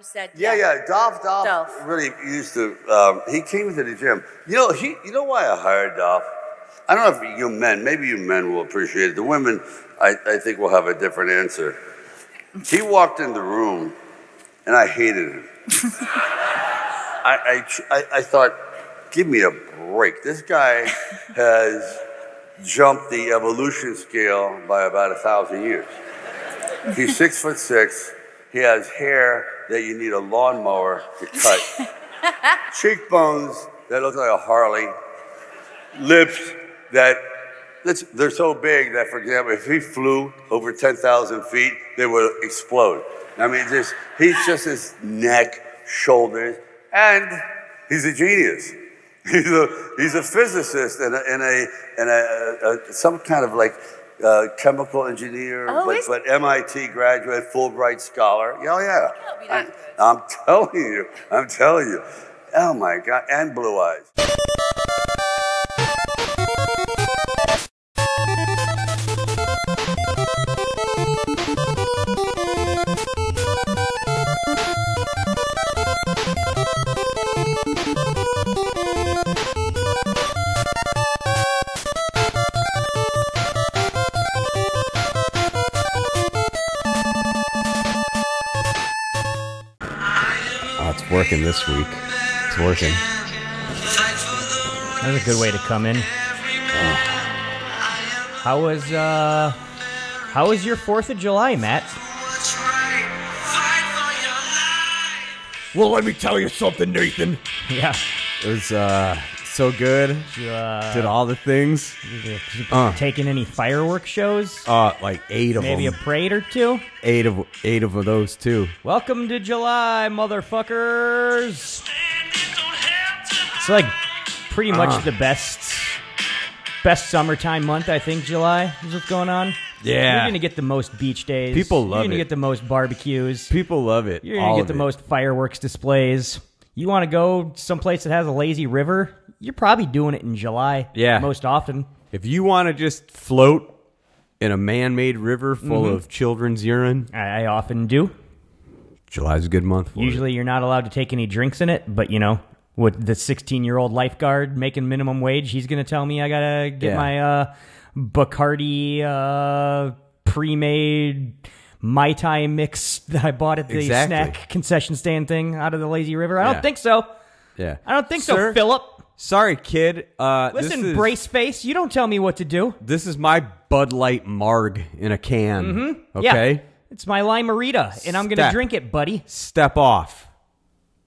said. Yeah, yeah. Dolph, Dolph, Dolph. really used to. Um, he came to the gym. You know, he. You know why I hired Dolph? I don't know if you men, maybe you men will appreciate it. The women, I, I think, will have a different answer. He walked in the room, and I hated him. I, I, tr- I, I thought, give me a break. This guy has jumped the evolution scale by about a thousand years. He's six foot six. He has hair that you need a lawnmower to cut. Cheekbones that look like a Harley. Lips that that's, they're so big that, for example, if he flew over 10,000 feet, they would explode. I mean, just he's just his neck, shoulders, and he's a genius. He's a, he's a physicist and a, and a, and a, a some kind of like uh, chemical engineer, Oh, but, is- but MIT graduate, Fulbright scholar. Yeah, Oh, yeah. That'll be that good. I'm telling you, I'm telling you. Oh my God, and blue eyes. Oh, it's working this week. It's working. That was a good way to come in. How was uh how was your 4th of July, Matt? Well, let me tell you something, Nathan. Yeah. It was uh, so good. You, uh, Did all the things. you- you Uh. taking any fireworks shows? Uh, like eight of Maybe a them. parade or two? eight of eight of those too. Welcome to July, motherfuckers. It's like pretty much Uh. the best best summertime month, I think. July is what's going on. Yeah. you're gonna get the most beach days. People love You're gonna it. get the most barbecues. People love it. You're all gonna get of the it. most fireworks displays. You want to go someplace that has a lazy river? You're probably doing it in July. Yeah. most often. If you want to just float in a man-made river full Mm-hmm. of children's urine, I, I often do. July's a good month. For it. Usually, you're not allowed to take any drinks in it, but you know, with the 16 year old lifeguard making minimum wage, he's gonna tell me I gotta get Yeah. my uh, Bacardi uh, pre made mai tai mix that I bought at the Exactly. snack concession stand thing out of the lazy river. I Yeah. don't think so. yeah. I don't think Sir, so, Philip. Sorry, kid. Uh, this Listen, is- brace face, you don't tell me what to do. This is my Bud Light Marg in a can. Mm-hmm. Yeah. Okay. It's my limerita, and I'm gonna Step. drink it, buddy. Step off,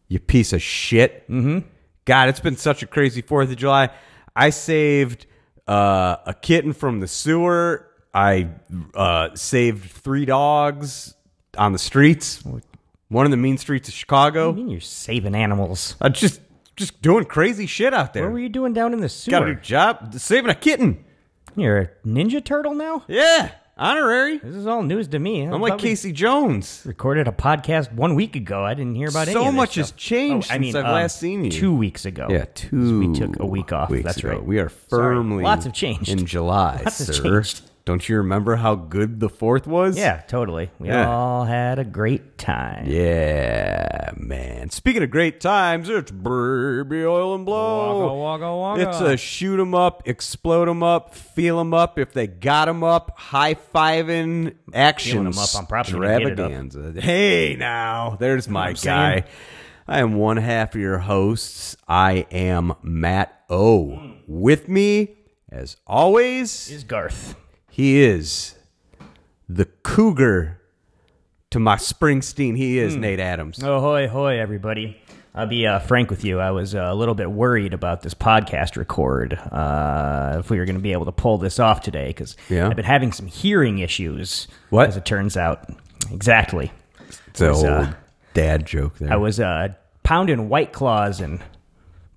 you piece of shit. Mm-hmm. God, it's been such a crazy Fourth of July. I saved uh, a kitten from the sewer. I uh, saved three dogs on the streets. One of the mean streets of I Chicago. mean, you're saving animals. I just just doing crazy shit out What there. were you doing down in the sewer? Got a new job, saving a kitten. You're a Ninja Turtle now? Yeah, honorary. This is all news to me. I I'm like thought we Casey Jones. Recorded a podcast one week ago. I didn't hear about any So of this much stuff. has changed I since mean, I've um, last seen you. Two weeks ago. Yeah, two. We took a week off. weeks That's ago. right. We are Sorry. firmly Lots have changed. in July, Lots have sir. changed. Don't you remember how good the fourth was? Yeah, totally. We Yeah. all had a great time. Yeah, man. Speaking of great times, it's Baby Oil and Blow. Wagga, wagga, wagga. Oh, It's a shoot 'em up, explode 'em up, feel 'em up. If they got 'em up, high fiving action. Feeling 'em up, I'm probably gonna get it up. extravaganza. Hey, now there's my I'm guy. saying. I am one half of your hosts. I am Matt O. With me, as always, Is Garth. he is the cougar to my Springsteen. He is Nate Adams. Oh, hoy, hoy, everybody. I'll be uh, frank with you. I was uh, a little bit worried about this podcast record, uh, if we were going to be able to pull this off today, because Yeah. I've been having some hearing issues. What? As it turns out. Exactly. It's an was, old uh, dad joke there. I was uh, pounding White Claws and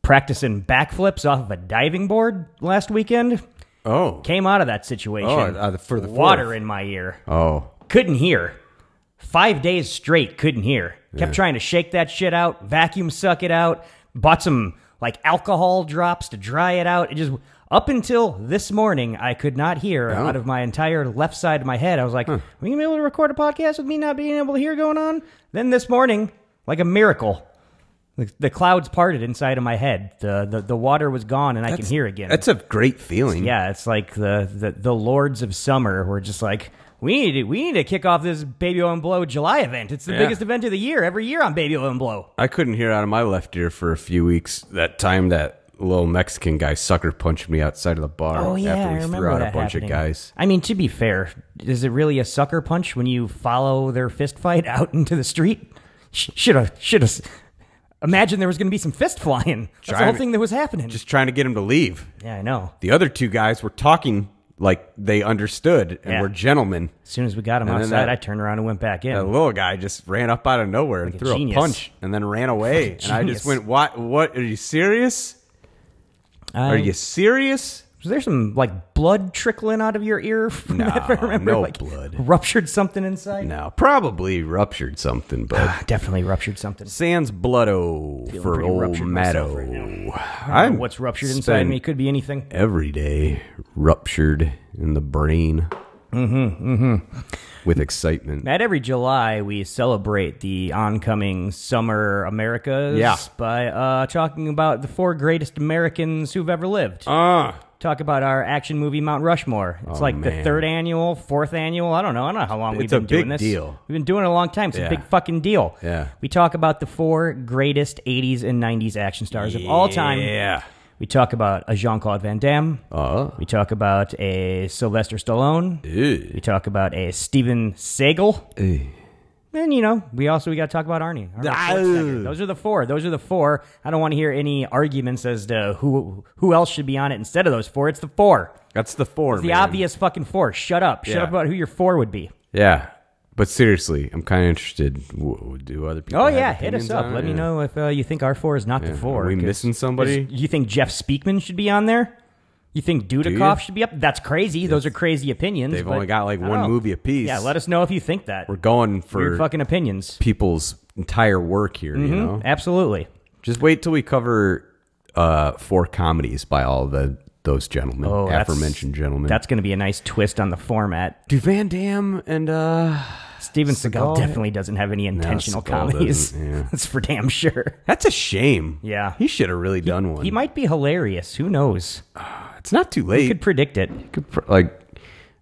practicing backflips off of a diving board last weekend. oh. Came out of that situation. Oh, uh, for the Water fourth. in my ear. Oh. couldn't hear. Five days straight, couldn't hear. Kept trying to shake that shit out, vacuum suck it out, bought some like alcohol drops to dry it out. It just up until this morning, I could not hear Oh. out of my entire left side of my head. I was like, "Are we gonna be able to record a podcast with me not being able to hear going on?" Then this morning, like a miracle. The, the clouds parted inside of my head. The the, the water was gone, and I can hear again. That's a great feeling. yeah, it's like the, the the lords of summer were just like. We need, to, we need to kick off this Baby Oil and Blow July event. It's the Yeah. biggest event of the year every year on Baby Oil and Blow. I couldn't hear out of my left ear for a few weeks that time that little Mexican guy sucker punched me outside of the bar Oh yeah, after I we remember threw out a that bunch happening. of guys. I mean, to be fair, is it really a sucker punch when you follow their fist fight out into the street? Should have, should have. Imagine there was going to be some fist flying. That's the whole Driving- thing that was happening. Just trying to get him to leave. yeah, I know. The other two guys were talking like they understood and Yeah. were gentlemen. As soon as we got him And then outside, that- I turned around and went back in. That little guy just ran up out of nowhere and a threw genius. a punch and then ran away. and I just genius. went, "What? What? Are you serious? I- Are you serious?" Was there some like blood trickling out of your ear? From No, that? I remember, no like, blood. Ruptured something inside. No, probably ruptured something, but Definitely ruptured something. sans bloodo for pretty old ruptured myself Matto. right I'm What's ruptured inside spend me could be anything. Every day ruptured in the brain. Mm-hmm. Mm-hmm. mm-hmm. With excitement. At every July, we celebrate the oncoming summer Americas Yeah. by uh, talking about the four greatest Americans who've ever lived. Ah, Talk about our action movie Mount Rushmore. It's like the Oh, man. third annual, fourth annual. I don't know. I don't know how long we've It's a been doing big this. deal. We've been doing it a long time. It's a Yeah. big fucking deal. Yeah. We talk about the four greatest 80s and 90s action stars of all time. Yeah. We talk about a Jean Claude Van Damme. Uh, We talk about a Sylvester Stallone. Eh. We talk about a Steven Seagal. And you know, we also we got to talk about Arnie. Arnold Ah. Schwarzenegger. Those are the four. Those are the four. I don't want to hear any arguments as to who who else should be on it instead of those four. It's the four. that's the four. The man. obvious fucking four. Shut up. Shut Yeah. up about who your four would be. Yeah. But seriously, I'm kind of interested. W- do other people? Oh have yeah, hit us opinions up. on Let it? me Yeah. know if uh, you think our four is not the four. Are we 'cause- missing somebody? 'cause You think Jeff Speakman should be on there? You think Dudikoff should be up? That's crazy. Those are crazy opinions. They've but only got like I don't one know. movie apiece. Yeah, let us know if you think that. We're going Weird for fucking Mm-hmm. opinions. Hmm? people's entire work here. You know, Absolutely. just wait till we cover uh, four comedies by all the those gentlemen, Oh, that's- aforementioned gentlemen. That's going to be a nice twist on the format. do Van Damme and uh, Steven Seagal, Seagal? definitely doesn't have any intentional Seagal comedies. doesn't, yeah. That's for damn sure. that's a shame. Yeah. he should have really done one. He might be hilarious. Who knows? It's not too late. You could predict it. could pr- like,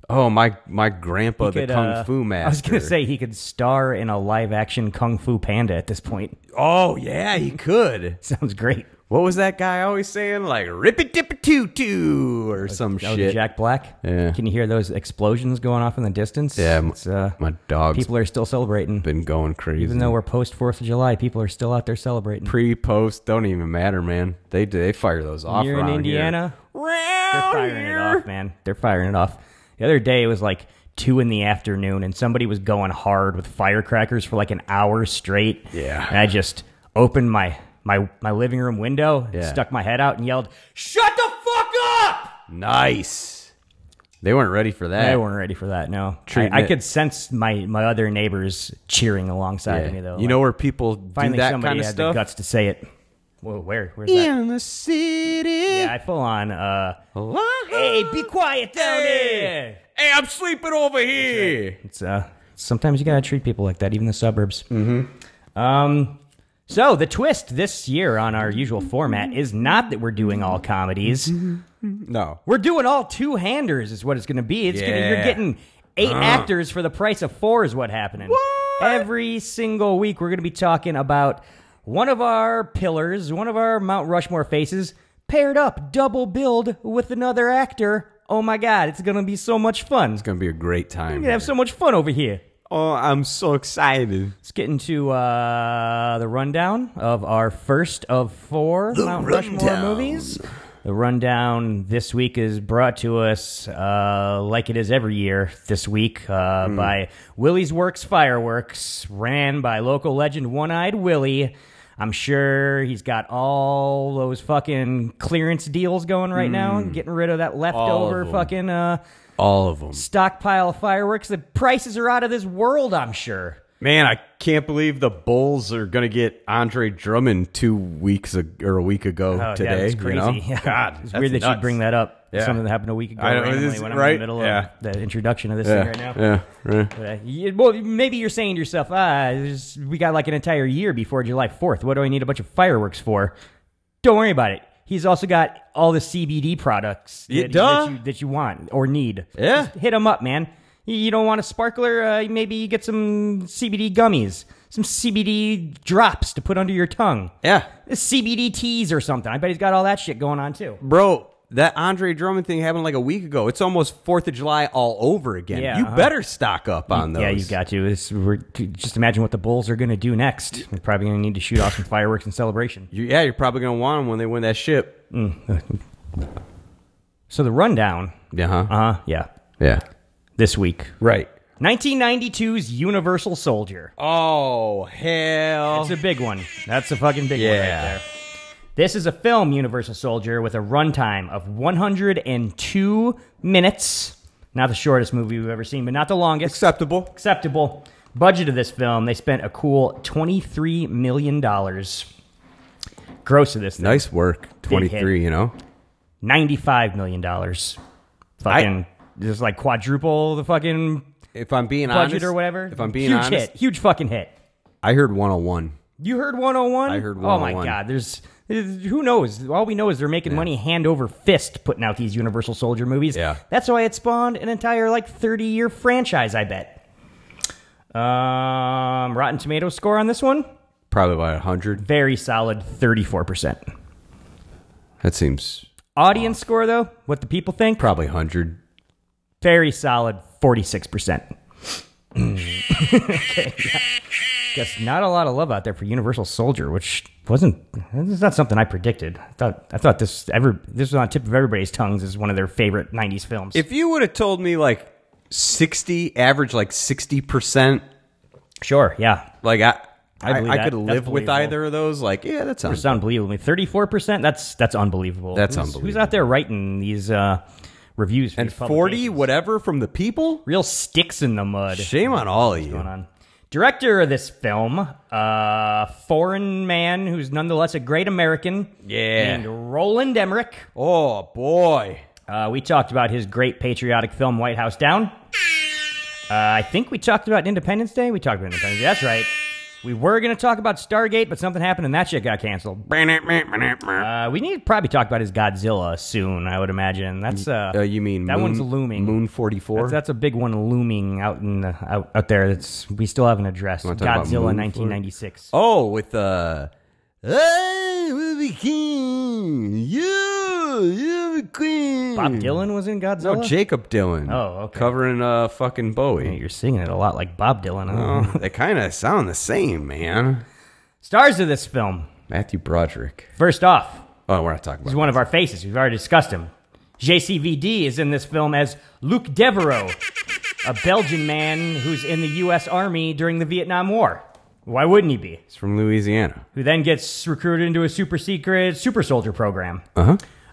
oh my my grandpa, the Could, kung uh, fu master. I was going to say he could star in a live action Kung Fu Panda at this point. oh yeah, he could. Sounds great. What was that guy always saying? Like rippy dippy too too or some Oh, shit. Jack Black. Yeah. Can you hear those explosions going off in the distance? Yeah, m- It's, uh, my dog's people are still celebrating. been going crazy. Even though we're post 4th of July, people are still out there celebrating. pre post don't even matter, man. They they fire those off. You're in around here. Indiana? They're Round firing here. it off, man. They're firing it off. The other day it was like two in the afternoon, and somebody was going hard with firecrackers for like an hour straight. Yeah. and I just opened my my my living room window, and Yeah. stuck my head out, and yelled, "Shut the fuck up!" Nice. They weren't ready for that. I weren't ready for that. No, I, Treating I it- could sense my my other neighbors cheering alongside Yeah. me though. You know where people do finally that somebody kind of had stuff? the guts to say it. Whoa, where where's that? in the city. Yeah, I full on. Uh, Hello? hey, be quiet down there. Hey, I'm sleeping over here. It's uh, sometimes you gotta treat people like that, even the suburbs. Mm-hmm. Um, so the twist this year on our usual format is not that we're doing all comedies. No. We're doing all two-handers, is what it's gonna be. It's gonna, you're Yeah. getting eight actors for the price of four, is Uh-huh. what happening. Every single week, we're gonna be talking about one of our pillars, one of our Mount Rushmore faces, paired up, double billed with another actor. Oh my god, it's gonna be so much fun. It's going to be a great time. We're gonna have so much fun over here. oh, I'm so excited. Let's get into uh, the rundown of our first of four Mount Rushmore rundown. movies. The rundown this week is brought to us, uh, like it is every year this week, uh, by Willie's Works Fireworks, ran by local legend One Eyed Willie. I'm sure he's got all those fucking clearance deals going right now, getting rid of that leftover them. fucking uh, All of them. stockpile of fireworks. The prices are out of this world, I'm sure. Man, I can't believe the Bulls are going to get Andre Drummond two weeks ag- or a week ago Oh, today. yeah, it's you crazy. know? Yeah. God, it's that's weird that nuts. you bring that up. Yeah. Something that happened a week ago. I know, randomly this is- when I'm right? in the middle Yeah. of the introduction of this Yeah, thing right now. yeah, right. But, uh, you- well, maybe you're saying to yourself, ah, there's- we got like an entire year before July 4th. What do I need a bunch of fireworks for? Don't worry about it. He's also got all the CBD products Yeah, that, duh. that you, that you want or need. Yeah. Just hit him up, man. You- You don't want a sparkler? Uh, maybe you get some CBD gummies, some CBD drops to put under your tongue. Yeah, CBD teas or something. I bet he's got all that shit going on too. bro. That Andre Drummond thing happened like a week ago. It's almost Fourth of July all over again. Yeah, you uh-huh. better stock up on those. Yeah, you've got to. It's, we're, just imagine what the Bulls are going to do next. They're probably going to need to shoot off some fireworks in celebration. You- yeah, you're probably gonna want them when they win that ship. So the rundown. Yeah, huh? Uh huh. Yeah. Uh-huh. yeah, This week. right. 1992's Universal Soldier. Oh hell! That's a big one. That's a fucking big one Yeah. right there. This is a film, Universal Soldier, with a runtime of 102 minutes. Not the shortest movie we've ever seen, but not the longest. acceptable. acceptable. Budget of this film, they spent a cool $23 million. Gross of this thing, Nice work. Twenty Big hit. three. You know. $95 million. Fucking, just like quadruple the fucking If I'm being budget honest, or whatever. If I'm being huge honest, hit, huge fucking hit. I heard 101. You heard 101? I heard Oh my 101. god, there's there's- who knows? All we know is they're making money hand over fist putting out these Universal Soldier movies. Yeah. That's why it spawned an entire like 30 year franchise, I bet. Um Rotten Tomato score on this one? Probably about 100. Very solid 34%. That seems Audience score though, what the people think? probably 100. Very solid 46%. okay. yeah. Guess not a lot of love out there for Universal Soldier, which wasn't it's not something I predicted. I thought I thought this ever this was on the tip of everybody's tongues as one of their favorite 90s films. If you would have told me like 60, average like 60%, sure, yeah. like I I, I I, believe that. could That's live with believable. either of those. Like, yeah, that sounds It's unbelievable. I mean, 34%, that's that's unbelievable. That's who's, Who's unbelievable. out there writing these uh reviews for And these 40 publications? whatever from the people? real sticks in the mud. Shame on all of you. going on. Director of this film, uh, foreign man who's nonetheless a great American. Yeah. Named Roland Emmerich. Oh boy. Uh, we talked about his great patriotic film, White House Down. Uh, I think we talked about Independence Day. We talked about Independence Day. That's right. We were going to talk about Stargate, but something happened and that shit got canceled. Uh, we need to probably talk about his Godzilla soon, I would imagine. That's uh, Uh, you mean that Moon- one's looming. Moon 44? That's, that's a big one looming out in the, out, out there. That's we still haven't addressed. wanna talk about Godzilla, Moon nineteen ninety six. oh, with uh I will be king. You, you be queen. Bob Dylan was in Godzilla. No, Jacob Dylan. Oh, okay. Covering uh fucking Yeah, Bowie. You're singing it a lot like Bob Dylan. huh? Oh, they kind of sound the same, man. Stars of this film. Matthew Broderick. First off, Oh, we're not talking he's about. one of our faces. We've already discussed him. JCVD is in this film as Luke Devereaux, a Belgian man who's in the U.S. Army during the Vietnam War. Why wouldn't he be? He's from Louisiana. Who then gets recruited into a super secret super soldier program. Uh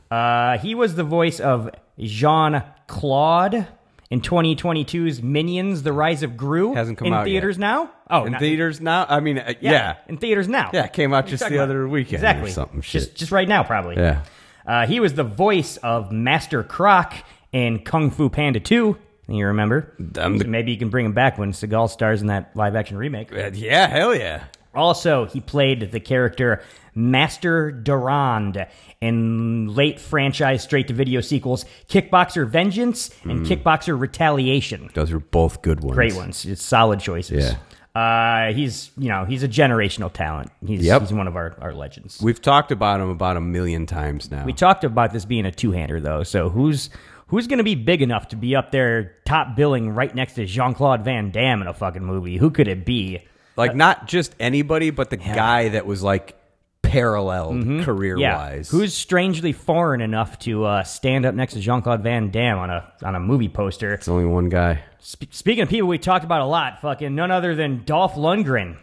huh. Uh, he was the voice of Jean Claude in 2022's Minions: The Rise of Gru. Hasn't come in out yet. theaters now. Oh, In not- theaters now. I mean, uh, yeah. yeah. in theaters now. it came out just Talking the about- other weekend exactly or something. Shit. Just just right now, probably. yeah. Uh, he was the voice of Master Croc in Kung Fu Panda 2. You remember? I'm the- So maybe you can bring him back when Seagal stars in that live-action remake. Uh, Yeah, hell yeah. Also, he played the character Master Durand in late franchise straight to video sequels Kickboxer Vengeance Mm-hmm. and Kickboxer Retaliation. Those are both good ones. Great ones. It's solid choices. Yeah. Uh, he's you know he's a generational talent. He's, Yep. he's one of our, our legends. We've talked about him about a million times now. We talked about this being a two hander though, so who's who's going to be big enough to be up there top billing right next to Jean Claude Van Damme in a fucking movie? Who could it be? like not just anybody, but the guy that was like paralleled career wise. Mm-hmm. Who's strangely foreign enough to uh, stand up next to Jean Claude Van Damme on a on a movie poster? It's only one guy. Sp- speaking of people we talked about a lot, fucking none other than Dolph Lundgren.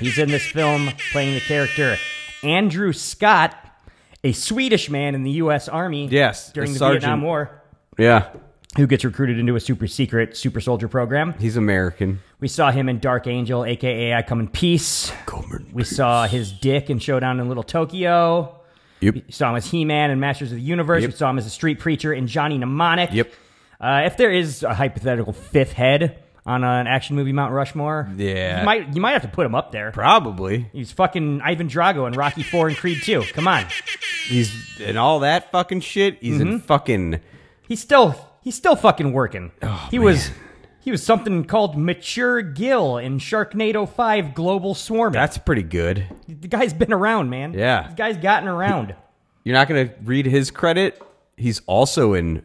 He's in this film playing the character Andrew Scott, a Swedish man in the U.S. Army. Yes, a during the sergeant. Vietnam War. Yeah. who gets recruited into a super secret super soldier program. He's American. We saw him in Dark Angel, aka I Come in Peace. we saw his dick in Showdown in Little Tokyo. Yep. We saw him as He Man in Masters of the Universe. Yep. We saw him as a street preacher in Johnny Mnemonic. Yep. Uh, if there is a hypothetical fifth head on an action movie Mount Rushmore, Yeah. you might you might have to put him up there. Probably. He's fucking Ivan Drago in Rocky Four and Creed Two. Come on, He's in all that fucking shit. He's Mm-hmm. in fucking. he's still he's still fucking working. Oh, he was he was something called Mature Gill in Sharknado Five Global Swarming. That's pretty good. the guy's been around, man. Yeah. the guy's gotten around. You're not gonna read his credit. He's also in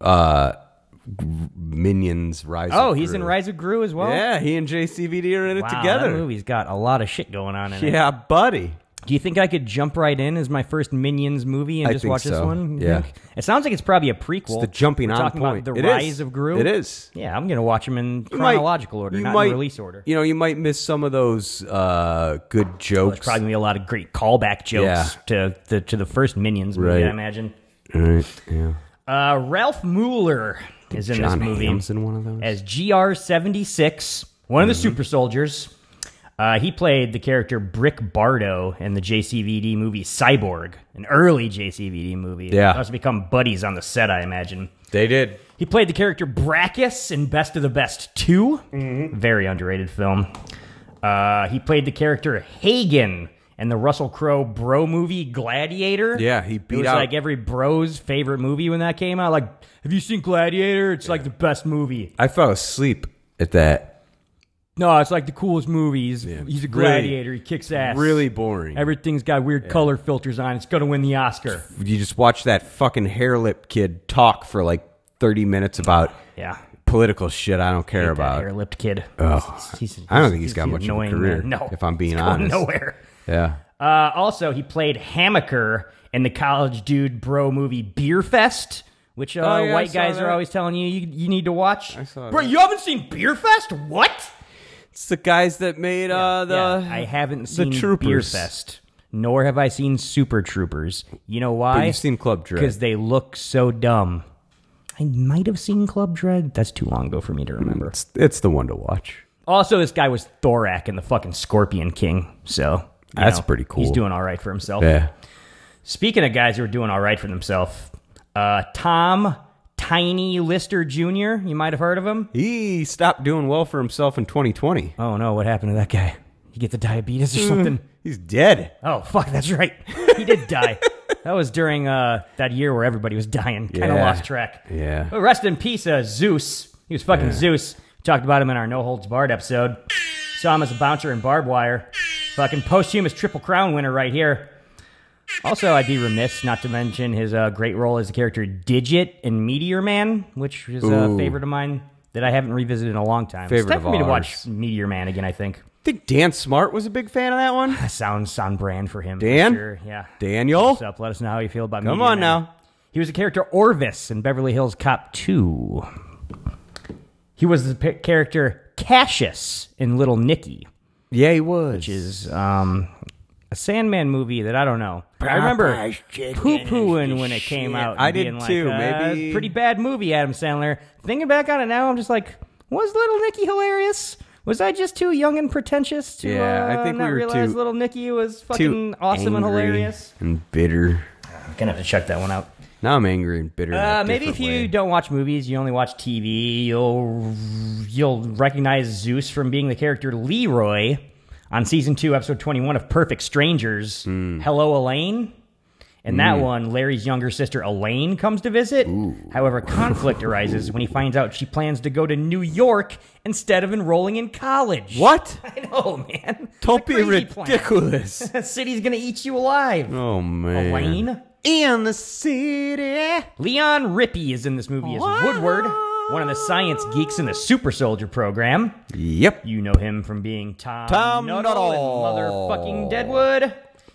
uh Minions Rise. of oh, he's in Gru. Rise of Gru as well. Yeah, he and JCVD are in it wow, That together. movie's got a lot of shit going on in it. Yeah, buddy. Do you think I could jump right in as my first Minions movie and I just think watch this so. one? You Yeah. think? It sounds like it's probably a prequel. the jumping We're on talking point. About the It Rise is. of Gru. It is. Yeah, I'm going to watch them in You might- chronological order, you not might- in release order. You know, you might miss some of those uh good There's jokes. probably gonna be a lot of great callback jokes to the to the first Minions movie, Right. I imagine. right. Yeah. Uh, Ralph Mueller is in John this movie Hamm's in one of those. as GR seventy six, one of Mm-hmm. the super soldiers. Uh, he played the character Brick Bardo in the JCVD movie Cyborg, an early JCVD movie. Yeah. They must have become buddies on the set, I imagine. they did. He played the character Brachus in Best of the Best 2. Mm-hmm. Very underrated film. Uh, he played the character Hagen in the Russell Crowe bro movie Gladiator. Yeah, he It beat was out like every bro's favorite movie when that came out. Like, have you seen Gladiator? It's like the best movie. I fell asleep at that. No, it's like the coolest movie. He's, he's a Really- gladiator. he kicks ass. Really boring. Everything's got weird color filters on. It's gonna win the Oscar. you just watch that fucking hair lip kid talk for like 30 minutes about Yeah. political shit I don't care about. hair lipped kid. He's- I don't think he's got an much of a annoying career, man. No, if I'm being he's going honest. nowhere. Yeah. Uh, also, he played Hammaker in the college dude bro movie Beer Fest, which uh, Oh, yeah, I white saw guys that. are always telling you, you you need to watch. I saw Bro, that. you haven't seen Beer Fest? What? It's the guys that made uh the Yeah, I haven't seen Beer Troopers. Fest, nor have I seen Super Troopers. You know why? you've seen Club Dread. because they look so dumb. I might have seen Club Dread. That's too long ago for me to remember. It's, it's the one to watch. Also, this guy was Thorak in the fucking Scorpion King, so you That's pretty cool. He's doing all right for himself. Yeah. Speaking of guys who are doing all right for themselves, uh, Tom Tiny Lister Jr. You might have heard of him. He stopped doing well for himself in 2020. Oh no, what happened to that guy? He get the diabetes or something? He's dead. Oh fuck, that's right. He did die. that was during uh, that year where everybody was dying. Kind of Yeah. lost track. Yeah. But rest in peace, uh, Zeus. He was fucking Zeus. We talked about him in our No Holds Barred episode. Saw him as a bouncer in Barbed Wire. Fucking posthumous Triple Crown winner right here. Also, I'd be remiss not to mention his uh, great role as the character Digit in Meteor Man, which is a Ooh. favorite of mine that I haven't revisited in a long time. it's Favorite time of for me to watch ours. Meteor Man again, I think. I think Dan Smart was a big fan of that one. That sounds on brand for him. for Dan? sure. Yeah. Daniel, What's up? Let us know how you feel about come Meteor on Man. now. He was a character Orvis in Beverly Hills Cop 2. He was the pa- character Cassius in Little Nicky, Yeah, he was. which is um, a Sandman movie that I don't know. I remember poo pooing when it came out. and I did being like, too, "Uh, maybe- pretty bad movie, Adam Sandler. Thinking back on it now, I'm just like, was Little Nicky hilarious? Was I just too young and pretentious to Yeah, I uh, think we not were realize too- Little Nicky was Too fucking awesome and angry hilarious? and bitter. I'm gonna have to check that one out. Now I'm angry and bitter. in a Uh, maybe if different you way. don't watch movies, you only watch TV. You'll you'll recognize Zeus from being the character Leroy on season two, episode twenty-one of Perfect Strangers. Hmm. Hello, Elaine. In that one, Larry's younger sister Elaine comes to visit. However, conflict arises when he finds out she plans to go to New York instead of enrolling in college. What? I know, man. It's a Don't be crazy plan. ridiculous. That city's gonna eat you alive. oh man. Elaine. In the city. Leon Rippey is in this movie as Woodward, one of the science geeks in the Super Soldier program. Yep. You know him from being Tom, Tom Nuttall in Nuttall. motherfucking Deadwood.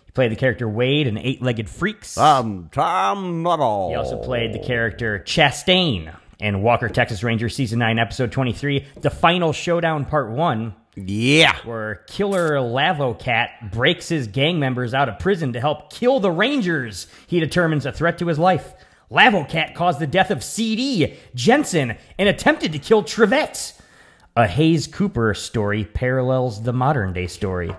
He played the character Wade in Eight Legged Freaks. Um, Tom Nuttall. he also played the character Chastain in Walker, Texas Ranger Season 9, Episode 23, The Final Showdown Part 1, Yeah. where killer Lavo Cat breaks his gang members out of prison to help kill the Rangers he determines a threat to his life. Lavocat caused the death of CD, Jensen, and attempted to kill Trivette. A Hayes Cooper story parallels the modern day story.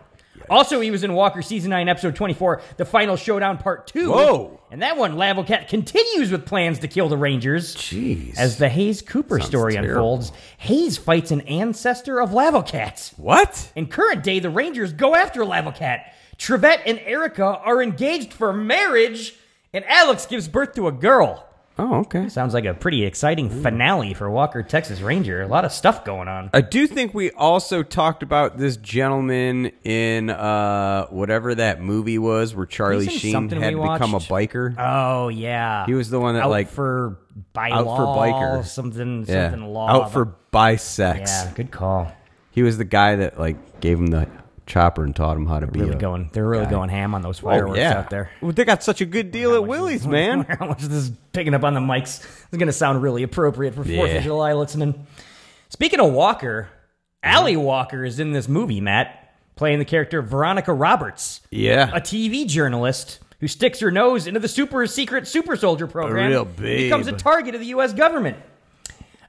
Also, he was in Walker Season 9, Episode 24, The Final Showdown Part 2. Whoa. And that one, Lavocat continues with plans to kill the Rangers. Jeez. As the Hayes Cooper story terrible. unfolds, Hayes fights an ancestor of Lavocat. what? In current day, the Rangers go after Lavocat. Trevette and Erica are engaged for marriage, and Alex gives birth to a girl. Oh, okay. Sounds like a pretty exciting finale for Walker, Texas Ranger. A lot of stuff going on. I do think we also talked about this gentleman in uh, whatever that movie was where Charlie He's in Sheen something had we become a watched. biker. Oh yeah, He was the one that, Out like- for by Out law, for biker. something yeah. something law Out for bisex. yeah. Good call. He was the guy that like gave him the chopper and taught him how to be Really a, going. They're really going ham on those Oh, fireworks yeah. out there. Well, they got such a good deal at Willie's, man. How much this is picking up on the mics is going to sound really appropriate for Fourth Yeah. of July listening. Speaking of Walker, Mm-hmm. Allie Walker is in this movie, Matt, playing the character Veronica Roberts, a Yeah. TV journalist who sticks her nose into the super secret super soldier program. real and Becomes a babe. target of the U.S. government.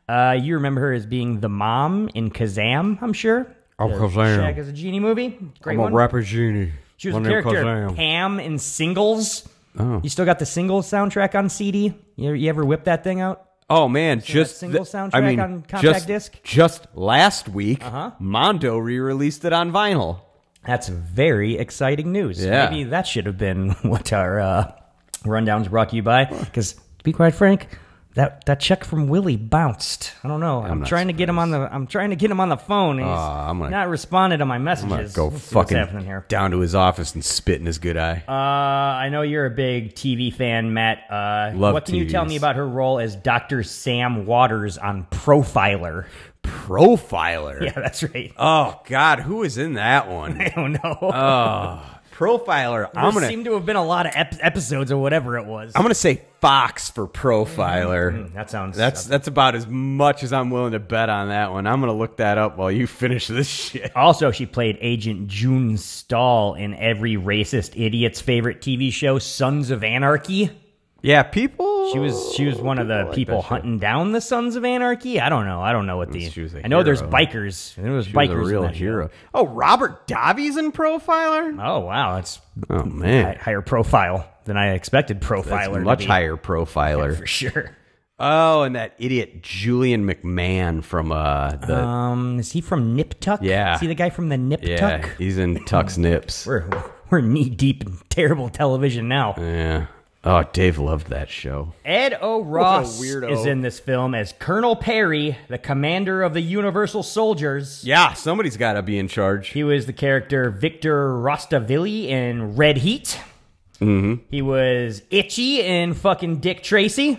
Uh, you remember her as being the mom in Kazam, I'm sure. Shaq is a genie movie. Great one. rapper genie. She was a character Pam in singles. Oh. You still got the single soundtrack on CD? You, you ever whip that thing out? Oh man, just single th- soundtrack I mean, on compact just, disc? Uh-huh. Just last week, Mondo re-released it on vinyl. That's very exciting news. Yeah. Maybe that should have been what our uh, rundowns brought to you by. Because to be quite frank, that, that check from Willie bounced. I don't know. I'm, not trying to get him on the I'm trying to get him on the phone. And he's Aw, I'm gonna- not responding to my I'm gonna messages. go Let's see what's fucking happening here. down to his office and spit in his good eye. Uh, I know you're a big TV fan, Matt. Uh, Love what can you tell me TVs. about her role as Dr. Sam Waters on Profiler? Profiler. Yeah, that's right. Oh God, who is in that one? I don't know. Uh, Profiler. there I'm gonna seem to have been a lot of ep- episodes or whatever it was. I'm gonna say Fox for Profiler. that sounds That's that's about as much as I'm willing to bet on that one. I'm gonna look that up while you finish this shit. Also, she played Agent June Stahl in every racist idiot's favorite TV show, Sons of Anarchy. Yeah, people. She was she was one of the like people that shit. hunting down the Sons of Anarchy. I don't know. I don't know what the She was a I know there's hero. bikers. There was She was bikers. a in real that show. hero. Oh, Robert Davies in Profiler. Oh wow, that's Oh man, hi- higher profile than I expected. That's Profiler to much be, higher profiler. for sure. Oh, and that idiot Julian McMahon from uh the Um, is he from Nip Tuck? Yeah. is he the guy from the Nip yeah, Tuck? he's in Tuck's Nips. We're we're knee deep in terrible television now. Yeah. Oh, Dave loved that show. Ed O. Ross weirdo. is in this film as Colonel Perry, the commander of the Universal Soldiers. Yeah, somebody's got to be in charge. He was the character Victor Rostavilli in Red Heat. Mm-hmm. He was Itchy in fucking Dick Tracy.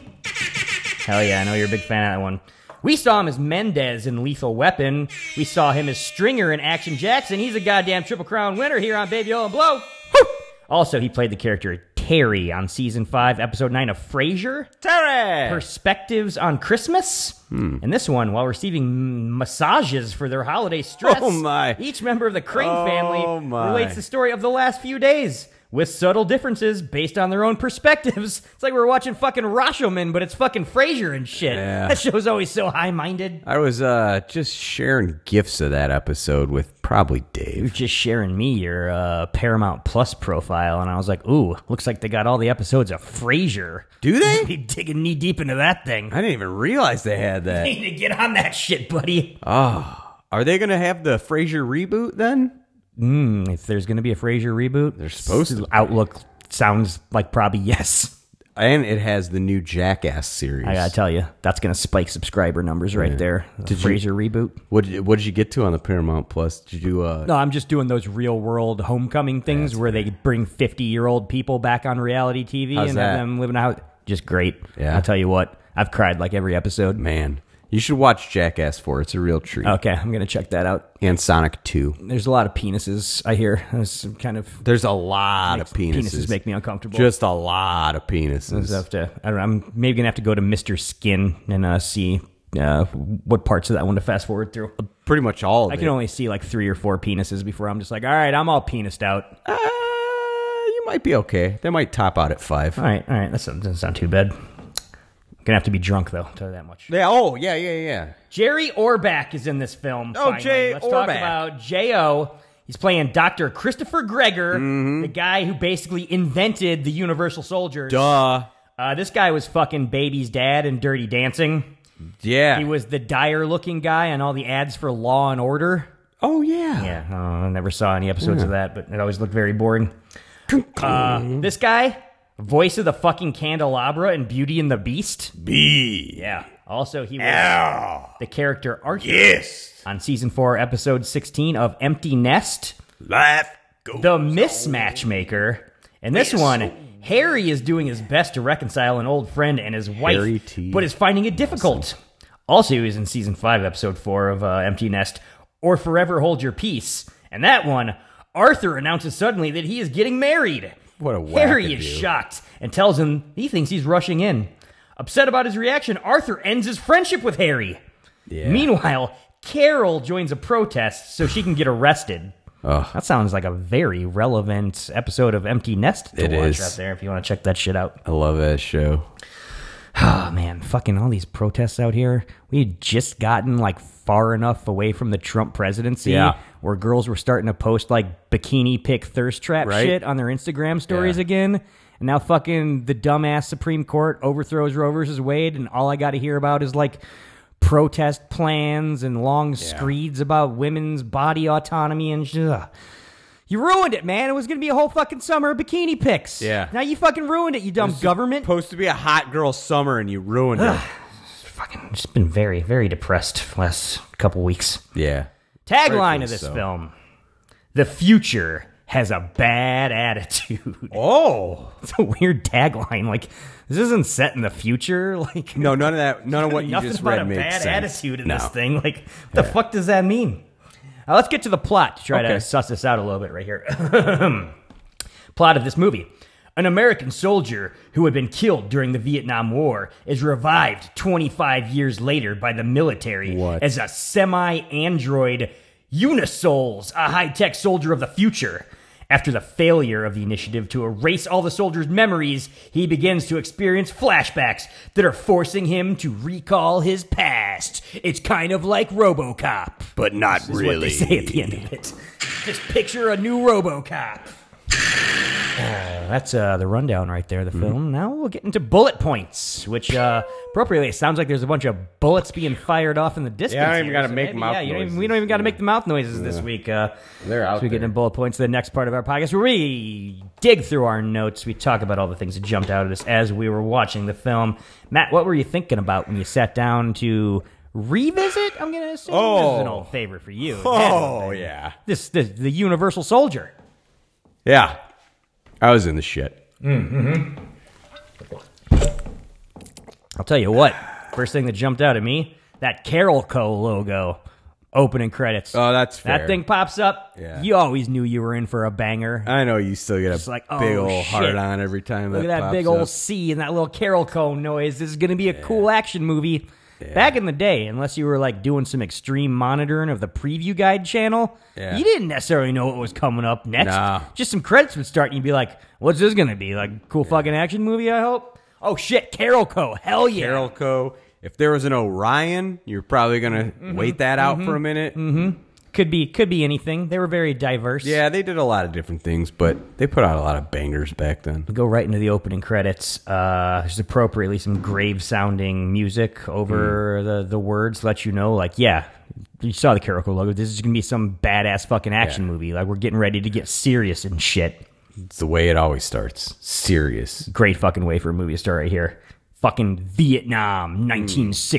Hell yeah, I know you're a big fan of that one. We saw him as Mendez in Lethal Weapon. We saw him as Stringer in Action Jackson. He's a goddamn Triple Crown winner here on Baby Oil and Blow. Woo! Also, he played the character Terry on season five, episode nine of Frasier. Terry. Perspectives on Christmas. And this one, while receiving massages for their holiday stress, Oh, my. each member of the Crane Oh, family my. relates the story of the last few days with subtle differences based on their own perspectives. It's like we're watching fucking Rashomon, but it's fucking Frasier and shit. Yeah. That show's always so high-minded. I was uh just sharing gifts of that episode with probably You're Dave. just sharing me your uh, Paramount Plus profile, and I was like, "Ooh, looks like they got all the episodes of Frasier." Do they? Be digging knee deep into that thing. I didn't even realize they had that. need to get on that shit, buddy. Are they going to have the Frasier reboot then? Um, If there's going to be a Frasier reboot, there's supposed to be. Outlook sounds like probably yes. And it has the new Jackass series. I gotta tell you, that's gonna spike subscriber numbers right there. The Frasier reboot. What did you, what did you get to on the Paramount Plus? Did you uh No, I'm just doing those real world homecoming things where they bring 50 year old people back on reality TV How's and that? have them living out. Just great. Yeah. I'll tell you what, I've cried like every episode. Man, you should watch Jackass 4. It's a real treat. Okay, I'm gonna check that out. and Sonic 2. There's a lot of penises I hear. That's some kind of There's a lot of penises. penises make me uncomfortable. Just a lot of penises. So I have to. I don't know. I'm maybe gonna have to go to Mister Skin and uh, see uh, what parts of that one to fast forward through. Pretty much all of I it. can only see like three or four penises before I'm just like, all right, I'm all penised out. Uh, you might be okay. They might top out at 5. All right, all right, that's, that doesn't sound too bad. Gonna have to be drunk though. I'll Tell you that much. Yeah. Oh, yeah, yeah, yeah. Jerry Orbach is in this film. Oh, finally. Jay Let's talk Orbach. about J.O. He's playing Dr. Christopher Gregor, Mm-hmm. the guy who basically invented the Universal Soldier. Duh. Uh, this guy was fucking Baby's dad in Dirty Dancing. Yeah. He was the dire looking guy on all the ads for Law and Order. oh, yeah. Yeah, oh, I never saw any episodes of that, but it always looked very boring. Uh, this guy, voice of the fucking candelabra in Beauty and the Beast. B. Yeah. Also, he was Ow. the character Arthur Yes. on season four, episode 16 of Empty Nest, Life goes. The Mismatch Maker. And this one, Harry is doing his best to reconcile an old friend and his Harry wife, T. but is finding it difficult. Also, he was in season five, episode four of uh, Empty Nest, or Forever Hold Your Peace. And that one, Arthur announces suddenly that he is getting married. What a Harry wackadoo. is shocked and tells him he thinks he's rushing in. Upset about his reaction, Arthur ends his friendship with Harry. Meanwhile, Carol joins a protest so she can get arrested. That sounds like a very relevant episode of Empty Nest to It watch is. out there if you want to check that shit out. I love that show. Oh man, fucking all these protests out here. We had just gotten like far enough away from the Trump presidency Yeah. where girls were starting to post like bikini pic thirst trap Right. shit on their Instagram stories Yeah. again. And now fucking the dumbass Supreme Court overthrows Roe versus Wade and all I gotta hear about is like protest plans and long screeds about women's body autonomy and shit. Ugh. You ruined it, man. It was gonna be a whole fucking summer of bikini pics. Yeah. Now you fucking ruined it, you dumb government. Supposed to be a hot girl summer, and you ruined it. fucking just been very, very depressed last couple weeks. yeah. Tagline of Rightfully this so. film The future has a bad attitude. Oh. It's a weird tagline. Like, this isn't set in the future. Like, No, none of that. None of what you nothing just about read a makes bad sense. attitude in no. this thing. Like, what the fuck does that mean? Now, Uh, let's get to the plot to try Okay. to suss this out a little bit right here. plot of this movie. An American soldier who had been killed during the Vietnam War is revived 25 years later by the military What? as a semi android Unisouls, a high tech soldier of the future. After the failure of the initiative to erase all the soldiers' memories, he begins to experience flashbacks that are forcing him to recall his past. It's kind of like Robocop. But not Is what they say at the end of it. Just picture a new RoboCop. that's uh, the rundown right there, Hmm? the film. Now we'll get into bullet points, which uh, appropriately it sounds like there's a bunch of bullets being fired off in the distance. Yeah, I don't even here, gotta so make maybe, mouth yeah, you don't even- we noises. don't even got to make the mouth noises this week. Uh, They're out So we get there. into bullet points. The next part of our podcast, where we dig through our notes, we talk about all the things that jumped out at us as we were watching the film. Matt, what were you thinking about when you sat down to revisit? I'm gonna assume this is an Oh. old favorite for you. It had to have Oh been. yeah. This, this the Universal Soldier. Yeah. I was in the shit. I'll tell you what. First thing that jumped out at me, that Carol Co logo, opening credits. Oh, that's fair. that thing pops up. Yeah. You always knew you were in for a banger. I know you still get a like, big oh, old shit. heart on every time. Look that at that pops big old up. C and that little Carol Cone noise. This is going to be a cool action movie. Back in the day, unless you were like doing some extreme monitoring of the preview guide channel, Yeah. you didn't necessarily know what was coming up next. Nah. Just some credits would start and you'd be like, what's this going to be? Like, cool fucking action movie, I hope? Oh shit, Carol Co. Hell yeah. Carol Co. If there was an Orion, you're probably gonna Mm-hmm. wait that out for a minute. Could be could be anything. They were very diverse. Yeah, they did a lot of different things, but they put out a lot of bangers back then. go right into the opening credits. Uh, there's appropriately some grave sounding music over the, the words, to let you know, like, yeah, you saw the Karako logo. This is going to be some badass fucking action movie. Like, we're getting ready to get serious and shit. It's the way it always starts. Serious. Great fucking way for a movie to start right here. Fucking Vietnam,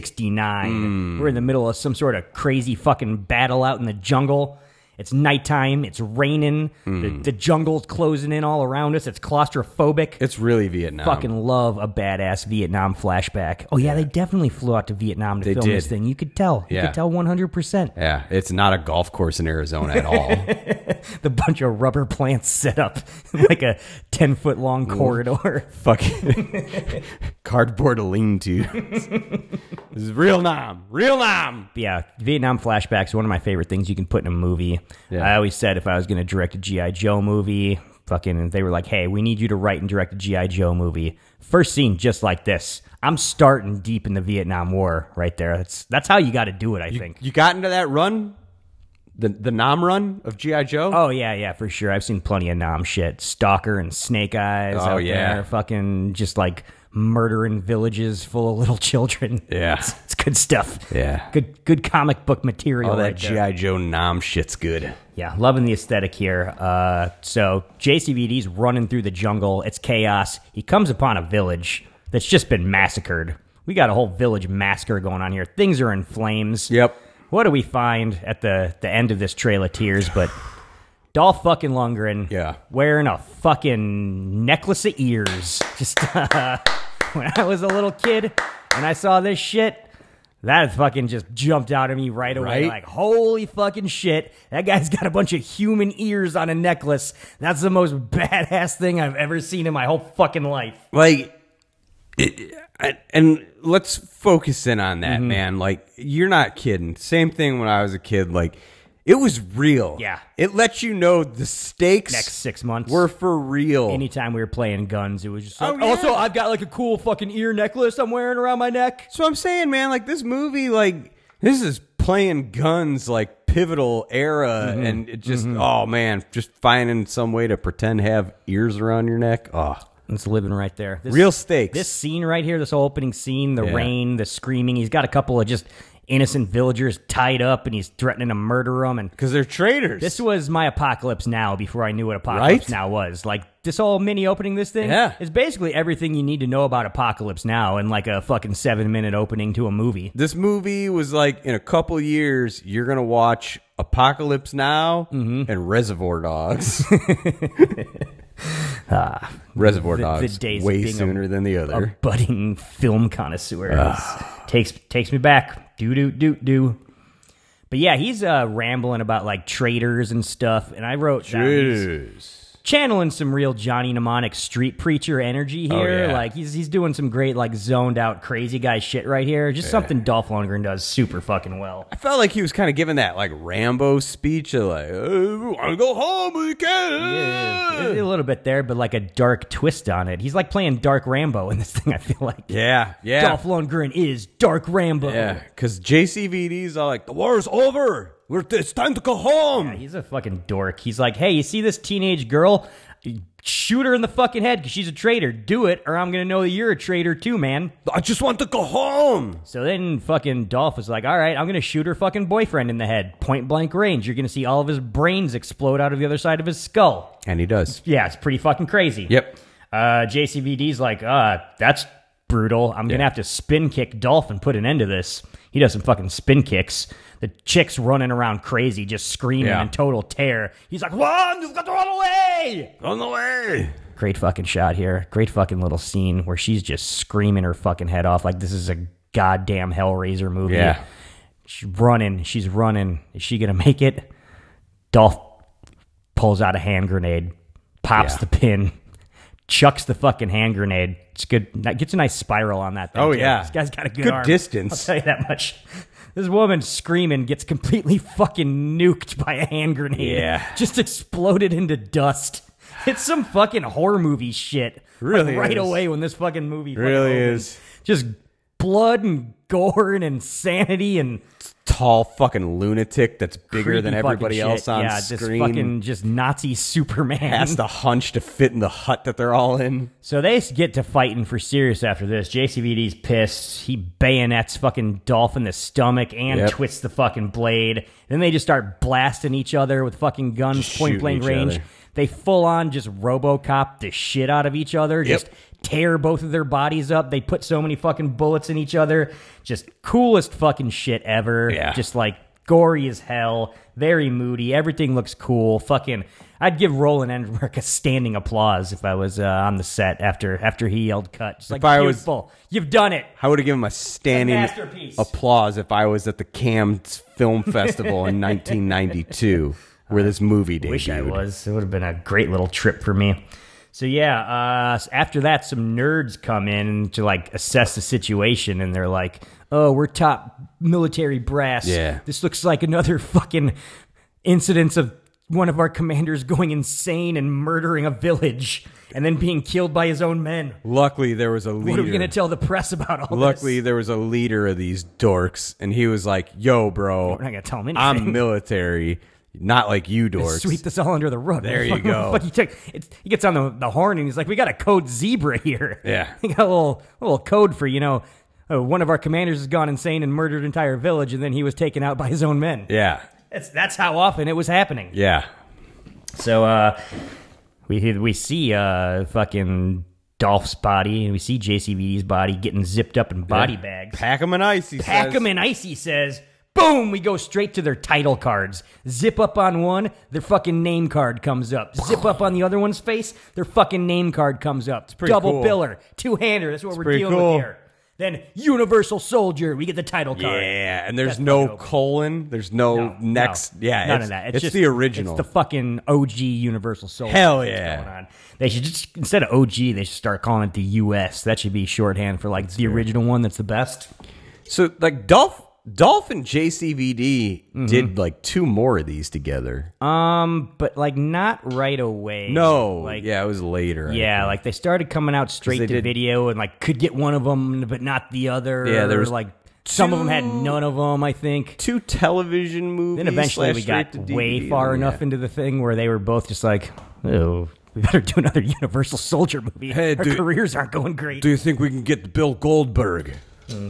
1969. We're in the middle of some sort of crazy fucking battle out in the jungle. It's nighttime. It's raining. The, the jungle's closing in all around us. It's claustrophobic It's really Vietnam. fucking love a badass Vietnam flashback. Oh yeah, they definitely flew out to Vietnam to They film this did. thing. You could tell. You Yeah. could tell 100%. yeah, it's not a golf course in Arizona at all. The bunch of rubber plants set up in, like a 10 foot long corridor. fucking cardboard lean to. this is real Nam. Real Nam. yeah, Vietnam flashbacks, one of my favorite things you can put in a movie. Yeah. I always said if I was going to direct a G.I. Joe movie, fucking and they were like, "Hey, we need you to write and direct a GI Joe movie. First scene just like this. I'm starting deep in the Vietnam War right there. That's that's how you got to do it, I think. You got into that run, the the Nam run of GI Joe. Oh yeah, yeah, for sure. I've seen plenty of nom shit, stalker and snake eyes. Oh, out yeah. there. fucking just like murdering villages full of little children. Yeah. it's, it's good stuff. Yeah. good good comic book material. All Oh, that right there. GI Joe Nam shit's good. Yeah, loving the aesthetic here. Uh, so JCVD's running through the jungle. It's chaos. He comes upon a village that's just been massacred. We got a whole village massacre going on here. Things are in flames. Yep. What do we find at the, the end of this Trail of Tears? But Dolph fucking Lundgren. Yeah. Wearing a fucking necklace of ears. Just uh, when I was a little kid and I saw this shit, that fucking just jumped out at me right away. Right? Like, holy fucking shit. That guy's got a bunch of human ears on a necklace. That's the most badass thing I've ever seen in my whole fucking life. like it, and- and let's focus in on Mm-hmm. that man like you're not kidding same thing when i was a kid like it was real Yeah. it let you know the stakes Next six months. were for real Anytime we were playing guns, it was just like, Oh, yeah. also, I've got like a cool fucking ear necklace I'm wearing around my neck. so i'm saying man like this movie like this is playing guns like pivotal era Mm-hmm. and it just oh man just finding some way to pretend to have ears around your neck oh It's living right there. This, Real stakes. This scene right here, this whole opening scene, the Yeah. rain, the screaming. He's got a couple of just innocent villagers tied up, and he's threatening to murder them. And because they're traitors this was my apocalypse now before I knew what apocalypse Right? now was. Like this whole mini opening, this thing Yeah. is basically everything you need to know about apocalypse now, in like a fucking seven minute opening to a movie. this movie was like in a couple years you're gonna watch apocalypse now Mm-hmm. and reservoir dogs Ah, reservoir dogs the days of way being a- sooner than the A other budding film connoisseur It's- takes takes me back. Do do do do. But yeah, he's uh, rambling about like traitors and stuff, and I wrote down he's- Jeez. channeling some real Johnny Mnemonic street preacher energy here. Oh, yeah. Like he's he's doing some great like zoned out crazy guy shit right here. Just something Dolph Lundgren does super fucking well. i felt like he was kind of giving that like rambo speech of like oh, i want to go home we A can yeah. little bit there, but like a dark twist on it. He's like playing Dark Rambo in this thing. I feel like yeah yeah Dolph Lundgren is Dark Rambo. because jcvd's all like the war's over We're, it's time to go home He's a fucking dork. He's like, hey, you see this teenage girl? Shoot her in the fucking head because she's a traitor. Do it, or I'm gonna know that you're a traitor too, man. i just want to go home So then fucking Dolph was like, all right, I'm going to shoot her fucking boyfriend in the head. Point blank range. You're going to see all of his brains explode out of the other side of his skull. and he does Yeah, it's pretty fucking crazy. yep Uh, JCVD's like, uh, that's brutal. I'm going to Yeah. have to spin kick Dolph and put an end to this. He does some fucking spin kicks. The chick's running around crazy, just screaming Yeah. in total terror. He's like, run, you've got to run away. on the way Great fucking shot here. Great fucking little scene where she's just screaming her fucking head off like this is a goddamn Hellraiser movie. Yeah. She's running. She's running. Is she going to make it? Dolph pulls out a hand grenade, pops Yeah. the pin, chucks the fucking hand grenade. It's good. That gets a nice spiral on that thing. Oh, too. yeah. This guy's got a good, Good arm. distance. I'll tell you that much. This woman screaming gets completely fucking nuked by a hand grenade. Yeah. Just exploded into dust. It's some fucking horror movie shit. Like, Really right is. away when this fucking movie fucking Really opens. is. Just blood and gore and insanity and tall fucking lunatic that's bigger creepy than fucking everybody shit. else on yeah, screen. Just fucking just Nazi Superman. has to hunch to fit in the hut that they're all in. So they get to fighting for serious after this. JCVD's pissed. He bayonets fucking Dolph in the stomach and Yep. twists the fucking blade. Then they just start blasting each other with fucking guns, Just point shooting blank each range. other. They full on just Robocop the shit out of each other. Just tear both of their bodies up. They put so many fucking bullets in each other. Just coolest fucking shit ever. Yeah. Just like gory as hell, very moody. Everything looks cool. Fucking, I'd give Roland Emmerich a standing applause if I was uh, on the set after after he yelled cut. Just like I was- beautiful, you've done it. I would have given him a standing masterpiece. applause if I was at the Cannes Film Festival in 1992, where this movie debuted. Wish I was. It would have been a great little trip for me. So yeah, uh, s- after that, some nerds come in to like assess the situation, and they're like, "Oh, we're top military brass. Yeah. this looks like another fucking incidence of one of our commanders going insane and murdering a village and then being killed by his own men. Luckily, there was a leader. What are we going to tell the press about all Luckily, this? there was a leader of these dorks, and he was like, "Yo, bro, We're not going to tell him anything. I'm military, not like you dorks." Sweep this all under the rug. There you go. But he, took, it's, he gets on the, the horn and he's like, "We got a code zebra here. Yeah. we got a little a little code for you know, uh, one of our commanders has gone insane and murdered an entire village, and then he was taken out by his own men. Yeah, That's that's how often it was happening. yeah. So uh, we we see uh fucking Dolph's body and we see JCVD's body getting zipped up in body bags. Pack them in ice. He Pack says. them in ice, he says. Boom, we go straight to their title cards. Zip up on one, their fucking name card comes up. Zip up on the other one's face, their fucking name card comes up. It's pretty Double cool. biller, two hander. That's what we're pretty dealing cool. with here. Then Universal Soldier, we get the title card. Yeah, and there's That's no fucking open. colon. There's no, No, next. no, yeah, none it's, of that. It's, just- the original. It's the fucking OG Universal Soldier. Hell That's what's yeah. going on. They should just instead of OG, they should start calling it the US. That should be shorthand for like the original one. That's the best. so like Dolph, Dolph and JCVD did like two more of these together. Mm-hmm. Um, but like not right away. no, like yeah, it was later. I Yeah, think. like they started coming out straight they to did- video and like could get one of them, but not the other. Yeah, there or, was like some of them had none of them. I think. two television movies. Then eventually slash we got straight to way DVD. far Yeah. enough into the thing where they were both just like, oh, we better do another Universal Soldier movie. Hey, Our do- careers aren't going great. Mm, Do you think we can get Bill Goldberg?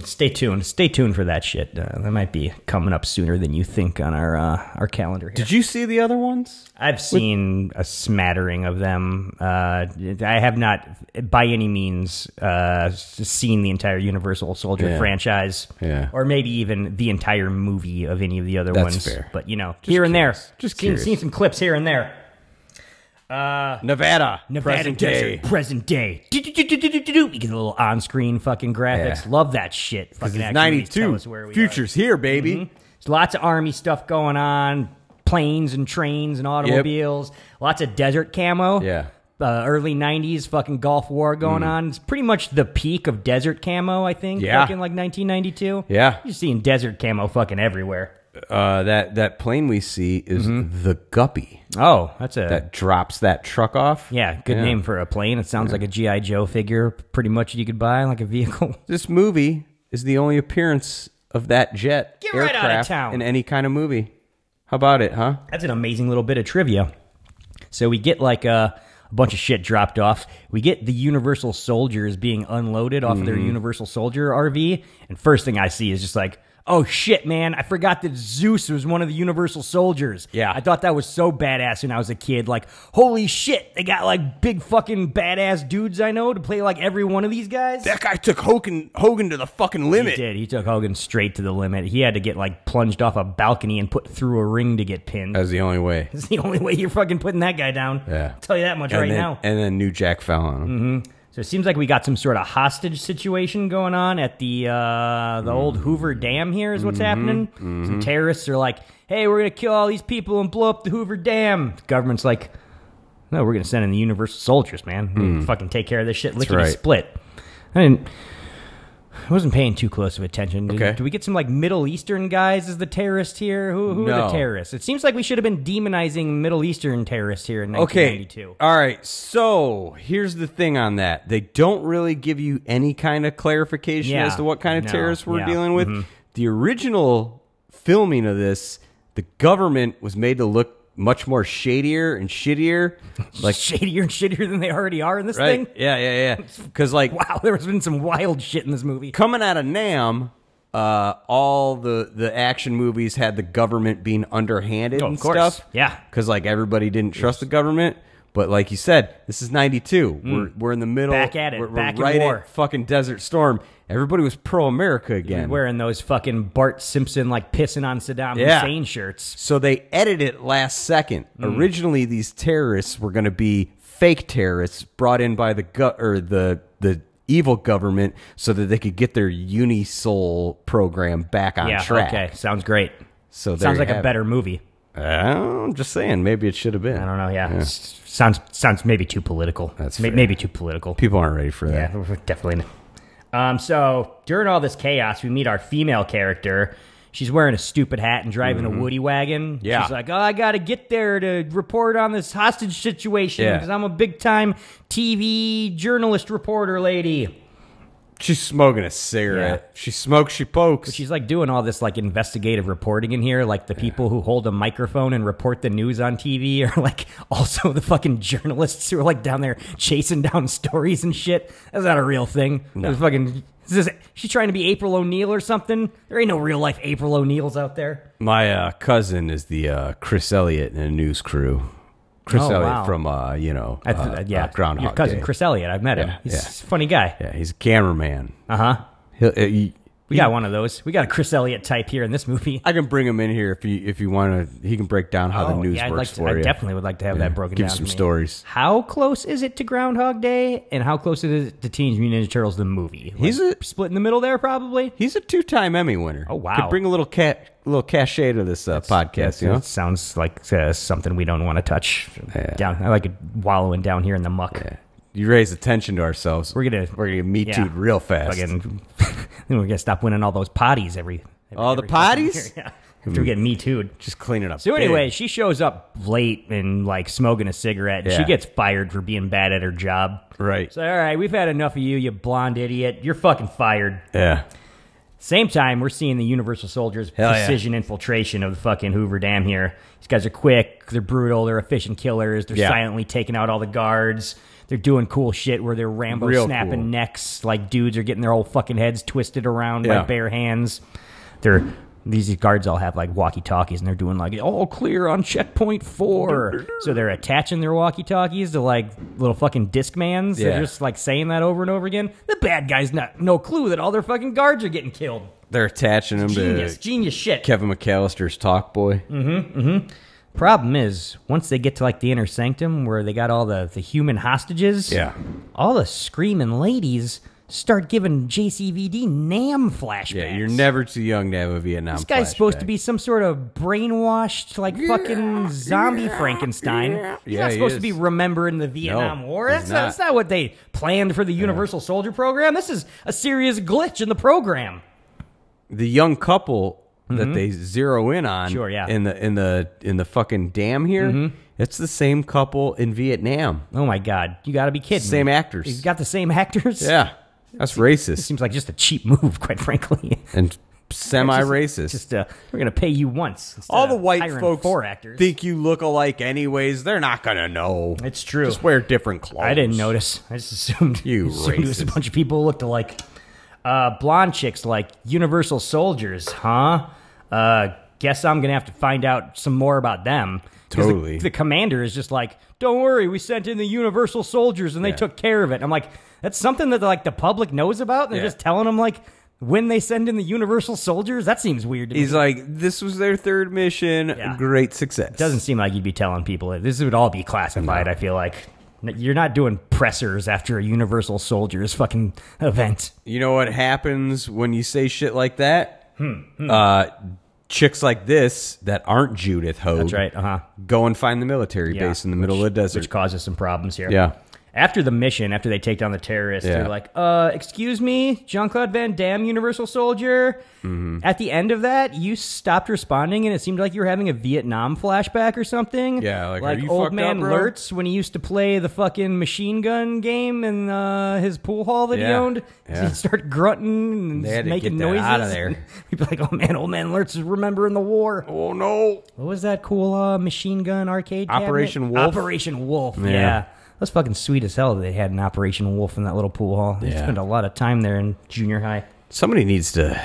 Stay tuned. Stay tuned for that shit. Uh, that might be coming up sooner than you think on our uh, our calendar. Here. Did you see the other ones? I've seen a smattering of them. Uh, I have not, by any means, uh, s- seen the entire Universal Soldier Yeah. franchise, Yeah. or maybe even the entire movie of any of the other That's ones. fair. But you know, here and there, curious. Just seen, curious. seen some clips here and there. Nevada, Uh, Nevada present desert, day. present day. Do-do-do-do-do-do-do. You get a little on-screen fucking graphics. Yeah. Love that shit. Fucking action movies tell Ninety-two. us where we are. Mm-hmm. Futures here, baby. There's lots of army stuff going on, planes and trains and automobiles. Lots of desert camo. Yeah. Uh, early '90s fucking Gulf War going on. It's pretty much the peak of desert camo, I think. Mm. Yeah. Fucking like 1992. Yeah. You're seeing desert camo fucking everywhere. Uh, that that plane we see is Mm-hmm. the Guppy Oh, that's a that drops that truck off. yeah, good name for a plane. It sounds like a GI Joe figure, pretty much you could buy like a vehicle. This movie is the only appearance of that jet Get right out of aircraft town. in any kind of movie. How about it, huh? That's an amazing little bit of trivia. So we get like a, a bunch of shit dropped off. We get the Universal Soldiers being unloaded off of their Universal Soldier RV, and first thing I see is just like, oh shit, man! I forgot that Zeus was one of the Universal Soldiers. Yeah. I thought that was so badass when I was a kid. Like, holy shit, they got like big fucking badass dudes I know to play like every one of these guys. That guy took Hogan Hogan to the fucking He limit. did. He took Hogan straight to the limit. He had to get like plunged off a balcony and put through a ring to get pinned. That was the only way. It's the only way you're fucking putting that guy down. Yeah. I'll tell you that much right and then, now. Mm-hmm. and then New Jack fell on him. So it seems like we got some sort of hostage situation going on at the uh, the old Mm-hmm. Hoover Dam. Here is what's happening. Some terrorists are like, "Hey, we're gonna kill all these people and blow up the Hoover Dam." The government's like, "No, we're gonna send in the Universal Soldiers, man. We're gonna Fucking take care of this shit. Lickety Mm. right. split." I didn't. I wasn't paying too close of attention. Did, Okay. do we get some like Middle Eastern guys as the terrorist here? Who, who are No. the terrorists? It seems like we should have been demonizing Middle Eastern terrorists here in Okay. Uh, 1992. All right. So here's the thing on that. They don't really give you any kind of clarification Yeah. as to what kind of No. terrorists we're Yeah. Mm-hmm. dealing with. The original filming of this, the government was made to look much more shadier and shittier. Like shadier and shittier than they already are in this right? thing. Yeah, yeah, yeah. Because like Wow, there's been some wild shit in this movie. coming out of Nam, uh, all the the action movies had the government being underhanded Oh, and of course. stuff. Yeah. because like everybody didn't trust the government. But like you said, this is '92. We're we're in the middle. Mm. Back at it, We're, we're back in right war. At fucking Desert Storm. Everybody was pro America again. Wearing those fucking Bart Simpson like pissing on Saddam Yeah. Hussein shirts. So they edited it last second. Hmm. Originally, these terrorists were going to be fake terrorists brought in by the go- or the the evil government so that they could get their Unisol program back on yeah, track. okay, sounds great. So there Sounds you like have a it. better movie. Uh, I'm just saying, maybe it should have been. I don't know. Yeah, S- sounds sounds maybe too political. That's May- fair. maybe too political. People aren't ready for that. Yeah, definitely. not. Um, so during all this chaos, we meet our female character. She's wearing a stupid hat and driving a Woody wagon. Mm-hmm. Yeah. She's like, oh, I got to get there to report on this hostage situation Yeah. because I'm a big time TV journalist reporter lady. She's smoking a cigarette. She smokes, she pokes. She's like doing all this like investigative reporting in here. Like the people who hold a microphone and report the news on TV are like also the fucking journalists who are like down there chasing down stories and shit. That's not a real thing. There's fucking. Is this, she trying to be April O'Neil or something? There ain't no real life April O'Neils out there. My uh, cousin is the uh, Chris Elliott in a news crew. Chris Oh, Elliott wow. from uh, you know, At the- uh, yeah, uh, Groundhog your cousin Day. Chris Elliott. I've met him. Yeah, He's yeah. a funny guy. Yeah, he's a cameraman. Uh huh. He'll, uh, he- We got one of those. We got a Chris Elliott type here in this movie. Oh, I can bring him in here if you if you want to. He can break down how the news yeah, I'd works like to, for I you. definitely would like to have Yeah, that broken give down. some to me. stories. How close is it to Groundhog Day, and how close is it to Teenage Mutant Ninja Turtles the movie? Like, He's a split in the middle there, probably. he's a two time Emmy winner. Oh, wow. Could bring a little cat little cachet to this uh, podcast. You know, It sounds like uh, something we don't want to touch. Down, I like it wallowing down here in the muck. you raise attention to ourselves. We're gonna we're gonna get me yeah. too real fast. Fucking, then we're gonna stop winning all those potties every. every All the every fucking potties? year, yeah. After we get me too. Just clean it up. So big. anyway, she shows up late and like smoking a cigarette. and She Yeah. gets fired for being bad at her job. right? So all right, we've had enough of you, you blonde idiot. You're fucking fired. yeah, Same time, we're seeing the Universal Soldiers Hell yeah. precision infiltration of the fucking Hoover Dam here. These guys are quick, they're brutal, they're efficient killers. They're Yeah. silently taking out all the guards. They're doing cool shit where they're Rambo Real snapping cool. necks, like dudes are getting their whole fucking heads twisted around Yeah. by bare hands. They're these guards all have like walkie talkies and they're doing like all clear on checkpoint four. So they're attaching their walkie talkies to like little fucking disc mans. Yeah. They're just like saying that over and over again. The bad guys not no clue that all their fucking guards are getting killed they're attaching him genius, Mm. to genius shit. Kevin McAllister's Talk Boy. Problem is, once they get to like the inner sanctum where they got all the, the human hostages, Yeah. all the screaming ladies start giving JCVD nam flashbacks. Yeah, you're never too young to have a Vietnam. This guy's supposed to flashback. be some sort of brainwashed, like fucking zombie Frankenstein. He's Yeah, not he supposed is. to be remembering the Vietnam No, War. he's That's not. that's not. not what they planned for the Universal Soldier Program. This is a serious glitch in the program. the young couple that they zero in on. Mm-hmm. Sure, yeah. Mm-hmm. In the in the in the fucking dam here, it's the same couple in Vietnam. Oh my god, you got to be kidding! Same me. actors. He's got the same actors. Yeah, that's racist seems like just a cheap move, quite frankly. and semi-racist. Just uh, we're gonna pay you once. instead All the of white hiring folks four actors. think you look alike, anyways. They're not gonna know. It's true. Just wear different clothes. I didn't notice. I just assumed You assumed it was a racist. bunch of people who looked alike. Uh, blonde chicks like Universal Soldiers, huh? Uh, guess I'm gonna have to find out some more about them. 'Cause the- Totally. The, commander is just like, "Don't worry, we sent in the Universal Soldiers and they Yeah. took care of it." And I'm like, that's something that like the public knows about. And they're Yeah. just telling them like when they send in the Universal Soldiers. That seems weird. To me. He's like, this was their third mission. Great success. doesn't seem like you'd be telling people it. this would all be classified. I feel like N- you're not doing pressers after a Universal Soldiers fucking event. You know what happens when you say shit like that? Hmm, Uh, chicks like this that aren't Judith Hogue. That's right. Uh huh. Go and find the military base in the middle of the desert. which causes some problems here. yeah. After the mission, after they take down the terrorists, Yeah. they're like, "Uh, excuse me, Jean Claude Van Damme, Universal Soldier." Mm-hmm. At the end of that, you stopped responding, and it seemed like you were having a Vietnam flashback or something. Yeah, like, are you old fucked man up, bro? Lertz when he used to play the fucking machine gun game in uh, his pool hall that he Yeah. owned. Yeah. He'd start grunting and They had to making get that noises. outta there. He'd be like, "Oh man, old man Lertz is remembering the war." Oh no. What was that cool uh, machine gun arcade? cabinet? Operation Wolf? Operation Wolf. Yeah. Yeah. That's fucking sweet as hell. that They had an Operation Wolf in that little pool hall. They Yeah. spent a lot of time there in junior high. Somebody needs to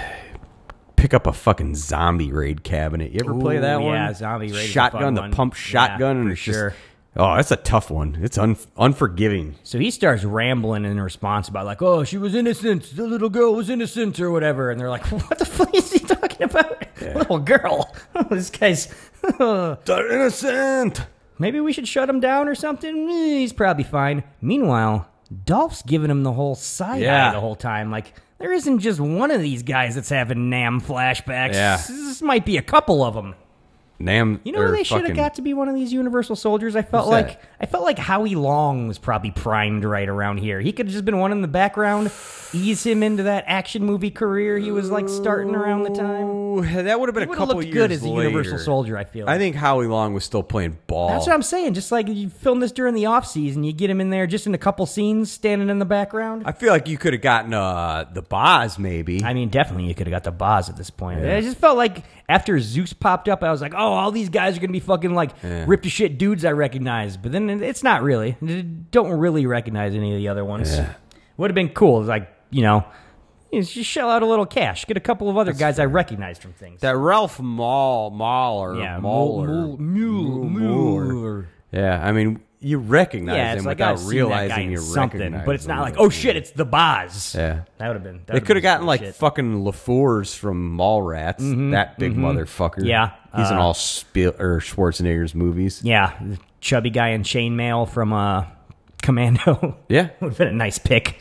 pick up a fucking zombie raid cabinet. You ever play Ooh, that one? yeah, zombie raid is a fun Shotgun, the one. pump Yeah, shotgun, and for it's just- sure. oh, that's a tough one. It's un- unforgiving. So he starts rambling in response about like, "Oh, she was innocent. The little girl was innocent, or whatever." And they're like, "What the fuck is he talking about? Little girl? this guy's." oh, They're innocent. Maybe we should shut him down or something. Eh, He's probably fine. Meanwhile, Dolph's giving him the whole side eye Yeah. the whole time. Like, there isn't just one of these guys that's having Nam flashbacks. Yeah. This might be a couple of them. Nam. You know, or who they should fucking- have got to be one of these Universal soldiers. I felt Who's that? like I felt like Howie Long was probably primed right around here. He could have just been one in the background ease him into that action movie career he was like starting around the time. Ooh, that would have been He a would have couple looked years good as a later. Universal Soldier. I feel. I think Howie Long was still playing ball. That's what I'm saying. Just like you film this during the off season, you get him in there just in a couple scenes, standing in the background. I feel like you could have gotten uh, the Boz maybe. I mean, definitely you could have got the Boz at this point. I just felt like after Zeus popped up, I was like, oh, all these guys are gonna be fucking like ripped to shit dudes I recognize. But then it's not really. I Don't really recognize any of the other ones. Would have been cool. Like you know, you just shell out a little cash, get a couple of other guys I recognized from things. that Ralph Maul Mahler yeah, Mahler Mul- Mul- Mueller. Mueller. Yeah, I mean you recognize Yeah, him it's like without I've seen that guy realizing in you something, recognize but it's not him. like, oh shit, it's the Boz. Yeah. that would have been. that They would've could have been gotten some like shit. Mm-hmm, fucking Lafleur's from Mallrats, that big motherfucker. Yeah, he's in uh, all Spiel or Schwarzenegger's movies. yeah, the chubby guy in chainmail from uh, Commando. Yeah. would have been a nice pick.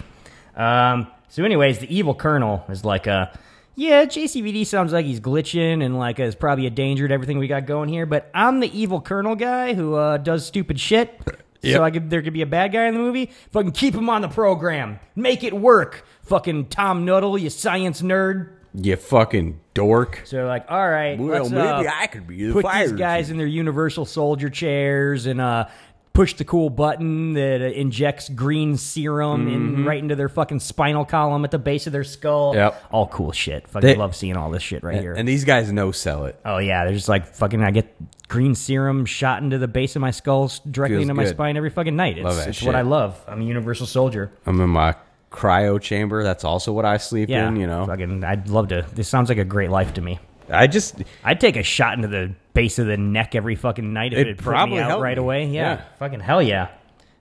Um, so, anyways, the evil colonel is like, uh, yeah, JCVD sounds like he's glitching and like is probably a danger to everything we got going here. But I'm the evil colonel guy who uh, does stupid shit. Yep. So I could there could be a bad guy in the movie. Fucking keep him on the program. Make it work. Fucking Tom Nuddle, you science nerd. You fucking dork. So they're like, all right, let's, uh, could be the put fire these guys chief. in their universal soldier chairs and uh push the cool button that uh, injects green serum in right into their fucking spinal column at the base of their skull Mm-hmm. Yep. all cool shit fucking They- love seeing all this shit right here And these guys no sell it. oh yeah they're just like fucking i get green serum shot into the base of my skull s- directly Feels into my good. spine every fucking night it's, Love that it's what shit. i love i'm a universal soldier I'm in my cryo chamber. That's also what I sleep yeah in. You know, fucking i'd love to this sounds like a great life to me I just I'd take a shot into the base of the neck every fucking night if It'd it, put probably me out help right me. away. Yeah. Yeah. Fucking hell yeah.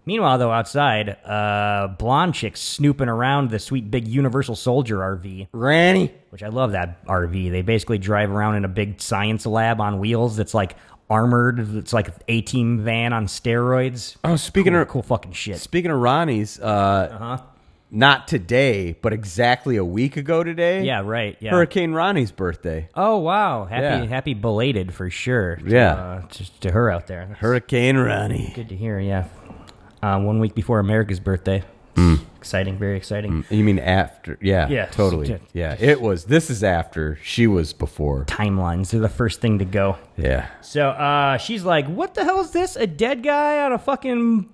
Meanwhile, though, outside, uh, blonde chick snooping around the sweet big Universal Soldier RV, Ranny. which I love that RV. They basically drive around in a big science lab on wheels that's like armored. It's like a team van on steroids. Oh, speaking cool, of cool fucking shit. speaking of Ronnie's, uh, Uh-huh. not today, but exactly a week ago today. Yeah, right. Yeah. Hurricane Ronnie's birthday. oh wow, happy Yeah. happy belated for sure. to, Yeah. uh, to, to her out there. That's- Hurricane Ronnie. Good to hear. Yeah, uh, one week before America's birthday. Exciting, very exciting. You mean after? Yeah. Yeah. Totally. Yeah. Yeah. It was. This is after. She was before. Timelines are the first thing to go. Yeah. So uh, she's like, "What the hell is this? A dead guy on a fucking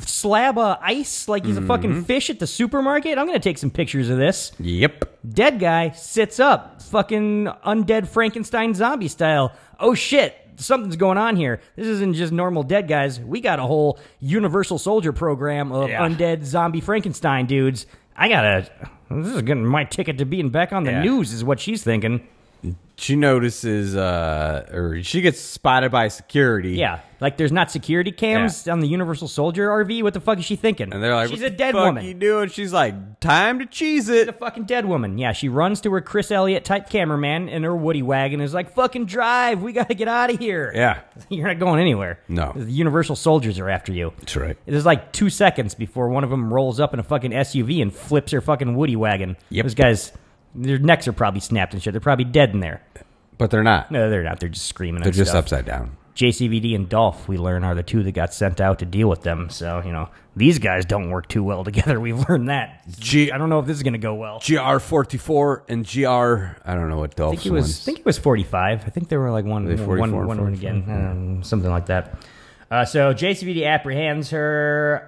slab of ice? Like he's a fucking fish at the supermarket? I'm gonna take some pictures of this." Yep. Dead guy sits up, fucking undead Frankenstein zombie style. Oh shit, something's going on here. This isn't just normal dead guys. We got a whole universal soldier program of Yeah. undead zombie Frankenstein dudes. I gotta. This is getting my ticket to being back on the Yeah. news, is what she's thinking. She notices, uh, or she gets spotted by security. Yeah, like there's not security cams on the Universal Soldier RV. What the fuck is she thinking? And they're like, she's "What a the dead fuck woman. You doing? She's like, time to cheese a it. fucking dead woman. Yeah, she runs to her Chris Elliott type cameraman in her Woody wagon. Is like, fucking drive. We gotta get out of here. Yeah. You're not going anywhere. No. The Universal soldiers are after you. That's right. There's like two seconds before one of them rolls up in a fucking SUV and flips her fucking Woody wagon. Yep. Those guys, their necks are probably snapped and shit. They're probably dead in there. But they're not. No, they're not. They're just screaming. they're and just stuff. upside down. JCVD and Dolph, we learn, are the two that got sent out to deal with them. So, you know, these guys don't work too well together. We've learned that. Gee, I don't know if this is going to go well. GR forty four and GR. I don't know what I Dolph's think he was. I think he was forty-five. I think they were like one, Were they one, one, 44, one again, um, something like that. Uh, so JCVD apprehends her.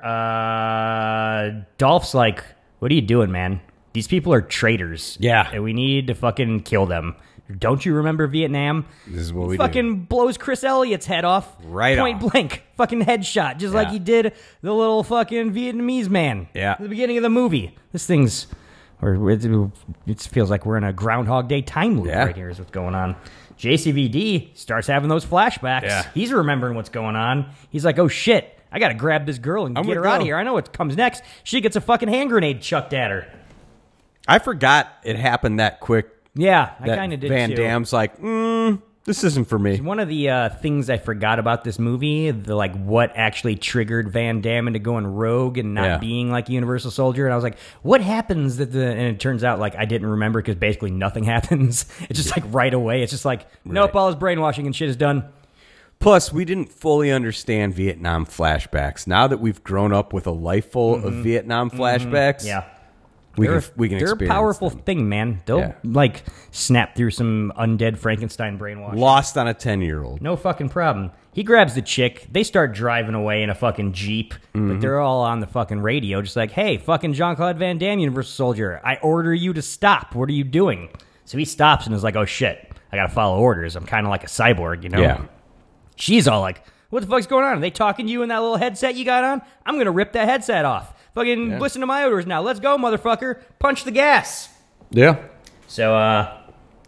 Uh, Dolph's like, "What are you doing, man? These people are traitors. Yeah. and we need to fucking kill them." Don't you remember Vietnam? This is what we do. fucking blows Chris Elliott's head off Right point off. blank, fucking headshot, just like Yeah. he did the little fucking Vietnamese man. Yeah. at the beginning of the movie. This thing's, or it, it feels like we're in a Groundhog Day time loop Yeah. right here. Is what's going on. JCVD starts having those flashbacks. Yeah. He's remembering what's going on. He's like, "Oh shit, I gotta grab this girl and I'm get her gonna out go." of here. I know what comes next. She gets a fucking hand grenade chucked at her. I forgot it happened that quick. Yeah, I that kind of did. Van too. Damme's like, mm, this isn't for me. One of the uh, things I forgot about this movie, the like what actually triggered Van Damme into going rogue and not Yeah. being like a Universal Soldier, and I was like, what happens that the? And it turns out like I didn't remember because basically nothing happens. It's just like right away. It's just like nope, all his brainwashing and shit is done. Plus, we didn't fully understand Vietnam flashbacks. Now that we've grown up with a life full of Vietnam flashbacks, Mm-hmm. Yeah, We they're, can, we can they're a experience powerful them. thing, man. They'll Yeah. like snap through some undead Frankenstein brainwash. Lost on a 10 year old. No fucking problem. He grabs the chick. They start driving away in a fucking jeep, but they're all on the fucking radio, just like, "Hey, fucking Jean Claude Van Damme, Universal Soldier, I order you to stop. What are you doing?" So he stops and is like, "Oh shit, I gotta follow orders. I'm kind of like a cyborg, you know." Yeah. She's all like, "What the fuck's going on? Are they talking to you in that little headset you got on? I'm gonna rip that headset off. Fucking listen to my orders now. Let's go, motherfucker. Punch the gas." Yeah. So uh,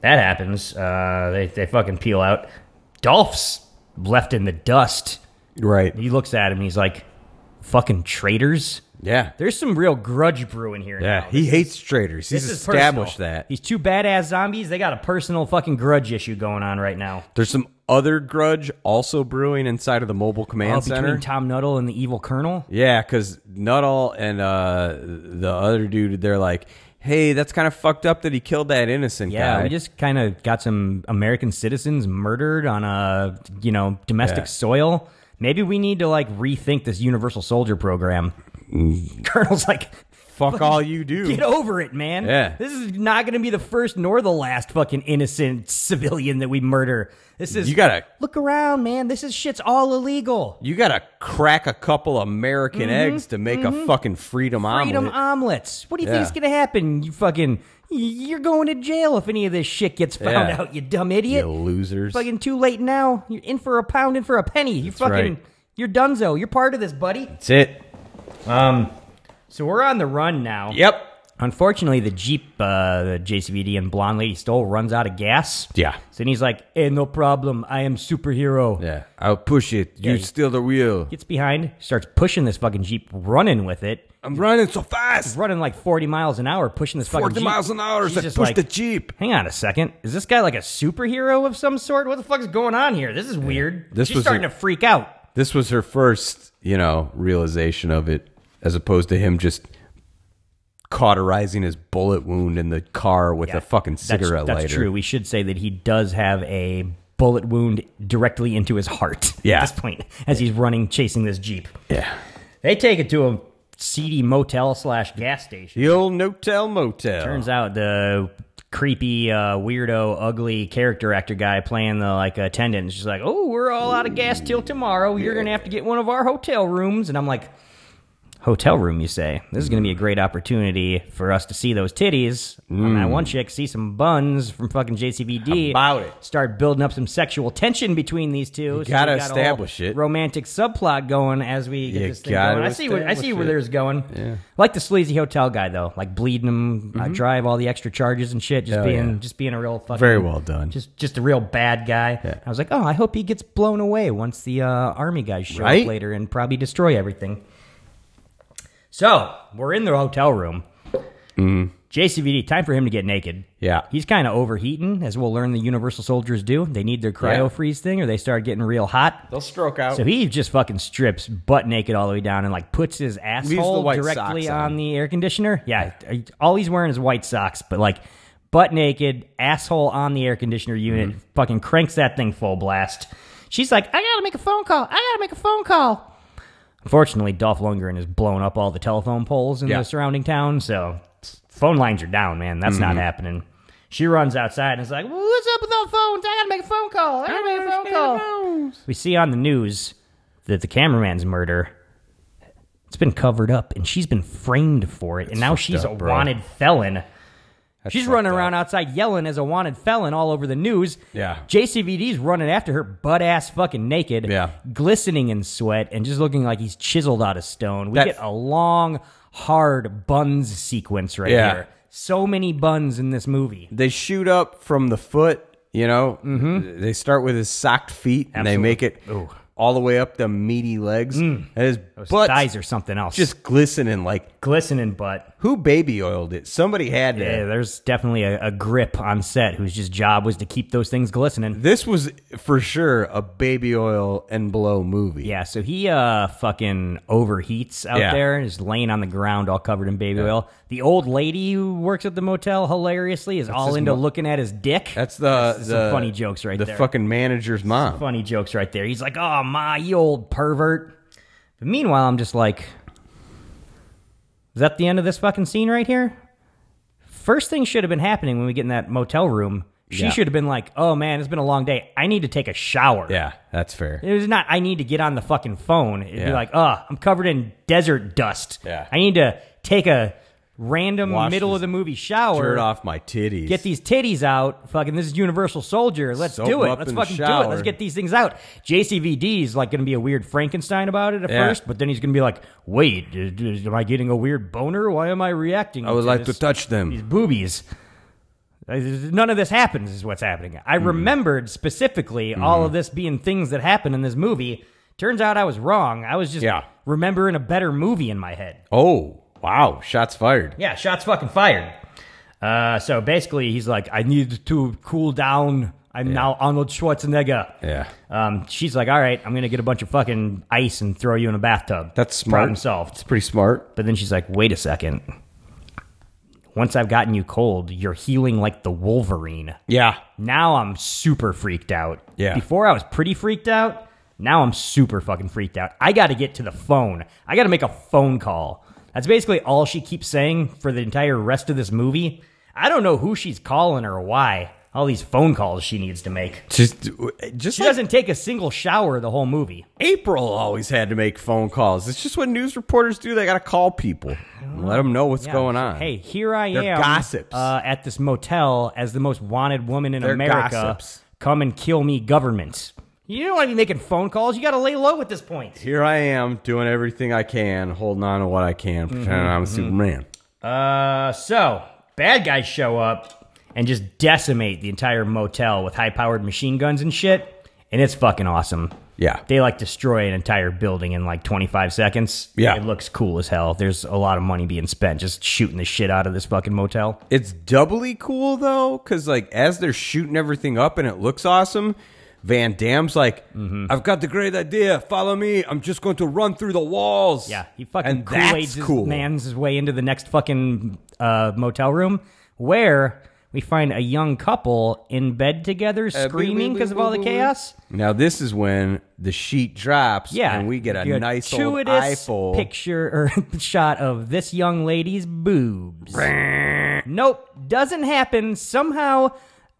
that happens. Uh, they they fucking peel out. Dolph's left in the dust. Right. He looks at him. He's like, "Fucking traitors." Yeah. There's some real grudge brewing here. Yeah. now. He hates traitors. This He's is established personal. that. These two badass zombies, they got a personal fucking grudge issue going on right now. There's some other grudge also brewing inside of the mobile command Oh, center. between Tom Nuttall and the evil colonel. Yeah, because Nuttall and uh, the other dude, they're like, hey, that's kind of fucked up that he killed that innocent Yeah, guy. we just kind of got some American citizens murdered on a you know domestic Yeah. soil. Maybe we need to like rethink this Universal Soldier program. Mm. Colonel's like, Fuck all you do. get over it, man. Yeah. this is not going to be the first nor the last fucking innocent civilian that we murder. This is You gotta- look around, man. This is shit's all illegal. You gotta crack a couple American eggs to make a fucking Mm-hmm, freedom, Freedom omelet. omelets. What do you Yeah. think's think is going to happen? You fucking, y- you're going to jail if any of this shit gets found Yeah. out. You dumb idiot. you losers. fucking too late now. You're in for a pound, in for a penny. You fucking, right. you're dunzo. You're part of this, buddy. That's it. So we're on the run now. Yep. Unfortunately, the Jeep, uh, the JCVD and blonde lady stole runs out of gas. Yeah. So then he's like, hey, no problem. I am superhero. Yeah. I'll push it. You Yeah. steal the wheel. Gets behind, starts pushing this fucking Jeep, running with it. I'm running so fast. Running like 40 miles an hour, pushing this fucking 40 Jeep. miles an hour. She's so just push like, the Jeep. Hang on a second. Is this guy like a superhero of some sort? What the fuck is going on here? This is weird. This She's was a- starting to freak out. This was her first, you know, realization of it, as opposed to him just cauterizing his bullet wound in the car with Yeah. a fucking That's- cigarette that's, lighter. true. We should say that he does have a bullet wound directly into his heart Yeah. at this point as he's running, chasing this Jeep. Yeah. They take it to a seedy motel slash gas station. The old no-tell motel. Turns out the creepy, uh, weirdo, ugly character actor guy playing the like attendant is just like, oh, we're all out of gas till tomorrow. You're going to have to get one of our hotel rooms. And I'm like, hotel room, you say? This is going to be a great opportunity for us to see those titties on that one chick, see some buns from fucking JCVD. How Hmm. about it? Start building up some sexual tension between these two. we gotta got a whole establish it. Romantic subplot going as we get You this thing gotta going. I see, where, I see establish where it. there's going. Like the sleazy hotel guy though, like bleeding him uh, drive, all the extra charges and shit. Just Oh, being, Mm-hmm. yeah. just being a real fucking Very well done. Just, just a real bad guy. I was like, oh, I hope he gets blown away once the uh, army guys show Right? up later and probably destroy everything. So we're in the hotel room. Mm-hmm. JCVD, time for him to get naked. Yeah. He's kind of overheating, as we'll learn the Universal Soldiers do. They need their cryo Yeah. freeze thing or they start getting real hot. They'll stroke out. So he just fucking strips butt naked all the way down and like puts his asshole white directly socks on. on. the air conditioner. Yeah. All he's wearing is white socks, but like butt naked, asshole on the air conditioner unit, Mm-hmm. fucking cranks that thing full blast. She's like, I gotta make a phone call. I gotta make a phone call. Unfortunately, Dolph Lundgren has blown up all the telephone poles in Yeah. the surrounding town, so phone lines are down, man. That's Mm-hmm. not happening. She runs outside and is like, "What's up with all phones? I gotta make a phone call. I gotta make a phone call." We see on the news that the cameraman's murder. It's been covered up, and she's been framed for it, and now she's up, a bro. wanted felon. she's fucked running up. around outside yelling as a wanted felon all over the news. Yeah. JCVD's running after her butt ass fucking naked Yeah. glistening in sweat and just looking like he's chiseled out of stone. We That- get a long, hard buns sequence right Yeah. here. So many buns in this movie. they shoot up from the foot. You know, mm-hmm. they start with his socked feet and they make it all the way up the meaty legs, and his butt Mm. Thighs or something else. just glistening. Like glistening butt. who baby oiled it? Somebody had to. Yeah, Eh, there's definitely a, a grip on set whose just job was to keep those things glistening. This was for sure a baby oil and blow movie. Yeah, so he uh fucking overheats out Yeah. there, is laying on the ground all covered in baby oil. The old lady who works at the motel hilariously is all his into mo- looking at his dick. that's the, There's the some funny jokes right the there. fucking manager's mom. funny jokes right there. He's like, "Oh my, you old pervert." But meanwhile, I'm just like, "Is that the end of this fucking scene right here?" First thing should have been happening when we get in that motel room. She Yeah. should have been like, "Oh man, it's been a long day. I need to take a shower." Yeah, that's fair. It was not. I need to get on the fucking phone. It'd be Yeah. like, "Uh, I'm covered in desert dust. Yeah. I need to take a random Wash middle of this the movie shower." Turn off my titties. get these titties out. Fucking, this is Universal Soldier. Let's Soak do 'em it. up Let's in the fucking do it. Let's shower. get these things out. JCVD is like going to be a weird Frankenstein about it at Yeah. first, but then he's going to be like, wait, is- is- am I getting a weird boner? Why am I reacting? I would like to this- touch these them. boobies. None of this happens, is what's happening. Hmm. I remembered specifically all of this being things that happened in this movie. Turns out I was wrong. I was just Yeah. remembering a better movie in my head. Oh, wow. Shots fired. Yeah, shots fucking fired. Uh, so basically, he's like, I need to cool down. I'm now Arnold Schwarzenegger. Yeah. Um, she's like, all right, I'm going to get a bunch of fucking ice and throw you in a bathtub. That's smart. Problem solved. It's pretty smart. But then she's like, wait a second. Once I've gotten you cold, you're healing like the Wolverine. Yeah. Now I'm super freaked out. Yeah. Before I was pretty freaked out. Now I'm super fucking freaked out. I got to get to the phone. I got to make a phone call. That's basically all she keeps saying for the entire rest of this movie. I don't know who she's calling or why. All these phone calls she needs to make. Just, just She like doesn't take a single shower the whole movie. April always had to make phone calls. It's just what news reporters do. They got to call people, and let them know what's Yeah. going on. Hey, here I They're am gossips. Uh, at this motel as the most wanted woman in They're America. gossips. Come and kill me, government. You don't want to be making phone calls. You got to lay low at this point. here I am doing everything I can, holding on to what I can, pretending Mm-hmm, I'm Superman. Uh, so bad guys show up and just decimate the entire motel with high-powered machine guns and shit, and it's fucking awesome. Yeah, They like destroy an entire building in like 25 seconds. Yeah. it looks cool as hell. There's a lot of money being spent just shooting the shit out of this fucking motel. it's doubly cool though, because like as they're shooting everything up and it looks awesome. Van Damme's like, Mm-hmm. I've got the great idea. Follow me. I'm just going to run through the walls. Yeah, he fucking and Kool that's Aid's cool. man's his way into the next fucking uh, motel room where we find a young couple in bed together screaming because of all the chaos. Now this is when the sheet drops. Yeah, and we get a gratuitous nice old eyeful picture or shot of this young lady's boobs. nope, doesn't happen. Somehow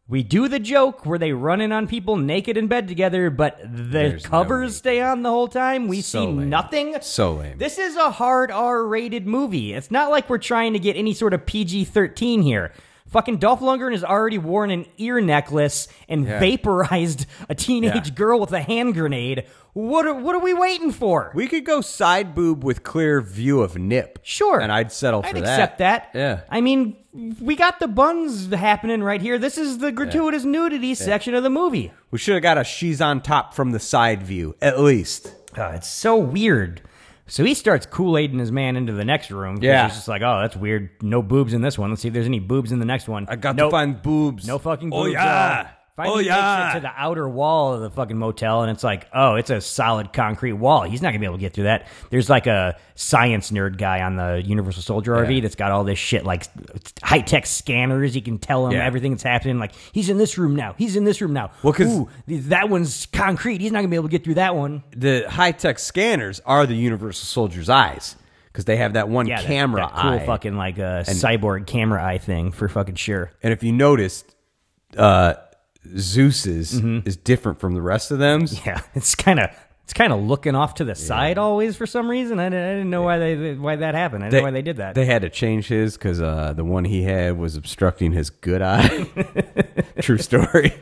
we do the joke where they run in on people naked in bed together, but the There's no covers way. stay on the whole time. We So see lame. nothing. So lame. This is a hard R-rated movie. It's not like we're trying to get any sort of PG-13 here. Fucking Dolph Lundgren has already worn an ear necklace and vaporized a teenage Yeah. girl with a hand grenade. What are, what are we waiting for? We could go side boob with clear view of nip. sure, And I'd settle I'd for that. accept that. Yeah. I mean, we got the buns happening right here. This is the gratuitous nudity section of the movie. we should have got a she's on top from the side view, at least. Uh, it's so weird. So he starts Kool Aiding his man into the next room. 'cause Yeah. He's just like, oh, that's weird. No boobs in this one. Let's see if there's any boobs in the next one. I got Nope. to find boobs. No fucking boobs. Oh, at all. yeah. Finally oh, makes it yeah. to the outer wall of the fucking motel, and it's like, oh, it's a solid concrete wall. He's not gonna be able to get through that. There's like a science nerd guy on the Universal Soldier RV that's got all this shit, like high tech scanners. He can tell him Yeah. everything that's happening. Like he's in this room now. He's in this room now. Well, 'cause- Ooh, th- that one's concrete. He's not gonna be able to get through that one. the high tech scanners are the Universal Soldier's eyes because they have that one Yeah, that- camera that, cool eye. fucking like a cyborg camera eye thing for fucking sure. and if you noticed, uh, Zeus's is different from the rest of them's. Mm-hmm. Yeah, it's kind of it's kind of looking off to the side always for some reason. I didn't, I didn't know why they why that happened. I didn't know why they did that. They had to change his because uh, the one he had was obstructing his good eye. True story.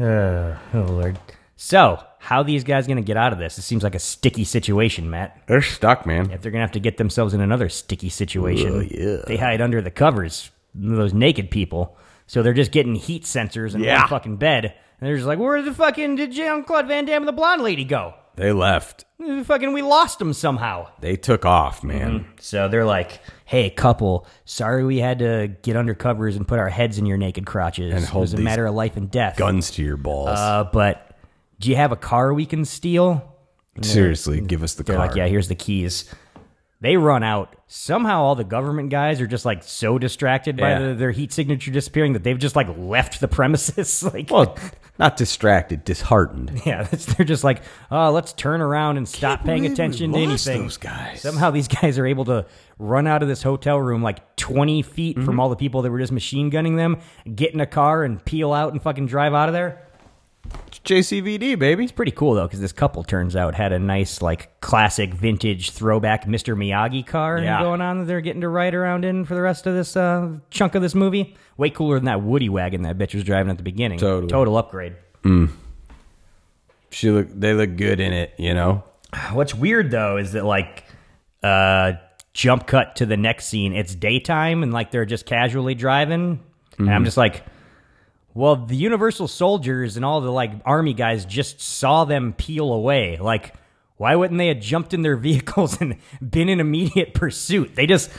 oh lord. So how these guys gonna get out of this? It seems like a sticky situation, Matt. They're stuck, man. If they're gonna have to get themselves in another sticky situation, Oh, they hide under the covers. Those naked people, so they're just getting heat sensors in Yeah. one fucking bed, and they're just like, "Where the fucking did Jean Claude Van Damme and the blonde lady go? They left. Fucking, we lost them somehow." They took off, man. So they're like, "Hey, couple, sorry we had to get under covers and put our heads in your naked crotches. And hold it was a these matter of life and death. Guns to your balls. Uh, but do you have a car we can steal?" Seriously, give us the They're car. like, "Yeah, here's the keys." They run out. Somehow, all the government guys are just like so distracted by Yeah. the, their heat signature disappearing that they've just like left the premises. like, Well, not distracted, disheartened. yeah, that's, they're just like, oh, let's turn around and stop paying believe we attention to lost anything. those guys. Somehow these guys are able to run out of this hotel room like 20 feet Mm-hmm. from all the people that were just machine gunning them, get in a car and peel out and fucking drive out of there. It's JCVD, baby. It's pretty cool though, because this couple turns out had a nice, like, classic vintage throwback Mr. Miyagi car Yeah. going on that they're getting to ride around in for the rest of this uh, chunk of this movie. Way cooler than that Woody wagon that bitch was driving at the beginning. Totally. Total upgrade. She look. They look good in it. You know. What's weird though is that like uh jump cut to the next scene, it's daytime and like they're just casually driving. And I'm just like well, the Universal soldiers and all the like army guys just saw them peel away. Like why wouldn't they have jumped in their vehicles and been in immediate pursuit? They just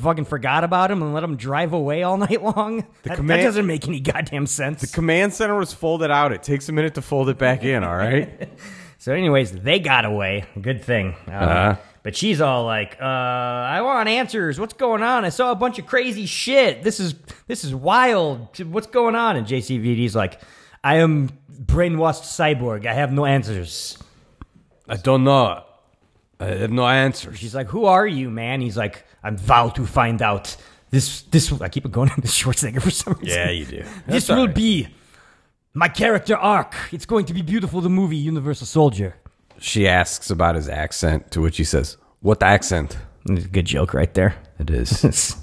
fucking forgot about them and let them drive away all night long. that, command- that doesn't make any goddamn sense. Command center was folded out. It takes a minute to fold it back in. All right. So, anyways, they got away. Good thing. Uh, But she's all like, uh, "I want answers. What's going on? I saw a bunch of crazy shit. This is this is wild. What's going on?" And JCVD's like, "I am brainwashed cyborg. I have no answers." I don't know. I have no answers. She's like, "Who are you, man?" He's like, "I'm vow to find out." This this I keep going on this Schwarzenegger for some reason. Yeah, you do. This will be my character arc. It's going to be beautiful. The movie Universal Soldier. She asks about his accent, to which he says, "What accent?" Good joke right there. It is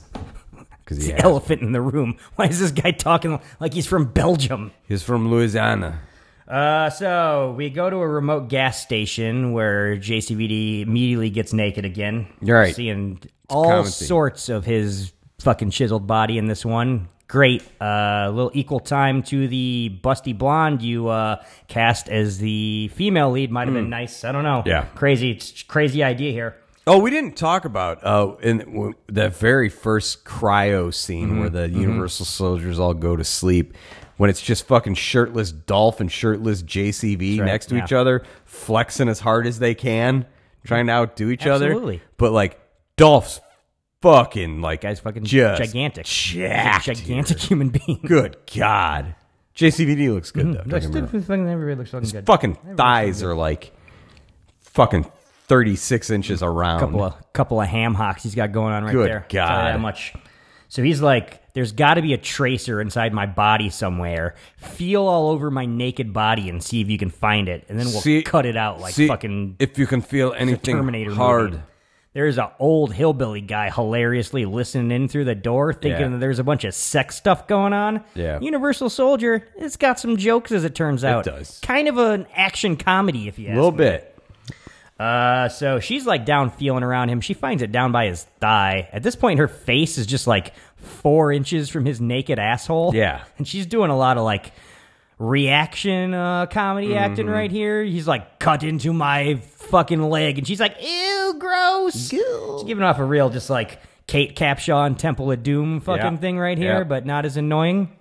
because he the elephant in the room. Why is this guy talking like he's from Belgium? he's from Louisiana. Uh, so we go to a remote gas station where JCVD immediately gets naked again. You're right. Seeing all common theme. sorts of his fucking chiseled body in this one. Great. Uh, a little equal time to the busty blonde you uh, cast as the female lead might have been nice. I don't know. Yeah. Crazy. It's crazy idea here. Oh, we didn't talk about uh in w- the very first cryo scene where Mm-hmm, the Universal soldiers all go to sleep when it's just fucking shirtless Dolph and shirtless JCV right, next to yeah. each other, flexing as hard as they can, trying to outdo each Absolutely. other. But like Dolph's fucking like Guy's fucking just gigantic. jacked, Gigantic human being. Good God, JCVD looks Mm-hmm. good though. don't get me wrong. Everybody looks fucking good. Fucking thighs are like fucking thirty six inches around. couple of couple of ham hocks he's got going on right Good there. Tell you that God. much. So he's like, "There's got to be a tracer inside my body somewhere. Feel all over my naked body and see if you can find it, and then we'll See- cut it out like see fucking if you can feel anything Terminator." hard. Movie. There's an old hillbilly guy hilariously listening in through the door, thinking Yeah. that there's a bunch of sex stuff going on. Yeah. Universal Soldier, it's got some jokes as it turns out. does. Kind of an action comedy, if you A ask little me. bit. Uh, so she's like down feeling around him. She finds it down by his thigh. At this point, her face is just like four inches from his naked asshole. Yeah. And she's doing a lot of like reaction uh, comedy Mm-hmm. acting right here. He's like, cut into my fucking leg. And she's like, ew, gross. She's giving off a real just like Kate Capshaw and Temple of Doom fucking Yeah. thing right here, Yeah. but not as annoying.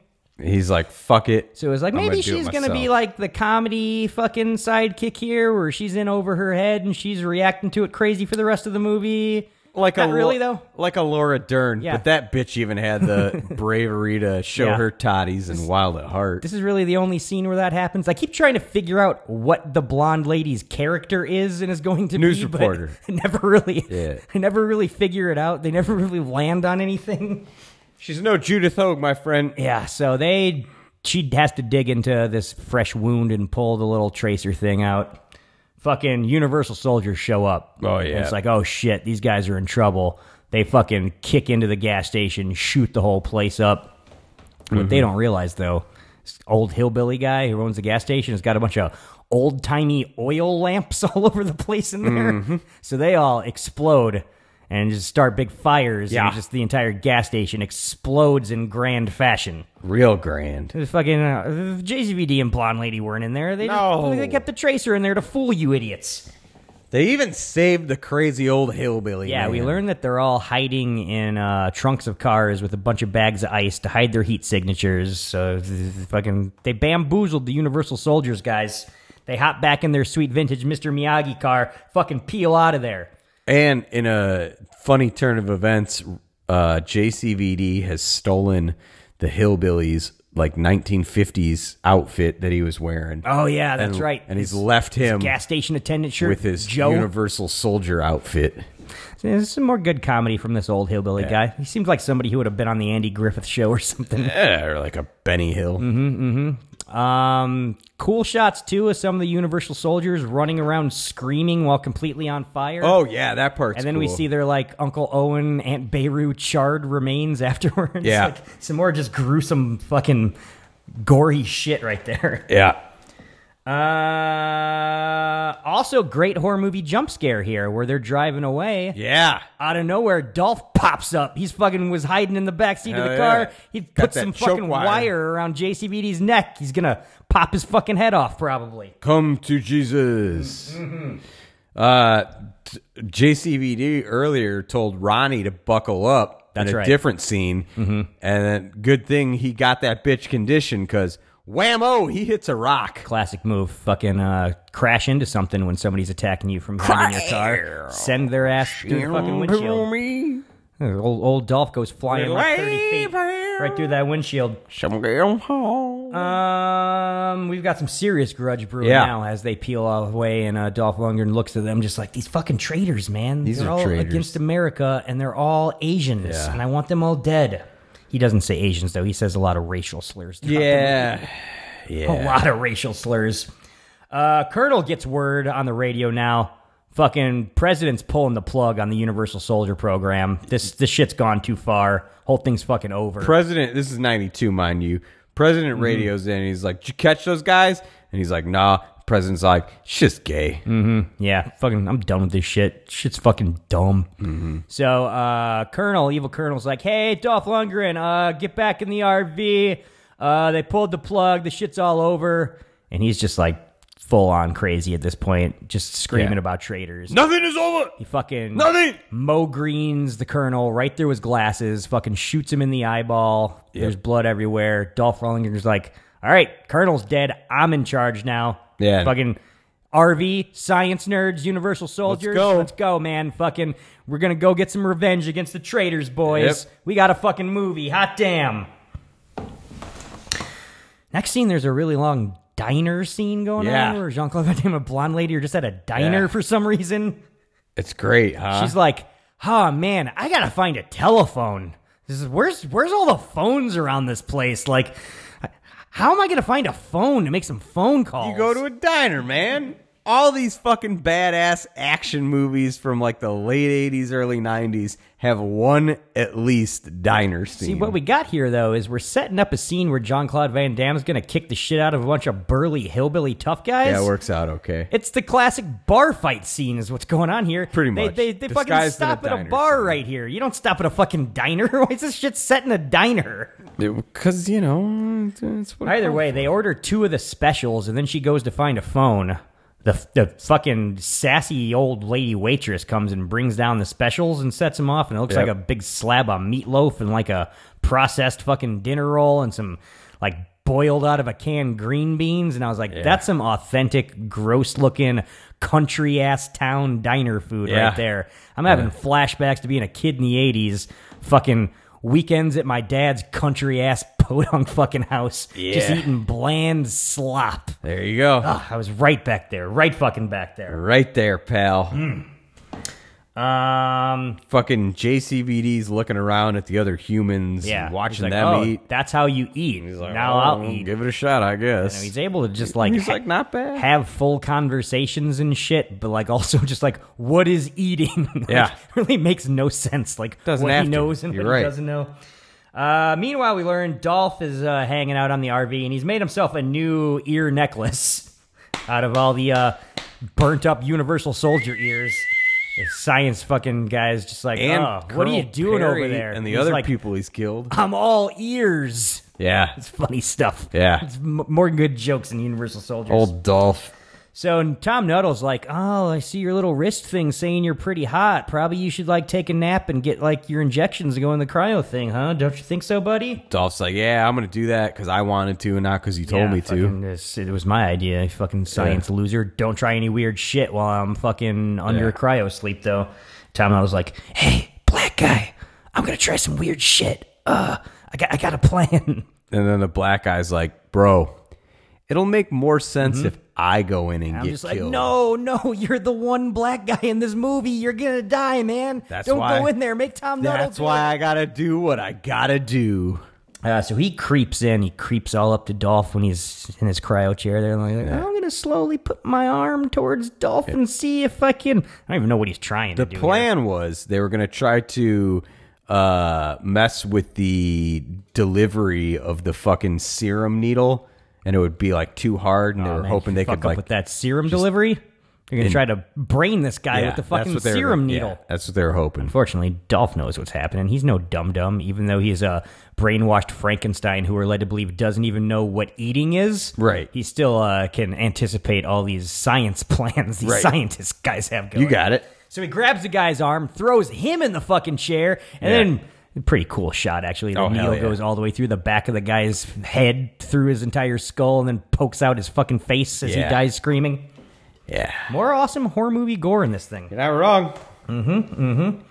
He's like, fuck it. So it was like I'm maybe gonna do it she's gonna myself. be like the comedy fucking sidekick here, where she's in over her head and she's reacting to it crazy for the rest of the movie. like Not a really Lau- though. like a Laura Dern. Yeah. But that bitch even had the bravery to show Yeah. her toddies and wild at heart. This is really the only scene where that happens. I keep trying to figure out what the blonde lady's character is and is going to News be. but reporter. I never really. Yeah. I never really figure it out. They never really land on anything. She's no Judith Hogue, my friend. Yeah, so they she has to dig into this fresh wound and pull the little tracer thing out. Fucking Universal soldiers show up. Oh, And yeah. it's like, oh shit, these guys are in trouble. They fucking kick into the gas station, shoot the whole place up. What Mm-hmm. they don't realize though, this old hillbilly guy who owns the gas station has got a bunch of old timey oil lamps all over the place in there. Mm-hmm. So they all explode and just start big fires Yeah. and just the entire gas station explodes in grand fashion. Real grand. The fucking uh, JCVD and blonde lady weren't in there. They just- No. they kept the tracer in there to fool you idiots. They even saved the crazy old hillbilly. Yeah, we man. learned that they're all hiding in uh, trunks of cars with a bunch of bags of ice to hide their heat signatures. So th- th- fucking they bamboozled the Universal Soldiers guys. They hop back in their sweet vintage Mr. Miyagi car, fucking peel out of there. And in a funny turn of events, uh, JCVD has stolen the hillbillies like 1950s outfit that he was wearing. Oh yeah, that's and, right. And he's left him gas station attendant shirt with his Joe. Universal Soldier outfit. Yeah, There's some more good comedy from this old hillbilly guy. He seems like somebody who would have been on the Andy Griffith show or something. Yeah, or like a Benny Hill. Mm-hmm. Um, cool shots too of some of the Universal soldiers running around screaming while completely on fire. Oh yeah, that part's and then we cool. see their like Uncle Owen, Aunt Beirut charred remains afterwards. Yeah. like, some more just gruesome fucking gory shit right there. Yeah. Uh, also great horror movie jump scare here where they're driving away. Yeah. out of nowhere, Dolph pops up. He's fucking was hiding in the back seat of Hell the yeah. car. He Got put that some choke fucking wire. wire. around JCBD's neck. He's gonna pop his fucking head off, probably. Come to Jesus. Mm-hmm. Uh, t- JCVD earlier told Ronnie to buckle up That's in a right. Mm-hmm. different scene. And then good thing he got that bitch conditioned because whammo, he hits a rock. Classic move. Fucking uh, crash into something when somebody's attacking you from behind in your car. Send their ass through the fucking windshield. me. Old, old Dolph goes flying like 30 feet right through that windshield. Uh, Um, we've got some serious grudge brewing Yeah. now as they peel away, and uh, Dolph Lundgren looks at them just like these fucking traitors, man. These they're are all traitors." against America, and they're all Asians, Yeah. and I want them all dead. He doesn't say Asians though; he says a lot of racial slurs. throughout the Yeah. movie. a lot of racial slurs. Uh, Colonel gets word on the radio now. Fucking president's pulling the plug on the Universal Soldier program. This this shit's gone too far. Whole thing's fucking over. President, this is 92, mind you. President radios in and he's like, Did you catch those guys? And he's like, Nah. President's like, It's just gay. Yeah, fucking, I'm done with this shit. Shit's fucking dumb. Mm-hmm. So, uh, Colonel, evil Colonel's like, hey, Dolph Lundgren, uh, get back in the RV. Uh, they pulled the plug. The shit's all over. And he's just like full on crazy at this point, just screaming Yeah. about traitors. Nothing is over. He fucking Nothing. Mo Greens the colonel right through his glasses, fucking shoots him in the eyeball. There's blood everywhere. Dolph Lundgren's like, "All right, colonel's dead. I'm in charge now." Yeah. fucking RV science nerds, Universal soldiers. go. let's go, man. Fucking, we're gonna go get some revenge against the traitors, boys. Yep. We got a fucking movie. Hot damn. Next scene, there's a really long diner scene going Yeah. on where Jean Claude Van Damme and a blonde lady are just at a diner Yeah. for some reason. It's great, huh? She's like, "Oh man, I gotta find a telephone. This is where's where's all the phones around this place? Like, how am I gonna find a phone to make some phone calls? You go to a diner, man. All these fucking badass action movies from like the late 80s, early 90s have one at least diner scene. See what we got here though is we're setting up a scene where John Claude Van Damme's gonna kick the shit out of a bunch of burly hillbilly tough guys. yeah, it works out okay. It's the classic bar fight scene, is what's going on here. Pretty They- much. They, they, fucking Disguised in a stop at a diner bar scene. right here. You don't stop at a fucking diner. Why is this shit set in a diner? Because, you know, it's what Either way, they order two of the specials, and then she goes to find a phone. The, the fucking sassy old lady waitress comes and brings down the specials and sets them off, and it looks Yep. like a big slab of meatloaf and like a processed fucking dinner roll and some like boiled out of a can green beans. And I was like, that's some authentic, gross looking country ass town diner food Yeah. right there. I'm having flashbacks to being a kid in the 80s, fucking weekends at my dad's country ass podunk fucking house, just Yeah. eating bland slop. There you go. Ah, I was right back there, right fucking back there. Right there, pal. Um, Fucking JCVD's looking around at the other humans, yeah, and watching He's like, them "Oh, eat. That's how you eat. Like, now oh, I'll eat. Give it a shot, I guess. He's able to just like He's ha- like, not bad. have full conversations and shit, but like also just like what is eating? Like, Yeah. really makes no sense. Like Doesn't what have he to. knows and You're what he right. doesn't know. Uh, meanwhile, we learn Dolph is uh, hanging out on the RV and he's made himself a new ear necklace out of all the uh, burnt up Universal Soldier ears. The science fucking guys just like, and "Oh, what are you Colonel doing over Perry there? And the He's other like, people he's killed. I'm all ears. Yeah. It's funny stuff. Yeah. It's m- more good jokes in Universal Soldiers. Old Dolph. So Tom Nuttall's like, "Oh, I see your little wrist thing saying you're pretty hot. Probably you should like take a nap and get like your injections and go in the cryo thing, huh? Don't you think so, buddy?" Dolph's like, yeah, I'm gonna do that because I wanted to, and not because you told Yeah, me fucking, to. this- It was my idea, you fucking science loser. Don't try any weird shit while I'm fucking under Yeah. cryo sleep, though. Tom and I was like, "Hey, black guy, I'm gonna try some weird shit. Uh, I got I got a plan." And then the black guy's like, bro, it'll make more sense if I go in and Mm-hmm. I'm get just killed. like, no, no, you're the one black guy in this movie. You're gonna die, man. That's Don't why- go in there. Make Tom Nuttall. That's do why I gotta do what I gotta do. it." Uh, so he creeps in. He creeps all up to Dolph when he's in his cryo chair. There, like, I'm gonna slowly put my arm towards Dolph and see if I can. I don't even know what he's trying The to do. here. plan was they were gonna try to uh, mess with the delivery of the fucking serum needle, and it would be like too hard, and they were Man, hoping you they fuck could up like with that serum delivery. You're gonna try to brain this guy Yeah, with the that's fucking what they were- serum yeah, needle. that's what they were hoping. Fortunately, Dolph knows what's happening. He's no dum dum, even though he's a brainwashed Frankenstein who we're led to believe doesn't even know what eating is. Right. He still uh, can anticipate all these science plans these Right. scientist guys have going. You got it. So he grabs the guy's arm, throws him in the fucking chair, and then pretty cool shot actually. The Oh, hell needle yeah. goes all the way through the back of the guy's head, through his entire skull, and then pokes out his fucking face as he Yeah. dies screaming. Yeah, More awesome horror movie gore in this thing. Mm-hmm, you're not wrong.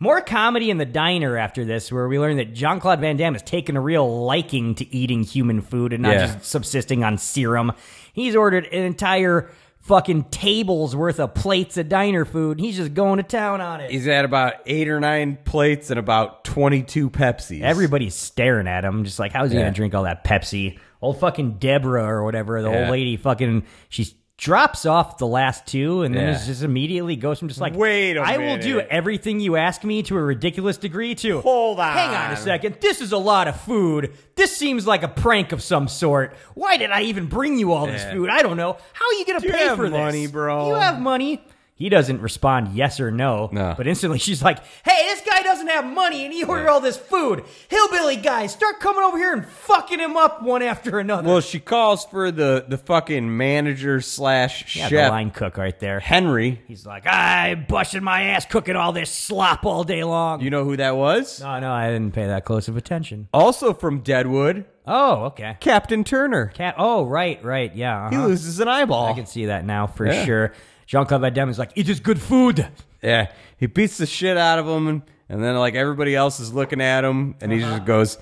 More comedy in the diner after this, where we learn that Jean Claude Van Damme has taken a real liking to eating human food and not Yeah. just subsisting on serum. He's ordered an entire fucking table's worth of plates of diner food. and He's just going to town on it. He's had about eight or nine plates and about twenty-two Pepsis. Everybody's staring at him, just like, how's he Yeah. gonna drink all that Pepsi? Old fucking Deborah or whatever, the old Yeah. lady fucking, she drops off the last two and then Yeah. it's just immediately goes from just like, Wait a I will do minute. everything you ask me to a ridiculous degree to. Hold Hang on a on. second. This is a lot of food. This seems like a prank of some sort. Why did I even bring you all this Yeah. food? I don't know. How are you gonna Do you pay have for this? money, bro? Do you have money? He doesn't respond yes or no, No. but instantly she's like, "Hey, this guy doesn't have money, and he ordered all this food. Hillbilly guys, start coming over here and fucking him up one after another." Well, she calls for the the fucking manager slash yeah, the chef line cook right there. Henry. He's like, "I'm busting my ass cooking all this slop all day long." You know who that was? no, no, I didn't pay that close of attention. Also from Deadwood, Oh, okay. Captain Turner. Cat. Oh, right, right, yeah. He uh-huh. loses an eyeball. I can see that now for Yeah. sure. Jean Claude Van Damme is like, "It is good food." Yeah, he beats the shit out of him, and, and then like everybody else is looking at him, and he Uh-huh. just goes,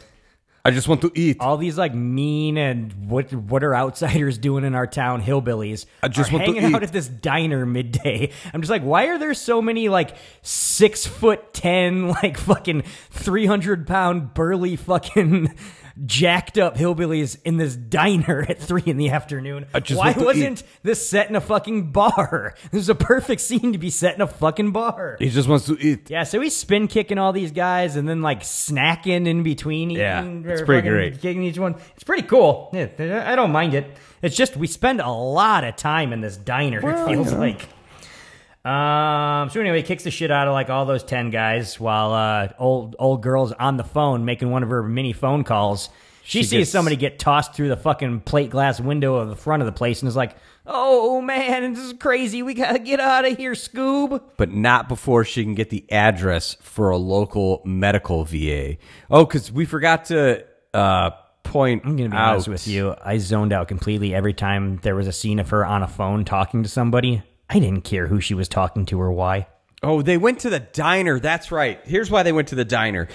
"I just want to eat." all these like mean and what what are outsiders doing in our town hillbillies I just are want to hanging out eat. at this diner midday i'm just like why are there so many like six foot ten like fucking 300 pound burly fucking jacked up hillbillies in this diner at three in the afternoon I just why want to eat. wasn't this set in a fucking bar this is a perfect scene to be set in a fucking bar He just wants to eat. yeah, so he's spin kicking all these guys and then like snacking in between. Yeah, eating, it's or pretty fucking great. Kicking each one. It's pretty cool. Yeah, I don't mind it. It's just we spend a lot of time in this diner. it feels like. Um. So anyway, he kicks the shit out of like all those ten guys while uh, old old girl's on the phone making one of her mini phone calls. She, She sees gets- somebody get tossed through the fucking plate glass window of the front of the place and is like, "Oh man, this is crazy. We gotta get out of here, Scoob." But not before she can get the address for a local medical VA. Oh, because we forgot to uh, point I'm gonna be out honest with you. I zoned out completely every time there was a scene of her on a phone talking to somebody. I didn't care who she was talking to or why. Oh, they went to the diner. That's right. Here's why they went to the diner.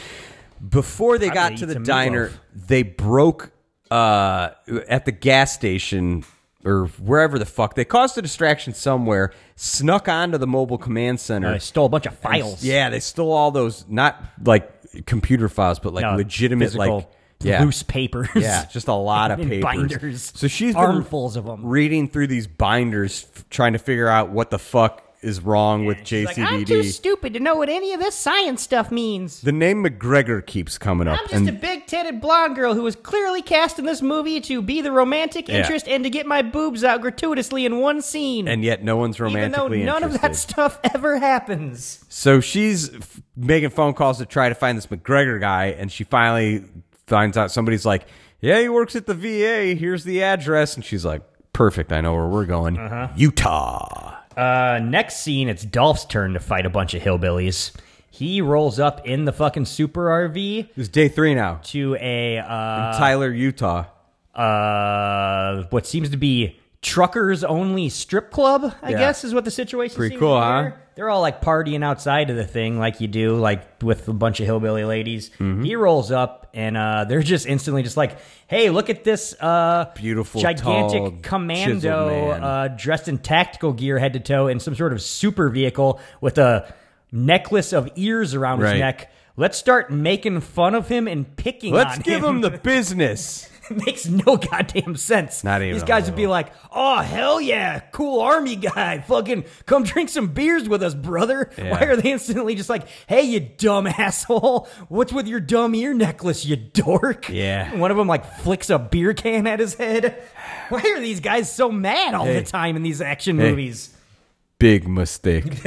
Before they to got to eat the some diner, meatloaf. they broke uh, at the gas station or wherever the fuck. They caused a distraction somewhere, snuck onto the mobile command center. I stole a bunch of files. Yeah, they stole all those, not like computer files, but like No, legitimate, physical like. Yeah. loose papers. Yeah, just a lot of And papers. binders. So she's been Armfuls of 'em. reading through these binders, f- trying to figure out what the fuck is wrong with She's JCVD. like, I'm too stupid to know what any of this science stuff means. The name McGregor keeps coming up. I'm just and a big titted blonde girl who was clearly cast in this movie to be the romantic Yeah. interest and to get my boobs out gratuitously in one scene. and yet no one's even though romantically none of that interested. stuff ever happens. So she's f- making phone calls to try to find this McGregor guy, and she finally finds out somebody's like, "Yeah, he works at the VA. Here's the address." And she's like, "Perfect. I know where we're going. Uh-huh. Utah." Uh, next scene, it's Dolph's turn to fight a bunch of hillbillies. He rolls up in the fucking super RV It's day three now. to a uh, Tyler, Utah. uh, what seems to be truckers only strip club, I Yeah. guess is what the situation Pretty seems cool, to be huh? there. They're all like partying outside of the thing like you do, like with a bunch of hillbilly ladies. Mm-hmm. He rolls up and uh, they're just instantly just like, "Hey, look at this uh Beautiful, gigantic tall, commando chiseled man. uh, dressed in tactical gear head to toe in some sort of super vehicle with a necklace of ears around Right. his neck. Let's start making fun of him and picking Let's on give him the business. makes no goddamn sense. Not even These a guys would be little. like, "Oh hell yeah, cool army guy, fucking come drink some beers with us, brother." Yeah. Why are they instantly just like, "Hey, you dumb asshole, what's with your dumb ear necklace, you dork?" Yeah. One of them like flicks a beer can at his head. Why are these guys so mad all Hey. the time in these action Hey. movies? Big mistake.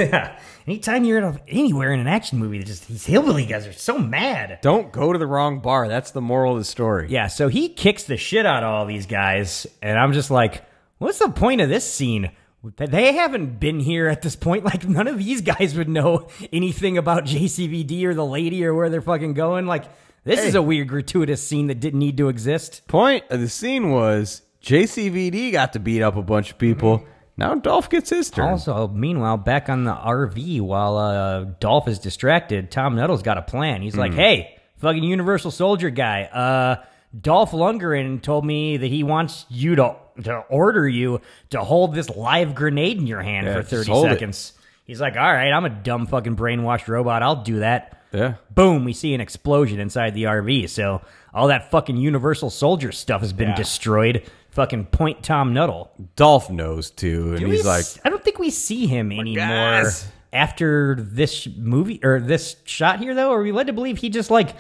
Anytime you're in a, anywhere in an action movie, they just these hillbilly guys are so mad. Don't go to the wrong bar. That's the moral of the story. Yeah, so he kicks the shit out of all these guys, and I'm just like, what's the point of this scene? They haven't been here at this point. Like, none of these guys would know anything about JCVD or the lady or where they're fucking going. Like, this is a weird, gratuitous scene that didn't need to exist. Point of the scene was JCVD got to beat up a bunch of people. Now Dolph gets his turn. Mm-hmm. Also, meanwhile, back on the RV, while uh, Dolph is distracted, Tom Nuttall's got a plan. He's Hmm. like, "Hey, fucking Universal Soldier guy, uh, Dolph Lundgren told me that he wants you to to order you to hold this live grenade in your hand Yeah, for just thirty hold it. seconds." He's like, "All right, I'm a dumb fucking brainwashed robot. I'll do that." yeah. Boom, we see an explosion inside the RV. So all that fucking Universal Soldier stuff has been Yeah. destroyed. Fucking point Tom Nuttall. Dolph knows too, and Do we he's like, s- I don't think we see him anymore guys. after this movie or this shot here, though. Are we led to believe he just like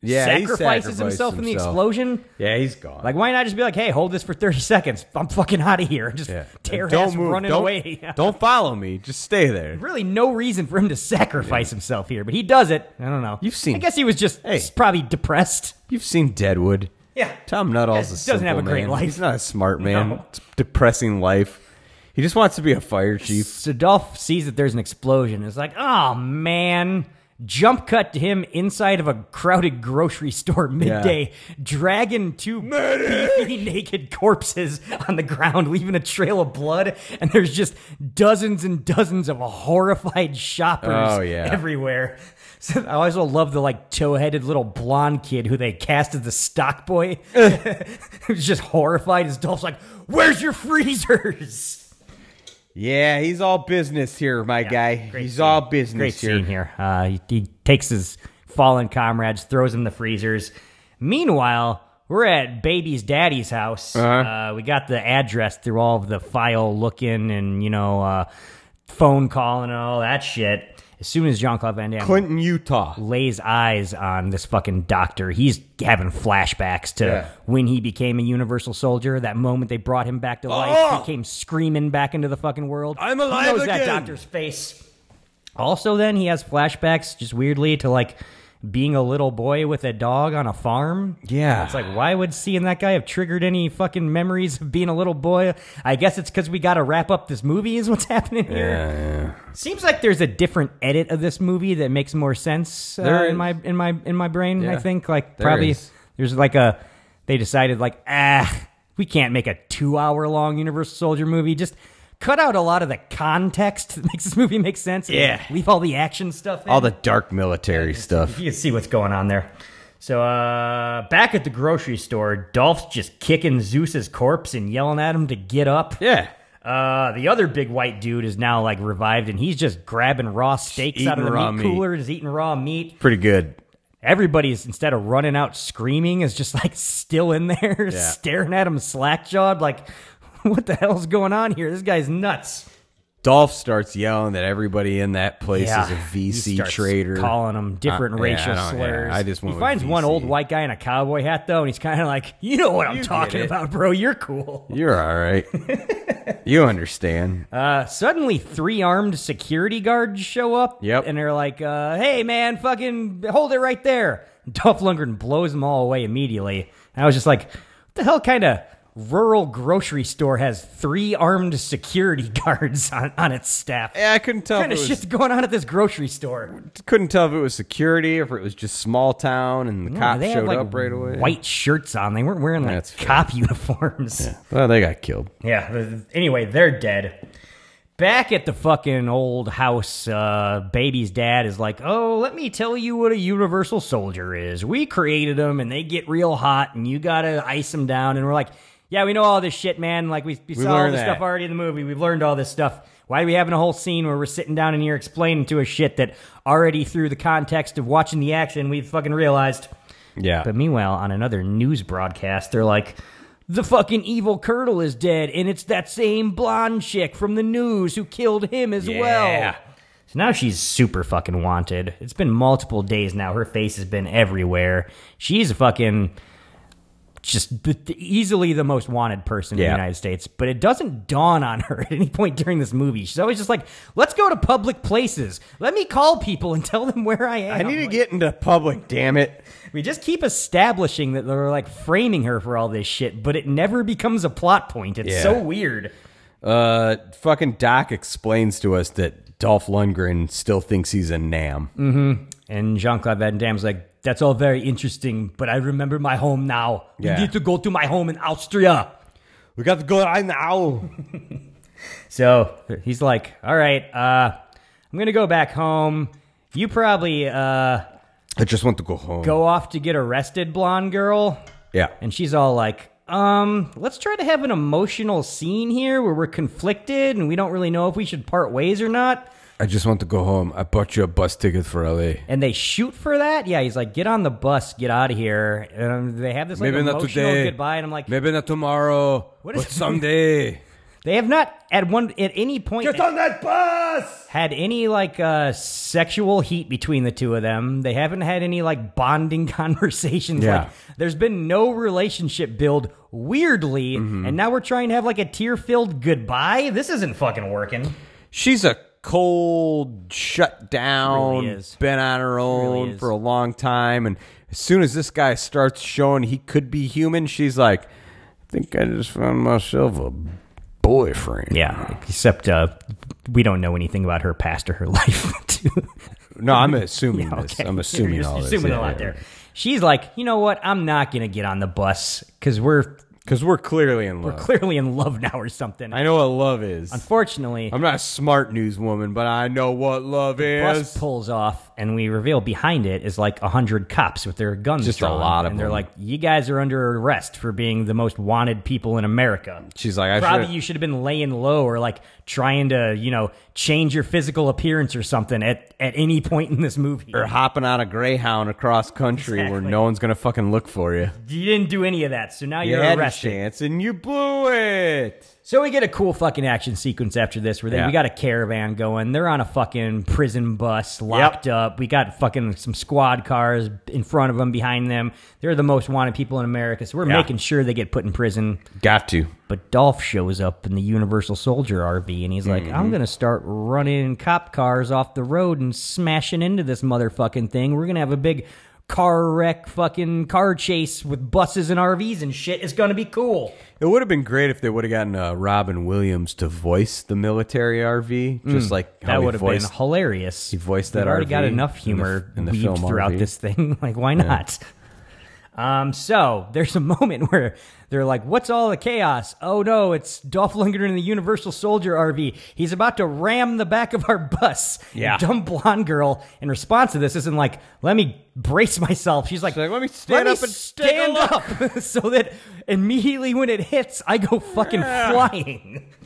yeah, he sacrifices sacrificed himself, in the himself. explosion? Yeah, he's gone. Like, why not just be like, "Hey, hold this for thirty seconds. I'm fucking out of here." Just yeah. tear ass don't move. running don't, away. don't follow me. Just stay there. really, no reason for him to sacrifice himself here, but he does it. I don't know. You've seen- I guess he was just Hey. probably depressed. You've seen Deadwood. Yeah. Tom Nuttall's Yeah, a doesn't have simple a great man. life. He's not a smart man. No. It's a depressing life. He just wants to be a fire chief. So Dolph sees that there's an explosion. It's like, oh man. Jump cut to him inside of a crowded grocery store midday, dragging two beefy naked corpses on the ground, leaving a trail of blood. And there's just dozens and dozens of horrified shoppers Oh, yeah. everywhere. So I also love the like tow-headed little blonde kid who they cast as the stock boy. Who's just horrified as Dolph's like, "Where's your freezers?" Yeah, he's all business here, my guy. great He's scene. all business Great here. scene here. Uh, he, he takes his fallen comrades, throws them in the freezers. Meanwhile, we're at baby's daddy's house. uh we got the address through all of the file looking and you know uh, phone calling and all that shit. As soon as Jean Claude Van Damme Clinton, Utah. lays eyes on this fucking doctor, he's having flashbacks to Yeah. when he became a Universal Soldier. That moment they brought him back to life, he came screaming back into the fucking world. Oh! I'm He alive knows that again. doctor's face. Also, then he has flashbacks, just weirdly, to like being a little boy with a dog on a farm. Yeah. it's like why would seeing that guy have triggered any fucking memories of being a little boy? I guess it's because we got to wrap up this movie. Is what's happening here. Seems like there's a different edit of this movie that makes more sense uh, There in is. my in my in my brain. I Yeah. think like There probably is. there's like a they decided like ah we can't make a two hour long Universal Soldier movie. Just cut out a lot of the context that makes this movie make sense. and Yeah. leave all the action stuff. In. All the dark military stuff. you can see what's going on there. So uh, back at the grocery store, Dolph's just kicking Zeus's corpse and yelling at him to get up. Yeah. Uh, the other big white dude is now like revived, and he's just grabbing raw steaks out of eating the raw meat, meat. cooler, just eating raw meat. Pretty good. Everybody's instead of running out screaming, is just like still in there, staring at him slack jawed, like, what the hell's going on here? This guy's nuts. Dolph starts yelling that everybody in that place is a He VC starts traitor. calling him different Uh, yeah, racial I don't- yeah, slurs. I just went he with finds one VC. old white guy in a cowboy hat though, and he's kind of like, you know what I'm You get talking it." about, bro? You're cool. You're all right. you understand. Uh, suddenly, three armed security guards show up. Yep. And they're like, uh, hey, man, fucking hold it right there. Dolph Lundgren blows them all away immediately. And I was just like, what the hell kind of rural grocery store has three armed security guards on, on its staff. Yeah, I couldn't tell. What kind of if it was, shit's going on at this grocery store? couldn't tell if it was security, if it was just small town, and the cops they showed had, like, up right away. White shirts on. They weren't wearing like That's fair. cop uniforms. Well, they got killed. Yeah. th- Anyway, they're dead. Back at the fucking old house, uh, baby's dad is like, "Oh, let me tell you what a universal soldier is. We created them, and they get real hot, and you gotta ice them down." And we're like, "Yeah, we know all this shit, man. Like, we, we, saw all learned this that. stuff already in the movie. We've learned all this stuff. Why are we having a whole scene where we're sitting down in here explaining to us shit that already through the context of watching the action, we've fucking realized." Yeah. But meanwhile, on another news broadcast, they're like, the fucking evil Curdle is dead, and it's that same blonde chick from the news who killed him as Yeah. well. So now she's super fucking wanted. It's been multiple days now. Her face has been everywhere. She's a fucking just the- the- easily the most wanted person in Yeah. the United States. But it doesn't dawn on her at any point during this movie. She's always just like, let's go to public places. Let me call people and tell them where I am. I need to get into public, damn it. We just keep establishing that they're like framing her for all this shit, but it never becomes a plot point. It's Yeah. so weird. Uh, fucking Doc explains to us that Dolph Lundgren still thinks he's a Nam. Mm. And Jean Claude Van Damme's like, that's all very interesting, but I remember my home now. Yeah. We need to go to my home in Austria. We got to go on now. So he's like, all right, uh, I'm going to go back home. You probably uh, I just want to go home. go off to get arrested, blonde girl. Yeah. And she's all like, um, let's try to have an emotional scene here where we're conflicted and we don't really know if we should part ways or not. I just want to go home. I bought you a bus ticket for LA. and they shoot for that. Yeah, he's like, get on the bus, get out of here. And um, they have this like Maybe not emotional today. goodbye, and I'm like, Maybe not tomorrow. What is- but someday. they have not at one at any point Get on that bus! had any like uh, sexual heat between the two of them. They haven't had any like bonding conversations. Yeah. Like, there's been no relationship build. Weirdly, and now we're trying to have like a tear filled goodbye. This isn't fucking working. She's a cold, shut down, Really is. been on her own is. for a long time. And as soon as this guy starts showing he could be human, she's like, I think I just found myself a boyfriend. Yeah, except uh, we don't know anything about her past or her life. too. No, I'm assuming this. Okay. I'm assuming You're just all this. Assuming a lot there. She's like, you know what? I'm not gonna get on the bus because we're Because we're clearly in love. clearly in love now or something. Oh. I know what love is. Unfortunately, I'm not a smart newswoman, but I know what love is. bus pulls off, and we reveal behind it is like a hundred cops with their guns. Just a drawn, lot of and they're them. like, "You guys are under arrest for being the most wanted people in America." She's like, I Probably should- you should have been laying low or like trying to, you know, change your physical appearance or something at, at any point in this movie. Or hopping on a Greyhound across country where Exactly. no one's going to fucking look for you. You didn't do any of that, so now You you're had arrested. a chance and you blew it. So we get a cool fucking action sequence after this where they, Yeah. we got a caravan going. They're on a fucking prison bus, locked up. We got fucking some squad cars in front of them, behind them. They're the most wanted people in America, so we're Yeah. making sure they get put in prison. Got to. But Dolph shows up in the Universal Soldier RV and he's like, Mm-hmm. I'm going to start running cop cars off the road and smashing into this motherfucking thing. We're going to have a big car wreck fucking car chase with buses and RVs and shit. It's going to be cool. It would have been great if they would have gotten uh, Robin Williams to voice the military RV, just like how That he would have been voiced. hilarious. He voiced that We've already got RV enough in the- humor in the weaved film throughout RV. this thing. Like, why not? Um, so there's a moment where they're like, "What's all the chaos?" Oh no, it's Dolph Lundgren in the Universal Soldier RV. He's about to ram the back of our bus. Yeah. dumb blonde girl. In response to this, isn't like, "Let me brace myself." She's like, like, "Let me stand let up and take a stand up," so that immediately when it hits, I go fucking flying.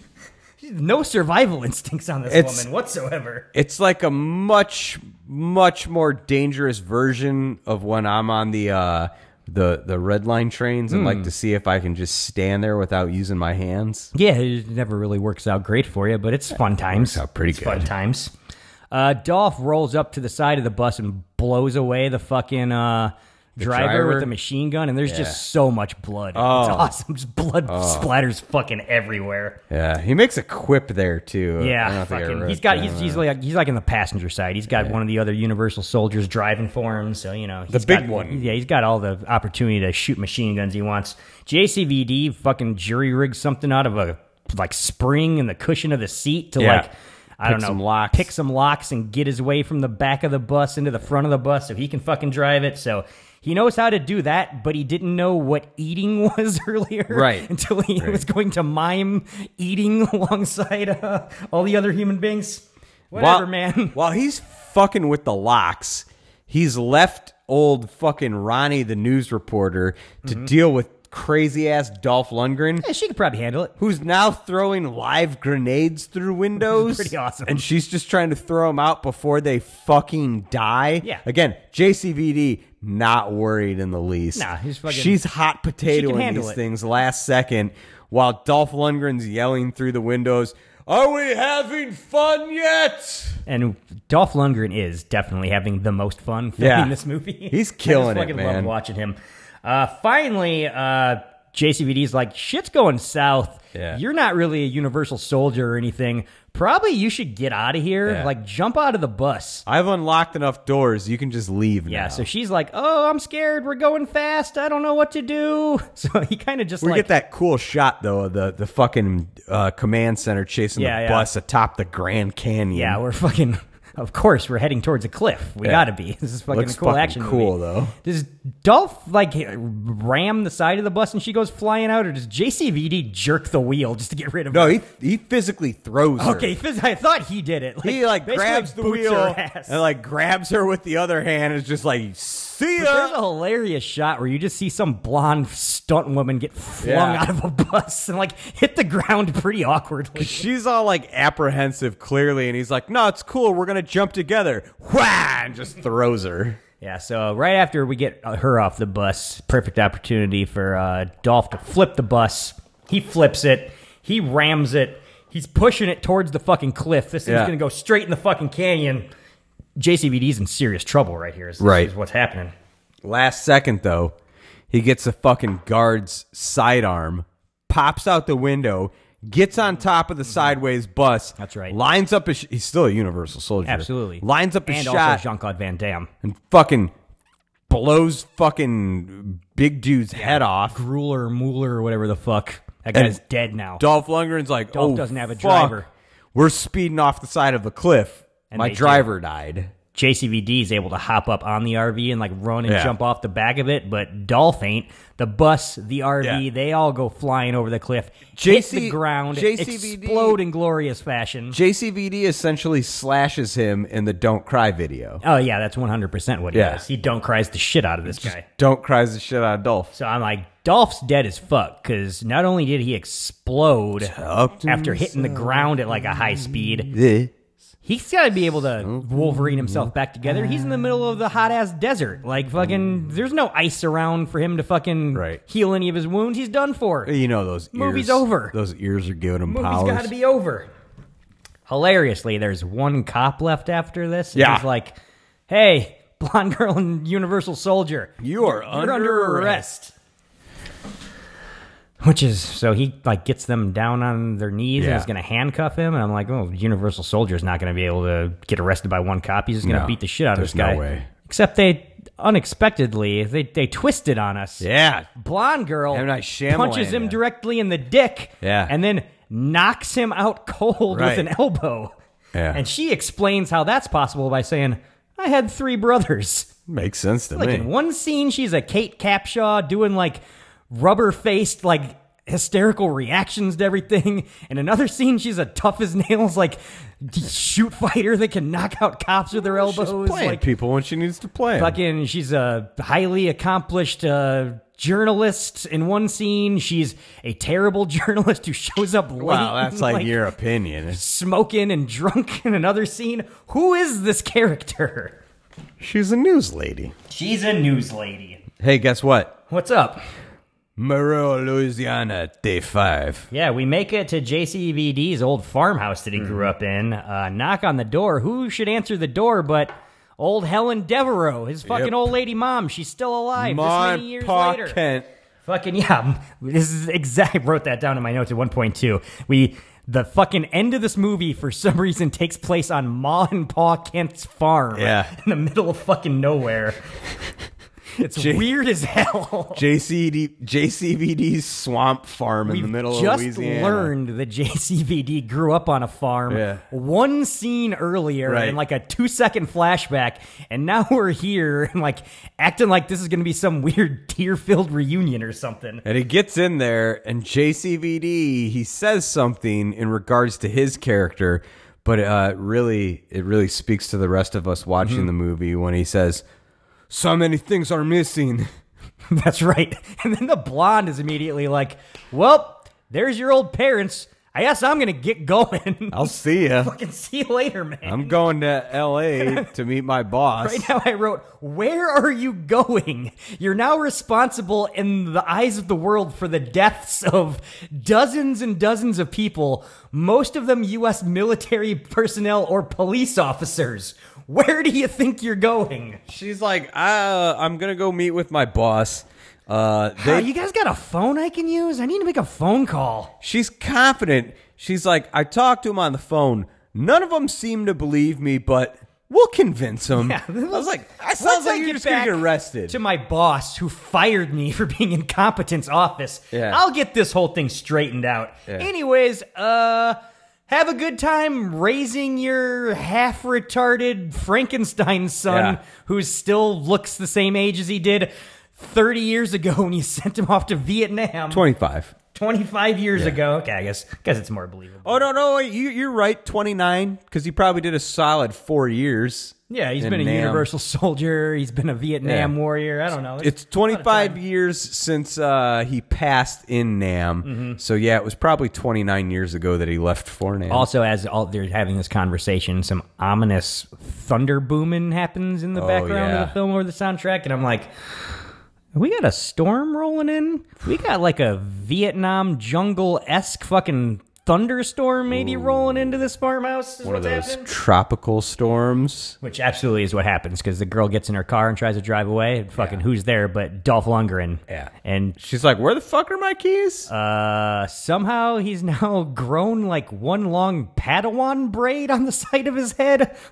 No survival instincts on this It's- woman whatsoever. It's like a much, much more dangerous version of when I'm on the uh, the the red line trains and like to see if I can just stand there without using my hands. Yeah, it never really works out great for you, but it's fun times. out pretty It's Fun good. times. Uh, Dolph rolls up to the side of the bus and blows away the fucking uh, driver, driver? with the machine gun, and there's just so much blood. It's Oh. awesome. Just blood splatters fucking everywhere. Yeah, he makes a quip there too. I Yeah, don't think I fucking, wrote he's got down he's, that. he's like he's like in the passenger side. He's got one of the other Universal soldiers driving for him, so you know The he's big got- one. Yeah, he's got all the opportunity to shoot machine guns he wants. JCVD fucking jury rigs something out of a like spring in the cushion of the seat to Yeah. like I Pick don't know some locks. pick some locks and get his way from the back of the bus into the front of the bus so he can fucking drive it. So. He knows how to do that, but he didn't know what eating was earlier Right. until he was going to mime eating alongside uh, all the other human beings. Whatever, while, man. While he's fucking with the locks, he's left old fucking Ronnie, the news reporter, to Mm-hmm. deal with crazy ass Dolph Lundgren. Yeah, she could probably handle it. Who's now throwing live grenades through windows? Pretty awesome. And she's just trying to throw them out before they fucking die. Yeah. Again, JCVD not worried in the least. Nah, he's fucking- She's hot potato in handle these it. things last second, while Dolph Lundgren's yelling through the windows. Are we having fun yet? And Dolph Lundgren is definitely having the most fun filming Yeah. this movie. He's killing I it, just fucking love man. watching him. Uh, finally, uh, JCVD's like, shit's going south. Yeah. You're not really a universal soldier or anything. Probably you should get out of here. Yeah. Like, jump out of the bus. I've unlocked enough doors. You can just leave now. Yeah, so she's like, "Oh, I'm scared. We're going fast. I don't know what to do." So he kind of just we like get that cool shot though. Of the the fucking uh, command center chasing Yeah, the yeah. bus atop the Grand Canyon. Yeah, we're fucking. Of course, we're heading towards a cliff. Mm-hmm. We Yeah. gotta be. This is fucking Looks a cool fucking action. cool, movie. though. Does Dolph like ram the side of the bus and she goes flying out, or does JCVD jerk the wheel just to get rid of No, her? he he physically throws. her. okay, phys- I thought he did it. Like, He like basically grabs the boots wheel her ass. and like grabs her with the other hand. and Is just like see But There's a ya. hilarious shot where you just see some blonde stunt woman get flung Yeah. out of a bus and like hit the ground pretty awkwardly. She's all like apprehensive, clearly, and he's like, "No, it's cool. We're gonna jump together." Wha! And just throws her. Yeah, so right after we get uh, her off the bus, perfect opportunity for uh, Dolph to flip the bus. He flips it, he rams it, he's pushing it towards the fucking cliff. This thing's Yeah. gonna go straight in the fucking canyon. JCVD's in serious trouble right here. Is, Right. is what's happening. Last second though, he gets a fucking guard's sidearm, pops out the window, gets on top of the sideways bus. Mm-hmm. That's right. Lines up. A sh- he's still a Universal Soldier. Absolutely Lines up a and shot also Jean Claude Van Damme. and fucking blows fucking big dude's head off. Grueler, Mueller, or whatever the fuck. That guy And is dead now. Dolph Lundgren's like, Dolph oh, doesn't have a fuck. driver." We're speeding off the side of a cliff. And My they do. driver died. JCVD is able to hop up on the RV and like run and Yeah. jump off the back of it, but Dolph ain't. The bus, the RV, Yeah. they all go flying over the cliff, hit JC the ground, JCVD explode in glorious fashion. JCVD essentially slashes him in the "Don't Cry" video. oh yeah, that's one hundred percent what he Yeah. does. He don't cries the shit out of this guy. Don't cries the shit out of Dolph. So I'm like, Dolph's dead as fuck because not only did he explode Talk to after hitting the ground at like a high speed, The he's got to be able to Wolverine himself back together. He's in the middle of the hot ass desert. Like fucking, there's no ice around for him to fucking Right. heal any of his wounds. He's done for. You know those ears. Movie's over. Those ears are giving him Movie's powers. got to be over. Hilariously, there's one cop left after this. and Yeah. he's like, hey, blonde girl and Universal Soldier, you are you're under arrest. Which is so he like gets them down on their knees and Yeah. is going to handcuff him, and I'm like, oh, Universal Soldier's not going to be able to get arrested by one cop. He's just going to No, beat the shit out of there's this guy. no way. Except they unexpectedly they they twisted on us. Yeah. Blonde girl M. Night Shyamalan, punches him yeah. directly in the dick. Yeah. and then knocks him out cold with Right. an elbow. Yeah. and she explains how that's possible by saying, "I had three brothers." Makes sense to Like me. in one scene, she's a Kate Capshaw doing like rubber faced, like hysterical reactions to everything. And another scene, she's a tough as nails, like d- shoot fighter that can knock out cops with her elbows. She's playing like people when she needs to play. 'em. fucking, she's a highly accomplished uh, journalist. In one scene, she's a terrible journalist who shows up late. wow, that's and, like, your opinion. It's- smoking and drunk. In another scene, who is this character? She's a news lady. She's a news lady. Hey, guess what? What's up? Monroe, Louisiana, day five. Yeah, we make it to Mm-hmm. JCVD's old farmhouse that he grew up in. Uh, knock on the door. Who should answer the door but Old Helen Devereaux, his fucking Yep. old lady mom. She's still alive this many years Pa later. Kent. Fucking yeah. This is exactly wrote that down in my notes at 1.2. We the fucking end of this movie for some reason takes place on Ma and Pa Kent's farm. Yeah. In the middle of fucking nowhere. It's weird as hell. JCD, JCVD's swamp farm in We've the middle of just Louisiana. learned that JCVD grew up on a farm Yeah. one scene earlier Right. in like a two second flashback, and now we're here and like acting like this is gonna be some weird tear filled reunion or something. And he gets in there, and JCVD he says something in regards to his character, but uh, really, it really speaks to the rest of us watching Mm-hmm. the movie when he says, "So many things are missing." That's right. And then the blonde is immediately like, Well, there's your old parents. I guess I'm gonna get going. I'll see ya. fucking see you later, man. I'm going to L.A. to meet my boss. Right now, I wrote, Where are you going? You're now responsible in the eyes of the world for the deaths of dozens and dozens of people, most of them U.S. military personnel or police officers. Where do you think you're going? She's like, uh, "I'm gonna go meet with my boss." Uh, Ah, they you guys got a phone I can use? I need to make a phone call. She's confident. She's like, I talked to him on the phone. None of them seem to believe me, but we'll convince them. Yeah, I was like, that Once sounds like I you're get just going to back get arrested. To my boss who fired me for being in competence office. Yeah. I'll get this whole thing straightened out. Yeah. Anyways, uh have a good time raising your half retarded Frankenstein son Yeah. who still looks the same age as he did 30 years ago when you sent him off to Vietnam. 25. 25 years ago. Okay, I guess guess it's more believable. Oh, no, no, wait, you, you're right. 29, because he probably did a solid four years. Yeah, he's in been a Nam. universal soldier. He's been a Vietnam Yeah. warrior. I don't know. It's a lot of 25 time. years since uh, he passed in Nam. Mm-hmm. So, yeah, it was probably 29 years ago that he left for Nam. Also, as all they're having this conversation, some ominous thunder booming happens in the Oh, background yeah. of the film or the soundtrack, and I'm like, "We got a storm rolling in. We got like a Vietnam jungle esque fucking thunderstorm maybe rolling into this farmhouse." Is One of what's those happening. tropical storms. Which absolutely is what happens because the girl gets in her car and tries to drive away. And fucking who's there but Dolph Lundgren? Yeah. and She's like, where the fuck are my keys? Uh, somehow he's now grown like one long Padawan braid on the side of his head.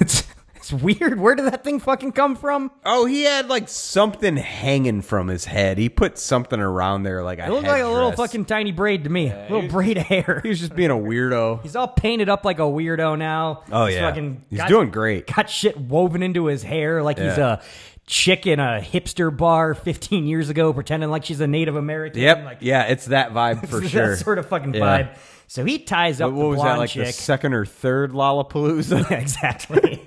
it's it's weird. Where did that thing fucking come from? Oh, he had like something hanging from his head. He put something around there, like It looked like a little fucking tiny braid to me. little braid of hair. He was just being a weirdo. He's all painted up like a weirdo now. He's fucking Oh, he's got- doing great. Got shit woven into his hair like he's Yeah. a chick in a hipster bar 15 years ago, pretending like she's a Native American. Yep. Like, yeah, it's that vibe for that sure. sort of fucking Yeah. vibe. So he ties up What the was blonde that like? The chick. second or third Lollapalooza? Yeah, exactly.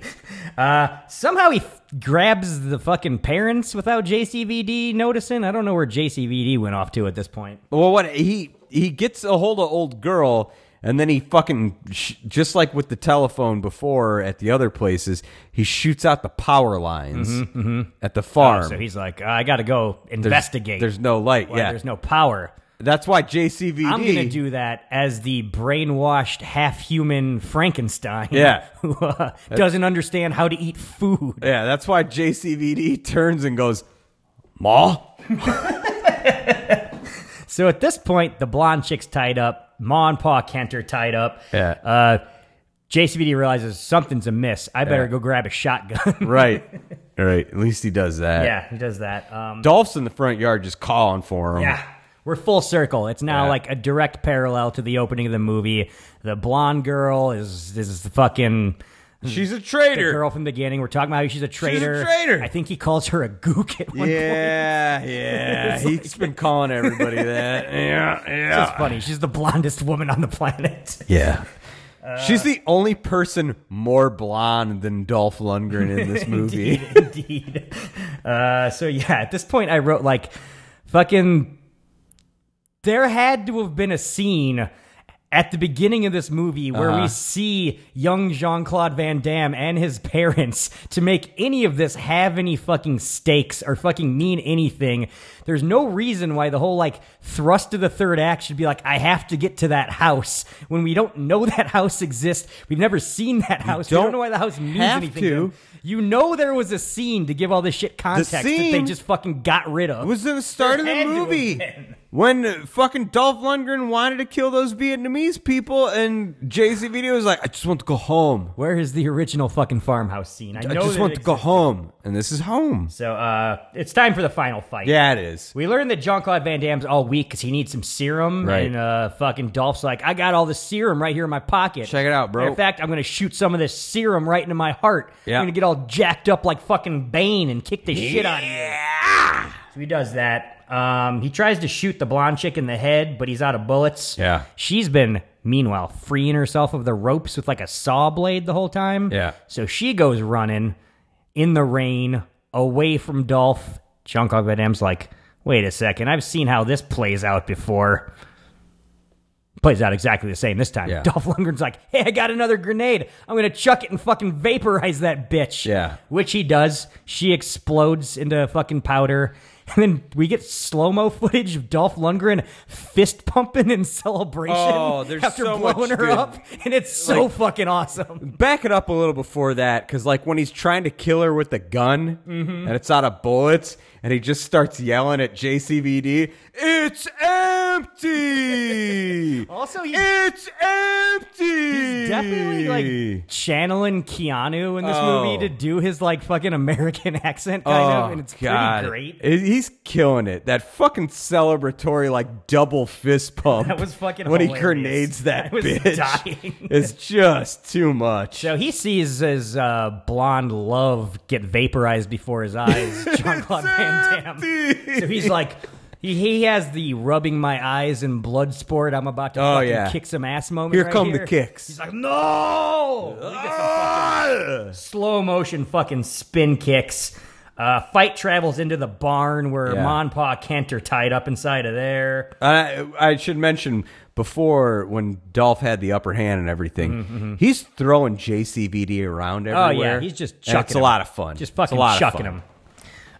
uh, somehow he f- grabs the fucking parents without JCVD noticing. I don't know where JCVD went off to at this point. well, what he he gets a hold of old girl. And then he fucking, sh- just like with the telephone before at the other places, he shoots out the power lines at the farm. Mm-hmm, Oh, So he's like, I gotta go investigate. There's no light. Why yeah. there's no power. That's why JCVD. I'm gonna do that as the brainwashed half-human Frankenstein, Yeah. who uh, doesn't understand how to eat food. Yeah, that's why JCVD turns and goes, Ma? So at this point, the blonde chick's tied up. Ma and Pa Kent are tied up. Yeah. Uh, JCVD realizes something's amiss. I better go grab a shotgun. Right. right. At least he does that. Yeah, he does that. Um, Dolph's in the front yard just calling for him. yeah. We're full circle. It's now Yeah. like a direct parallel to the opening of the movie. The blonde girl is is the fucking She's a the traitor. girl from the beginning. We're talking about how she's a traitor. traitor. I think he calls her a gook at one point. Yeah, yeah. He's been calling everybody that. Yeah, It's yeah. just funny. She's the blondest woman on the planet. yeah. She's the only person more blonde than Dolph Lundgren in this movie. Indeed. Uh, so yeah, at this point, I wrote like, fucking. There had to have been a scene at the beginning of this movie where Uh-huh. we see young Jean Claude Van Damme and his parents to make any of this have any fucking stakes or fucking mean anything. There's no reason why the whole like thrust of the third act should be like, I have to get to that house when we don't know that house exists. We've never seen that house. we don't don't know why the house means have anything. to. him. You know there was a scene to give all this shit context that they scene just fucking got rid of. It was the start of the There had to have movie been. when uh, fucking Dolph Lundgren wanted to kill those Vietnamese people, and Jay Z video was like, "I just want to go home. Where is the original fucking farmhouse scene? I, I know just that want it to go exists. home." And this is home. So uh, it's time for the final fight. Yeah, it is. We learned that Jean Claude Van Damme's all weak because he needs some serum. Right. And uh, fucking Dolph's like, I got all the serum right here in my pocket. Check it out, bro. Matter of fact, I'm going to shoot some of this serum right into my heart. Yeah. I'm going to get all jacked up like fucking Bane and kick the shit out of you. So he does that. Um, he tries to shoot the blonde chick in the head, but he's out of bullets. Yeah. She's been, meanwhile, freeing herself of the ropes with like a saw blade the whole time. Yeah. So she goes running in the rain away from Dolph. Jean Claude Van Damme's like, wait a second, I've seen how this plays out before. Plays out exactly the same this time. Yeah. Dolph Lundgren's like, hey, I got another grenade. I'm going to chuck it and fucking vaporize that bitch. Yeah. Which he does. She explodes into fucking powder. And then we get slow mo footage of Dolph Lundgren fist pumping in celebration Oh, there's after so much blowing her good. up. And it's so fucking awesome. Back it up a little before that, because like when he's trying to kill her with the gun and it's out of bullets, and he just starts yelling at JCVD, "It's empty." Also, he- it's empty. He's definitely like channeling Keanu in this Oh. movie to do his like fucking American accent kind of, Oh, and it's God. pretty great. It- he's killing it. That fucking celebratory like double fist pump. That was fucking when he hilarious. grenades that I was bitch. dying. It's just too much. So he sees his uh, blonde love get vaporized before his eyes, Jean Claude Van Damme. empty. So he's like, he, he has the rubbing my eyes in blood sport. I'm about to Oh, fucking yeah. kick some ass moment. Here right come the Ah. kicks. He's like, no. We get some Ah! fucking slow motion fucking spin kicks. Uh, fight travels into the barn where Yeah. Uh, Ma and Pa Kent are tied up inside of there. I, I should mention before when Dolph had the upper hand and everything, he's throwing JCVD around Mm-hmm, Oh everywhere. yeah, he's just And chucking. It's a him. lot of fun. It's Just a fucking lot of chucking fun. him.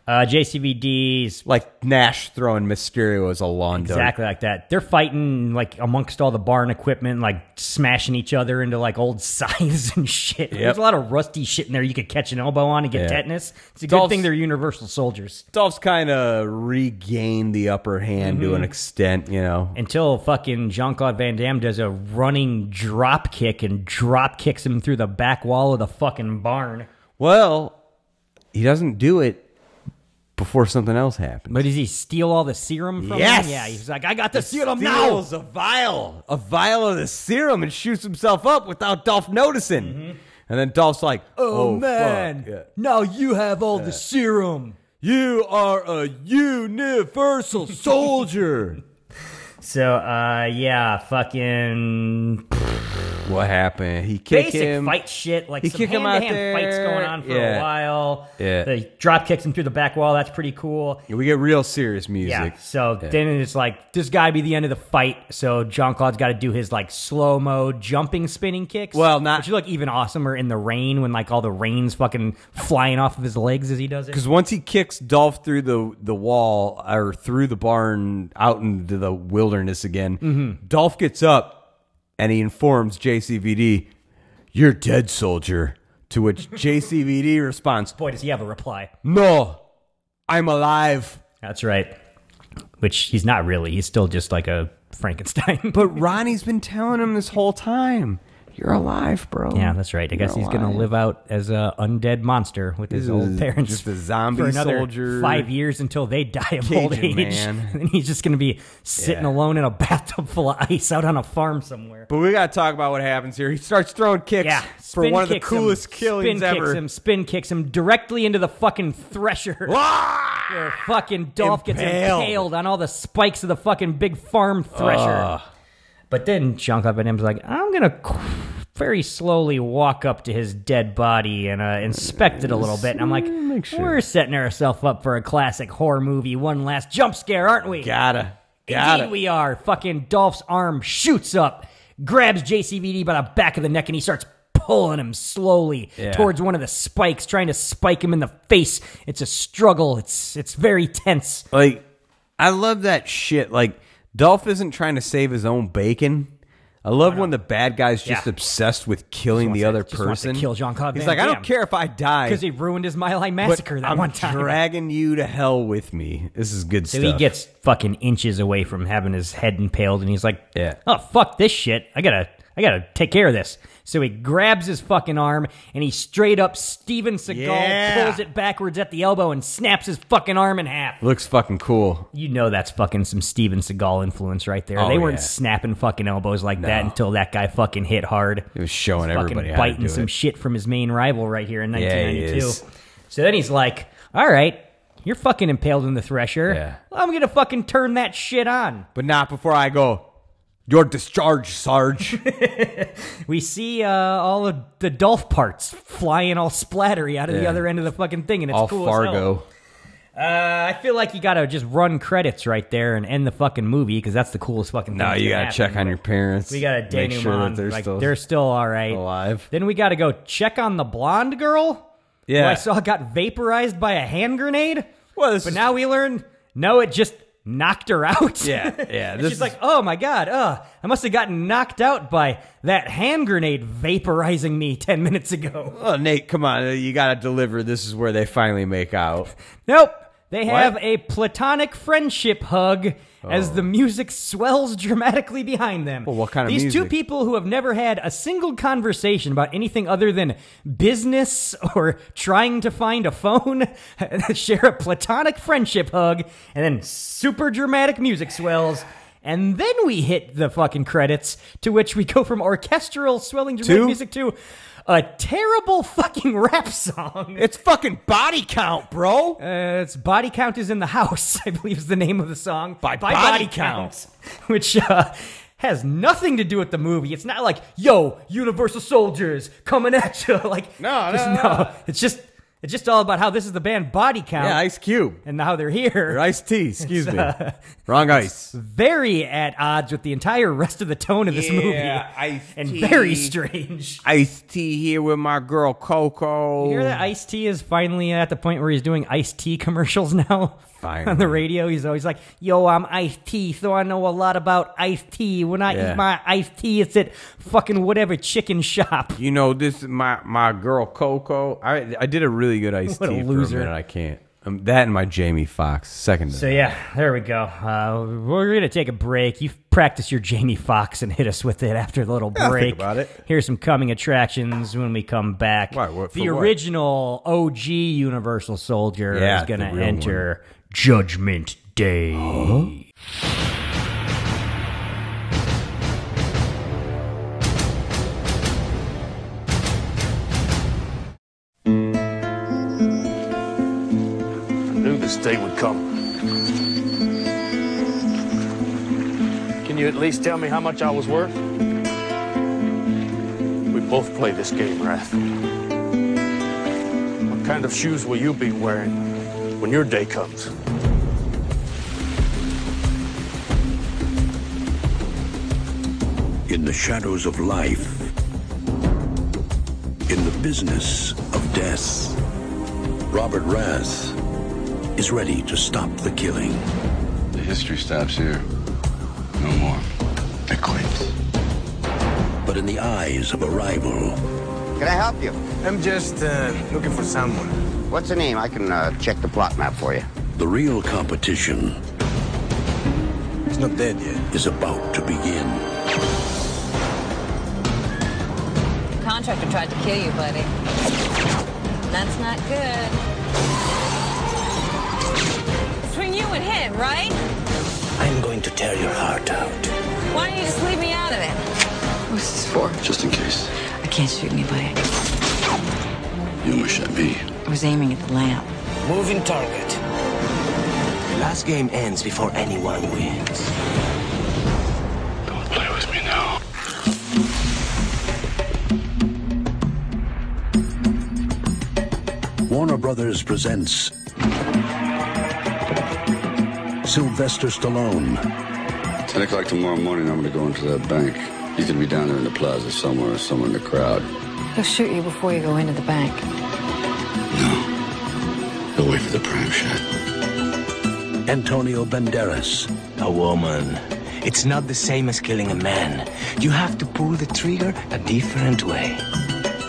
Uh, JCVD's Like Nash throwing Mysterio as a lawn dart. exactly like that. They're fighting like amongst all the barn equipment, like smashing each other into like old scythes and shit. There's a lot of rusty shit in there. You could catch an elbow on and get Yeah. tetanus. It's a good Dolph's- thing they're universal soldiers Dolph's kind of regained the upper hand to an extent, you know. until fucking Jean Claude Van Damme does a running drop kick and drop kicks him through the back wall of the fucking barn. Well, he doesn't do it before something else happens. But does he steal all the serum from Yes! him? Yeah, he's like, I got the serum now. steals a vial, a vial of the serum, and shoots himself up without Dolph noticing. And then Dolph's like, Mm-hmm. "Oh, man, now you have all the serum. you are a universal soldier." So, uh, yeah, fucking what happened? He kicked basic him. fight shit. Like He some kicked him out hand-to-hand fights there. going on for Yeah. a while. Yeah. The drop kicks him through the back wall. That's pretty cool. We get real serious music. Yeah. So then it's like this got to be the end of the fight. So John Claude's got to do his like slow mo jumping spinning kicks. Well, not- which look even awesomer in the rain when like all the rain's fucking flying off of his legs as he does it. Because once he kicks Dolph through the the wall or through the barn out into the wilderness again, Mm-hmm. Dolph gets up and he informs JCVD, "You're dead, soldier." To which JCVD responds, Boy, does he have a reply? "No, I'm alive." That's right. Which he's not really. He's still just like a Frankenstein. But Ronnie's been telling him this whole time, "You're alive, bro." Yeah, that's right. I guess he's going to live out as a undead monster with his He's old a- parents. just a zombie for another soldier. Five years until they die of old Cajun age. man. And he's just going to be sitting Yeah. alone in a bathtub full of ice out on a farm somewhere. But we gotta talk about what happens here. He starts throwing kicks Yeah, for spin one of the kicks coolest him, killings spin ever. Kicks him, spin kicks him directly into the fucking thresher. Ah! Where fucking Dolph gets Impaled. impaled on all the spikes of the fucking big farm thresher. But then Jean Claude Van Damme's like, I'm gonna qu- very slowly walk up to his dead body and uh, inspect it a little bit. And I'm like, we're setting ourselves up for a classic horror movie, one last jump scare, aren't we? Gotta, gotta. Indeed, we are. Fucking Dolph's arm shoots up, grabs JCVD by the back of the neck and he starts pulling him slowly Yeah. towards one of the spikes, trying to spike him in the face. It's a struggle. It's it's very tense. Like, I love that shit. Like, Dolph isn't trying to save his own bacon. I love when the bad guy's just Yeah. obsessed with killing wants the to- other just wants to person. kill Jean-Claude He's Van like, I Damme." don't care if I die Because he ruined his Mile High but Massacre that I'm one time. dragging you to hell with me. This is good so stuff. he gets fucking inches away from having his head impaled, and he's like, Yeah. oh fuck this shit. I gotta, I gotta take care of this." So he grabs his fucking arm and he straight up Steven Seagal Yeah. pulls it backwards at the elbow and snaps his fucking arm in half. looks fucking cool. You know that's fucking some Steven Seagal influence right there. Oh, they weren't yeah. snapping fucking elbows like that until that guy fucking hit hard. It was showing everybody fucking how to biting do some it. shit from his main rival right here in Yeah, he 1992. is. so then he's like, "All right, you're fucking impaled in the thresher. Yeah. I'm gonna fucking turn that shit on." but not before I go. You're discharged, Sarge. We see uh, all of the Dolph parts flying all splattery out of the Yeah. other end of the fucking thing, and it's All cool as hell. Fargo. Uh, I feel like you gotta just run credits right there and end the fucking movie because that's the coolest fucking. thing No, that's you gonna gotta check happen. on your parents. We got a Make denouement. sure that they're like still. they're still all right, alive. Then we got to go check on the blonde girl. yeah. who I saw got vaporized by a hand grenade. Well, this but is- now we learn no, it just knocked her out. Yeah, yeah, and this she's is- like, oh my god, uh, I must have gotten knocked out by that hand grenade vaporizing me ten minutes ago. Oh, Nate, come on. uh, You gotta deliver. This is where they finally make out. Nope. They have What? a platonic friendship hug as the music swells dramatically behind them. Oh. Well, what kind of These two music? people who have never had a single conversation about anything other than business or trying to find a phone share a platonic friendship hug, and then super dramatic music swells. And then we hit the fucking credits, to which we go from orchestral swelling dramatic Two? music to a terrible fucking rap song. It's fucking body count, bro. Uh, it's Body Count is in the House, I believe is the name of the song. By Body Which uh, has nothing to do with the movie. It's not like, yo, Universal Soldiers coming at you. like, No, just, no, no, It's just, it's just all about how this is the band Body Count yeah, Ice Cube. and how they're here. Or Ice T, excuse me. Wrong ice. Very at odds with the entire rest of the tone of this movie. Ice And very strange. Ice T here with my girl Coco. You hear that Ice T is finally at the point where he's doing Ice T commercials now on Finally. the radio. He's always like, "Yo, I'm Ice T, so I know a lot about Ice T. When I Yeah. eat my Ice T, it's at fucking whatever chicken shop." You know this is my my girl Coco. I I did a really good Ice What a T for loser. a minute. I can't. Um, that and my Jamie Foxx second. to So that. yeah, there we go. Uh, we're gonna take a break. You practice your Jamie Fox and hit us with it after the little break. I'll think about it. Here's some coming attractions when we come back. Why, what- the for what? original OG Universal Soldier Yeah, is gonna the real enter Judgment Day. knew this day would come. Can you at least tell me how much I was worth? We both play this game, Rath. What kind of shoes will you be wearing when your day comes? in the shadows of life, in the business of death, Robert Rath is ready to stop the killing. The history stops here. No more. I quit. But in the eyes of a rival, Can I help you? I'm just uh, looking for someone. What's the name? I can uh, check the plot map for you. the real competition He's not dead yet. is about to begin. Contractor tried to kill you, buddy. That's not good. Between you and him, right? I'm going to tear your heart out. Why don't you just leave me out of it? What's this for? Just in case. I can't shoot anybody. You wish at me. I was aiming at the lamp. Moving target. The last game ends before anyone wins. Don't play with me now. Warner Brothers presents Sylvester Stallone, 10 o'clock tomorrow morning, I'm gonna go into that bank. You could be down there in the plaza somewhere or somewhere in the crowd. He'll shoot you before you go into the bank. No. He'll wait for the prime shot. Antonio Banderas. A woman. It's not the same as killing a man. You have to pull the trigger a different way.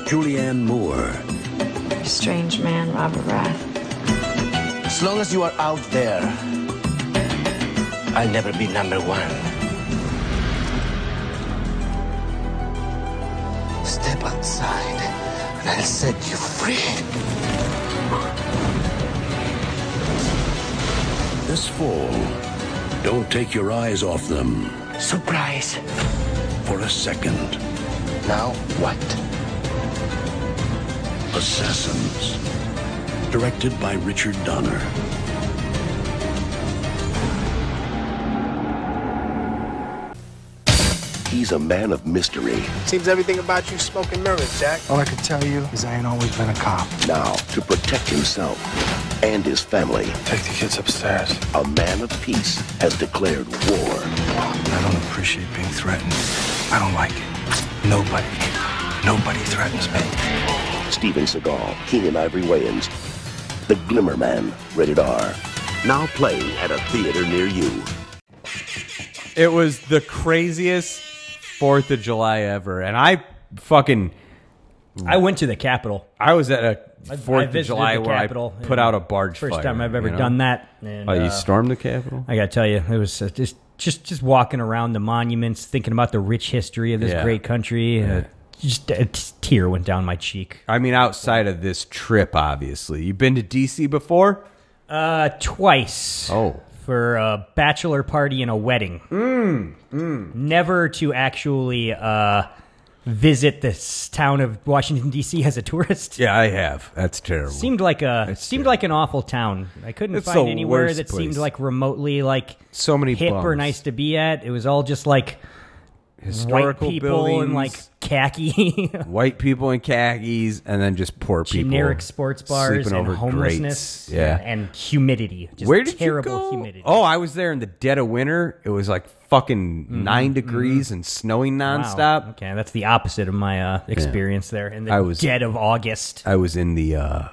Julianne Moore. Strange man, Robert Rath. As long as you are out there, I'll never be number one. Step outside, and I'll set you free. This fall, don't take your eyes off them. Surprise! For a second. Now what? Assassins. Directed by Richard Donner. He's a man of mystery. Seems everything about you smoke and mirrors, Jack. All I can tell you is I ain't always been a cop. Now, to protect himself and his family, take the kids upstairs. A man of peace has declared war. I don't appreciate being threatened. I don't like it. Nobody, nobody threatens me. Steven Seagal, Keenan Ivory Wayans, The Glimmer Man, rated R. Now playing at a theater near you. It was the craziest 4th of July ever. And I fucking. I went to the Capitol. I was at a 4th of July where Capitol, I put out a barge First fire, time I've ever you know? done that. And, oh, you uh, stormed the Capitol? I got to tell you, it was just, just just walking around the monuments, thinking about the rich history of this yeah. great country. Yeah. Uh, just a tear went down my cheek. I mean, outside of this trip, obviously, you've been to DC before. Uh, twice. Oh, for a bachelor party and a wedding. Mm, mm. Never to actually uh, visit this town of Washington D.C. as a tourist. Yeah, I have. That's terrible. Seemed like a That's seemed terrible. like an awful town. I couldn't it's find anywhere that place. seemed like remotely like so many hip bums. or nice to be at. It was all just like historical white people buildings, and like khaki, white people in khakis, and then just poor people, generic sports bars, sleeping and over homelessness, grates. yeah, and humidity. Just Where did terrible you go? humidity. Oh, I was there in the dead of winter. It was like fucking mm-hmm. nine degrees mm-hmm. and snowing nonstop. Wow. Okay, that's the opposite of my uh, experience yeah. there. In the I was, dead of August, I was in the uh,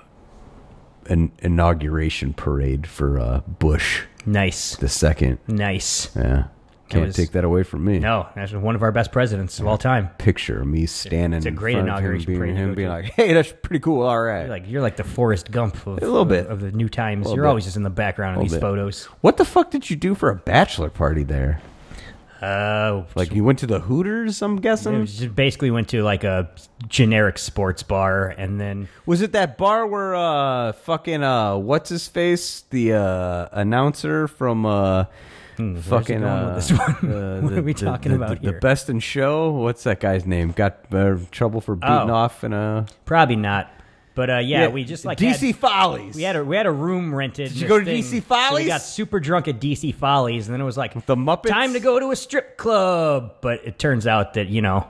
an inauguration parade for uh, Bush. Nice. The second. Nice. Yeah. Can't was, take that away from me. Hmm. No, that's one of our best presidents of all time. Picture me standing. It's a great in inauguration him, being, him being to. like, "Hey, that's pretty cool. All right." You're like you're like the Forrest Gump of a little bit of, of the new times. You're bit. always just in the background of these bit. photos. What the fuck did you do for a bachelor party there? Uh, like you went to the Hooters, I'm guessing. basically went to like a generic sports bar, and then was it that bar where uh fucking uh what's his face the uh announcer from uh. Where's fucking uh, this one? Uh, what the, are we talking the, about the, here? The best in show. What's that guy's name? Got uh, trouble for beating oh, off and a probably not. But uh, yeah, yeah, we just like DC had, Follies. We had a we had a room rented. Did you go to thing, DC Follies? So we got super drunk at DC Follies, and then it was like With the Muppets. Time to go to a strip club. But it turns out that you know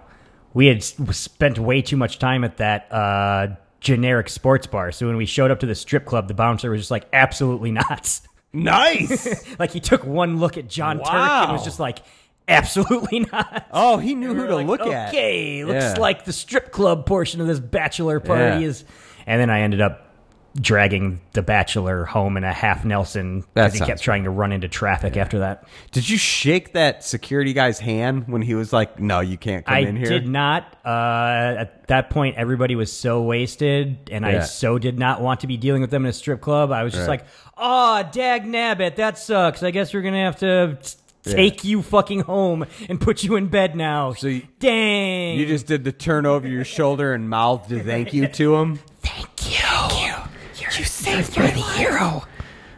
we had spent way too much time at that uh, generic sports bar. So when we showed up to the strip club, the bouncer was just like, "Absolutely not." Nice. like he took one look at John wow. Turk and was just like, absolutely not. Oh, he knew who to like, look okay, at. Okay, looks yeah. like the strip club portion of this bachelor party yeah. is. And then I ended up dragging the bachelor home in a half Nelson because he kept trying to run into traffic yeah. after that. Did you shake that security guy's hand when he was like, "No, you can't come I in here"? I did not. Uh, at that point, everybody was so wasted, and I so did not want to be dealing with them in a strip club. I was just right. like, oh, dag nabbit, that sucks. I guess we're going to have to t- take yeah. you fucking home and put you in bed now. So you, Dang. You just did the turn over your shoulder and mouthed a thank you to him. Thank you. Thank you. You're, you saved you're the hero.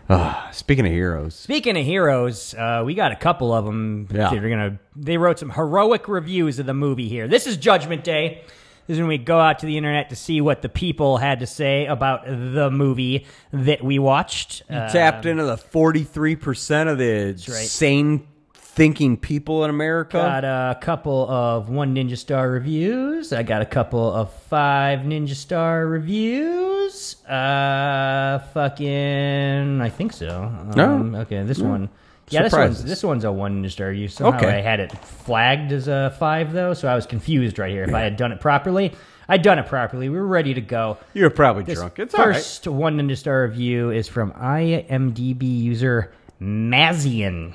Uh, speaking of heroes. Speaking of heroes, uh, we got a couple of them. Yeah. They're gonna, they wrote some heroic reviews of the movie here. This is Judgment Day. This is when we go out to the internet to see what the people had to say about the movie that we watched. Uh, You tapped um, into the 43% of the right. sane thinking people in America. Got a couple of one ninja star reviews. I got a couple of five ninja star reviews. Uh, fucking, I think so. Um, no. Okay, this no. one. Yeah, this Surprises. one's this one's a one star use. Somehow Okay. I had it flagged as a five though, so I was confused right here. If I had done it properly, I'd done it properly. We were ready to go. You were probably This drunk. It's all right. first one ninja star review is from IMDb user Mazian.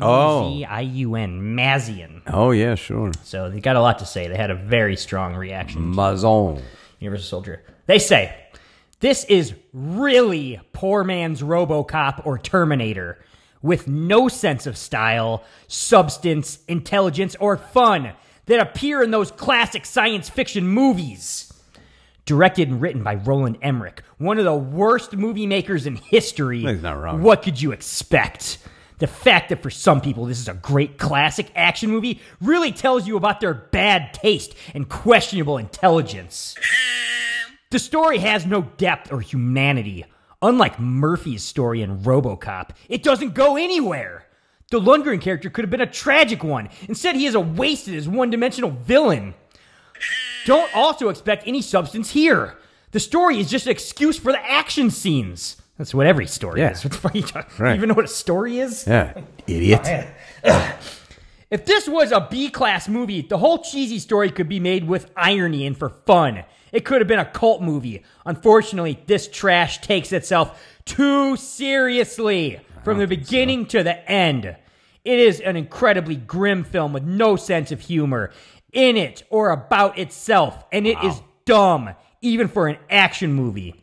Oh. M-A-Z-I-U-N, Mazian. Oh yeah, sure. So they got a lot to say. They had a very strong reaction. Mazon. Universal Soldier. They say, This is really poor man's Robocop or Terminator with no sense of style, substance, intelligence, or fun that appear in those classic science fiction movies. Directed and written by Roland Emmerich, one of the worst movie makers in history. He's not wrong. What could you expect? The fact that for some people this is a great classic action movie really tells you about their bad taste and questionable intelligence. The story has no depth or humanity. Unlike Murphy's story in Robocop, it doesn't go anywhere. The Lundgren character could have been a tragic one. Instead, he is a wasted as one dimensional villain. Don't also expect any substance here. The story is just an excuse for the action scenes. That's what every story Yeah. is. What the fuck are you talking? Right. You even know what a story is? Yeah, idiot. If this was a B class movie, the whole cheesy story could be made with irony and for fun. It could have been a cult movie. Unfortunately, this trash takes itself too seriously from the beginning to the end. It is an incredibly grim film with no sense of humor in it or about itself, and it is dumb, even for an action movie.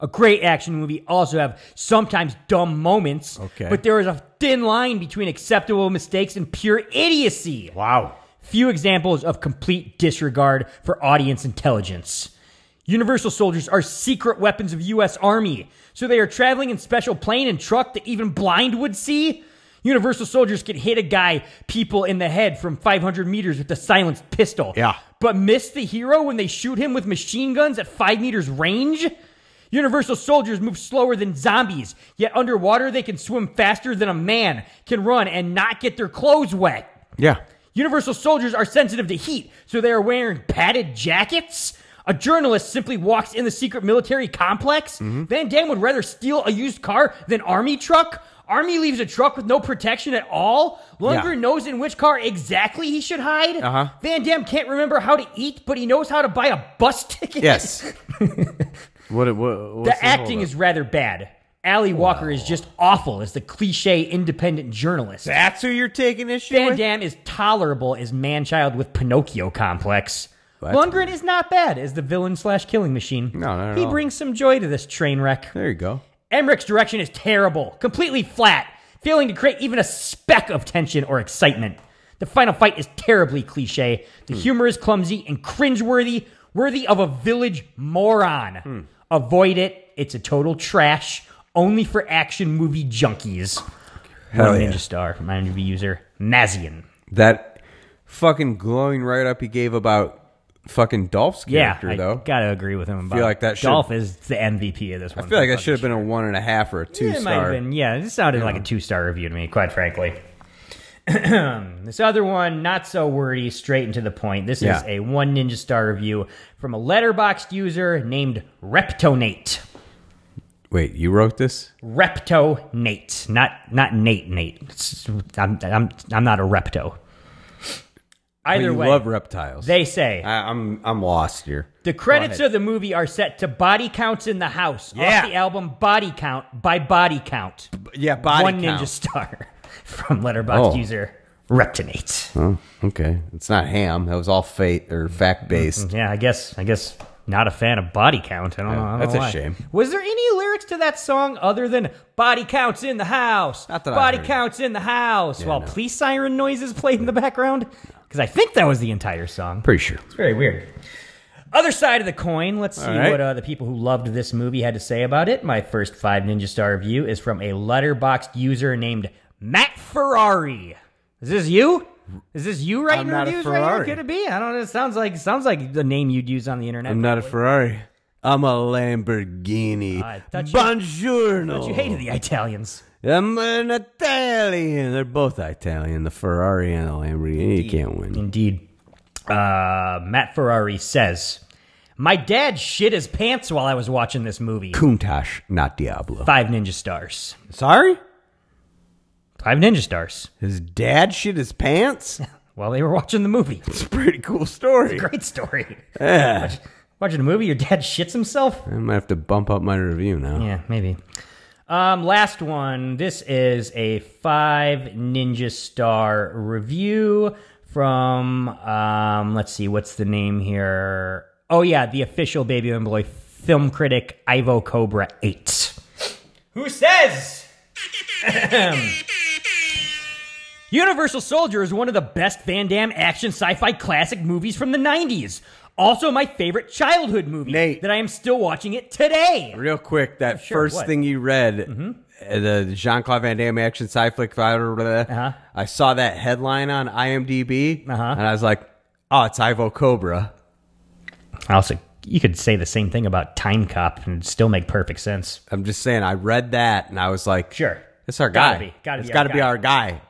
A great action movie also have sometimes dumb moments, Okay. but there is a thin line between acceptable mistakes and pure idiocy. Wow. Few examples of complete disregard for audience intelligence. Universal soldiers are secret weapons of U.S. Army, so they are traveling in special plane and truck that even blind would see. Universal soldiers can hit a guy, people in the head from 500 meters with a silenced pistol. Yeah. But miss the hero when they shoot him with machine guns at 5 meters range? Universal soldiers move slower than zombies, yet underwater they can swim faster than a man, can run and not get their clothes wet. Yeah. Universal soldiers are sensitive to heat, so they are wearing padded jackets. A journalist simply walks in the secret military complex. Mm-hmm. Van Damme would rather steal a used car than army truck. Army leaves a truck with no protection at all. Lundgren knows in which car exactly he should hide. Uh-huh. Van Damme can't remember how to eat, but he knows how to buy a bus ticket. Yes. what? What? What's the acting is rather bad. Ali Walker is just awful as the cliche independent journalist. That's who you're taking issue Van with. Damme is tolerable as man-child with Pinocchio complex. Lundgren is not bad as the villain slash killing machine. No, not at he all. brings some joy to this train wreck. There you go. Emmerich's direction is terrible, completely flat, failing to create even a speck of tension or excitement. The final fight is terribly cliche. The Hmm. humor is clumsy and cringeworthy, worthy of a village moron. Hmm. Avoid it. It's a total trash, only for action movie junkies. Hell One yeah. Ninja Star, from IMDb user, Mazian. That fucking glowing write up he gave about fucking Dolph's Yeah, character I though. gotta agree with him. About feel like that should- Dolph is the MVP of this one. I feel like that should have been a one and a half or a two It might have star. been. Yeah, it sounded like a two star review to me, quite frankly. this other one, not so wordy, straight and to the point. This Yeah. is a one ninja star review from a letterboxed user named Reptonate. Wait, you wrote this? Repto Nate, not not Nate Nate. It's- I'm, I'm, I'm not a repto. But Either you way, love reptiles. they say I, I'm I'm lost here. The credits of the movie are set to Body Counts in the House Yeah. off the album Body Count by Body Count. Yeah, body One count. Ninja Star from Letterbox Oh. user Reptonate. Oh, okay. It's not ham. That was all fate or fact based. Yeah, I guess I guess not a fan of Body Count. I don't know. I don't that's know a why. shame. Was there any lyrics to that song other than Body Counts in the House? Not that I Body heard. Counts in the House while no. police siren noises played in the background? Because I think that was the entire song. Pretty sure. It's very weird. Other side of the coin. Let's see All right. what uh, the people who loved this movie had to say about it. My first five Ninja Star review is from a letterboxed user named Matt Ferrari. Is this you? Is this you writing I'm not a reviews Ferrari. right here? Could it be? I don't know. It sounds like sounds like the name you'd use on the internet. I'm not a Ferrari. I'm a Lamborghini. I thought you- Buongiorno. But you hated the Italians. I'm an Italian. They're both Italian. The Ferrari and the Lamborghini. You can't win. Indeed. Uh, Matt Ferrari says, "My dad shit his pants while I was watching this movie." Kuntash, not Diablo. Five ninja stars. Sorry? Five Ninja Stars. His dad shit his pants while they were watching the movie. It's a pretty cool story. great story. Yeah. Watch- watching a movie, your dad shits himself. I might have to bump up my review now. Yeah, maybe. Um, last one. This is a five ninja star review from um, let's see, what's the name here? Oh yeah, the official Baby and Boy film critic Ivo Cobra Eight, who says. Universal Soldier is one of the best Van Damme action sci-fi classic movies from the 90s. Also my favorite childhood movie that I am still watching it today. Real quick, that Sure, first what? thing you read, uh, the Jean Claude Van Damme action sci flick, blah, blah, blah, blah. I saw that headline on IMDb, and I was like, oh, it's Ivo Cobra. Also, you could say the same thing about Time Cop and it'd still make perfect sense. I'm just saying, I read that, and I was like, sure. It's our Gotta guy. be. Gotta it's be our got to be guy." our guy.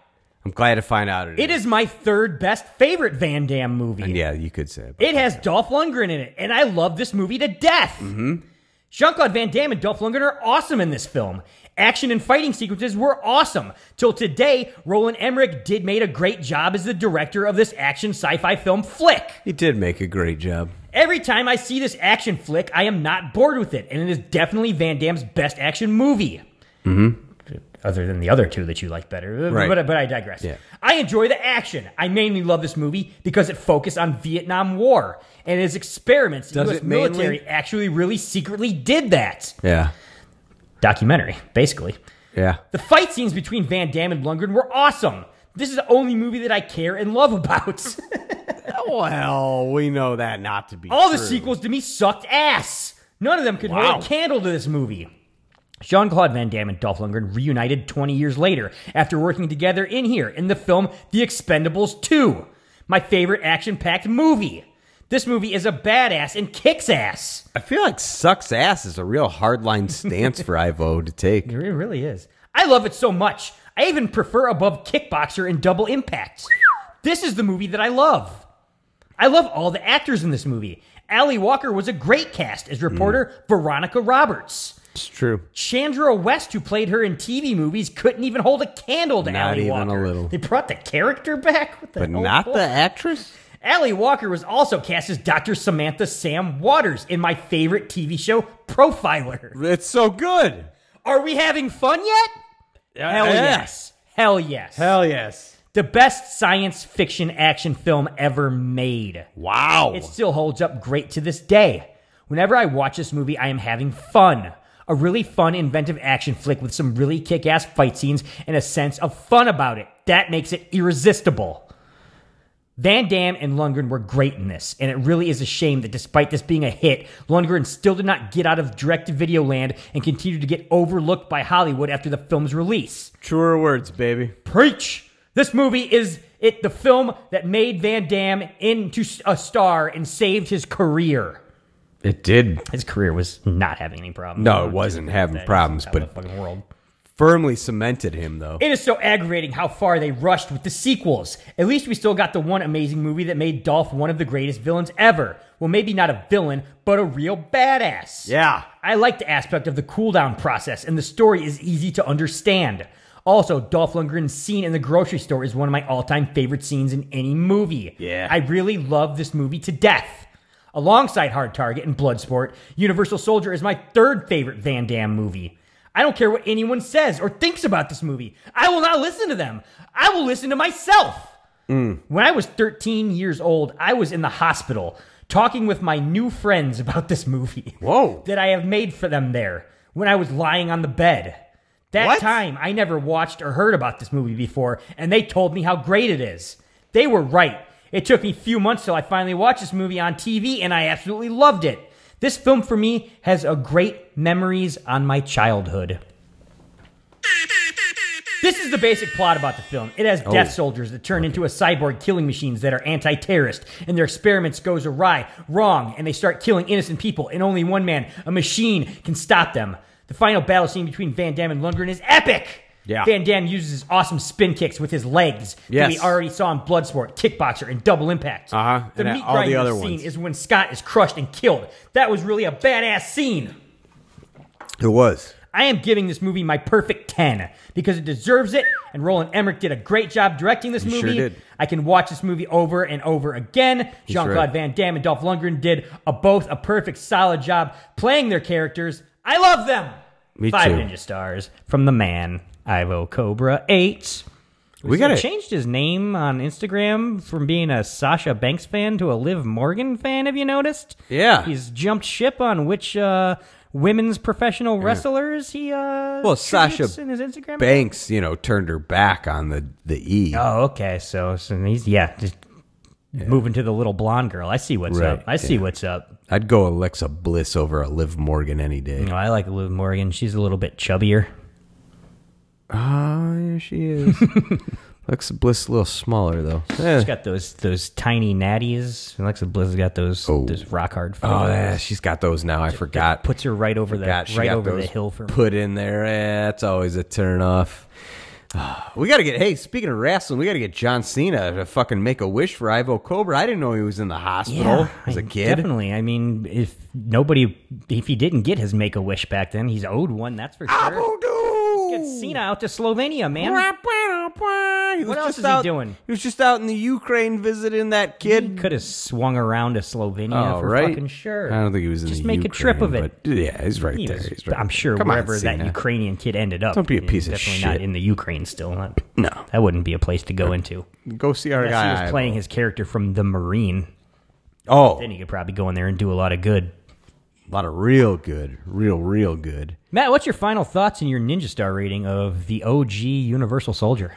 I'm glad to find out it, It is my third best favorite Van Damme movie. And yeah, you could say it. It has Dolph Lundgren in it, and I love this movie to death. Mm-hmm. Jean Claude Van Damme and Dolph Lundgren are awesome in this film. Action and fighting sequences were awesome. Till today, Roland Emmerich did made a great job as the director of this action sci-fi film flick. He did make a great job. Every time I see this action flick, I am not bored with it, and it is definitely Van Damme's best action movie. Mm-hmm. Other than the other two that you like better, Right. but, but I digress. Yeah. I enjoy the action. I mainly love this movie because it focused on Vietnam War and its experiments. The Does U.S. it mainly? military actually really secretly did that. Yeah. Documentary, basically. Yeah. The fight scenes between Van Damme and Lundgren were awesome. This is the only movie that I care and love about. Well, we know that not to be All the true. sequels to me sucked ass. None of them could Wow. hold a candle to this movie. Jean Claude Van Damme and Dolph Lundgren reunited 20 years later after working together in here in the film The Expendables 2, my favorite action packed movie. This movie is a badass and kicks ass. I feel like sucks ass is a real hardline stance for Ivo to take. It really is. I love it so much. I even prefer Above Kickboxer and Double Impact. This is the movie that I love. I love all the actors in this movie. Ali Walker was a great cast as reporter Veronica Roberts. It's true. Chandra West, who played her in TV movies, couldn't even hold a candle to Not Allie even Walker. a little. They brought the character back, what the But hell, not Paul? the actress? Allie Walker was also cast as Dr. Samantha Sam Waters in my favorite TV show, Profiler. It's so good. Are we having fun yet? Hell yes. Hell yes. Hell yes. the best science fiction action film ever made. Wow. It still holds up great to this day. Whenever I watch this movie, I am having fun. A really fun, inventive action flick with some really kick ass fight scenes and a sense of fun about it. That makes it irresistible. Van Damme and Lundgren were great in this, and it really is a shame that despite this being a hit, Lundgren still did not get out of direct to video land and continued to get overlooked by Hollywood after the film's release. Truer words, baby. Preach! This movie is it the film that made Van Damme into s- a star and saved his career. It did. His career was not having any problems. No, it wasn't having problems, Out of but the fucking world. firmly cemented him, though. It is so aggravating how far they rushed with the sequels. At least we still got the one amazing movie that made Dolph one of the greatest villains ever. Well, maybe not a villain, but a real badass. Yeah. I like the aspect of the cooldown process, and the story is easy to understand. Also, Dolph Lundgren's scene in the grocery store is one of my all time favorite scenes in any movie. Yeah. I really love this movie to death. Alongside Hard Target and Bloodsport, Universal Soldier is my third favorite Van Damme movie. I don't care what anyone says or thinks about this movie. I will not listen to them. I will listen to myself. Mm. When I was 13 years old, I was in the hospital talking with my new friends about this movie. Whoa. That I have made for them there when I was lying on the bed. That What? time, I never watched or heard about this movie before, and they told me how great it is. They were right. It took me a few months till I finally watched this movie on TV, and I absolutely loved it. This film for me has a great memories on my childhood. This is the basic plot about the film. It has Oh. death soldiers that turn into a cyborg killing machines that are anti-terrorist, and their experiments goes awry, wrong, and they start killing innocent people. And only one man, a machine, can stop them. The final battle scene between Van Damme and Lundgren is epic. Yeah. Van Damme uses his awesome spin kicks with his legs that we Yes. already saw in Bloodsport, Kickboxer, and Double Impact. Uh-huh. The And meat all the grinder other scene ones. is when Scott is crushed and killed. That was really a badass scene. It was. I am giving this movie my perfect 10 because it deserves it. And Roland Emmerich did a great job directing this He sure movie. did. I can watch this movie over and over again. He's Jean Claude right. Van Damme and Dolph Lundgren did a, both a perfect, solid job playing their characters. I love them. Me Five too. Ninja Stars from the man Ivo Cobra Eight. We gotta- He changed his name on Instagram from being a Sasha Banks fan to a Liv Morgan fan. Have you noticed? Yeah. he's jumped ship on which uh, women's professional wrestlers he uh Well, tributes Sasha in his Instagram. Banks, you know, turned her back on the the E. Oh, okay. So, so he's yeah, just moving to the little blonde girl. I see what's Right, up. I see yeah. what's up. I'd go Alexa Bliss over a Liv Morgan any day. You know, I like Liv Morgan. She's a little bit chubbier. Ah, here she is. Alexa Bliss a little smaller though. Eh. She's got those those tiny natties. Alexa Bliss has got those those rock hard. Oh, fingers. yeah, she's got those now. I forgot. puts her right over the Forgot she right got over the those hill for me. put in there. Eh, that's always a turn off. We got to get. Hey, speaking of wrestling, we got to get John Cena to fucking make a wish for Ivo Cobra. I didn't know he was in the hospital as a I- kid. Definitely. I mean, if nobody, if he didn't get his Make a Wish back then, he's owed one. That's for sure. Let's get Cena out to Slovenia, man. He was What else just is he out- doing? He was just out in the Ukraine visiting that kid. Could have swung around to Slovenia Oh, for right. fucking sure. I don't think he was in Just the make a trip of Ukraine, it. but- yeah, he's right He there. was- He's right I'm there. sure Come on, wherever that Cena. Ukraine kid ended up, Don't be a he's piece of definitely shit. not in the Ukraine still. Not, No. that wouldn't be a place to go into. Go see our Unless guy. he was Ivo. playing his character from the Marine. Oh, Then he could probably go in there and do a lot of good. a lot of real good, real, real good. Matt, what's your final thoughts and your Ninja Star rating of the OG Universal Soldier?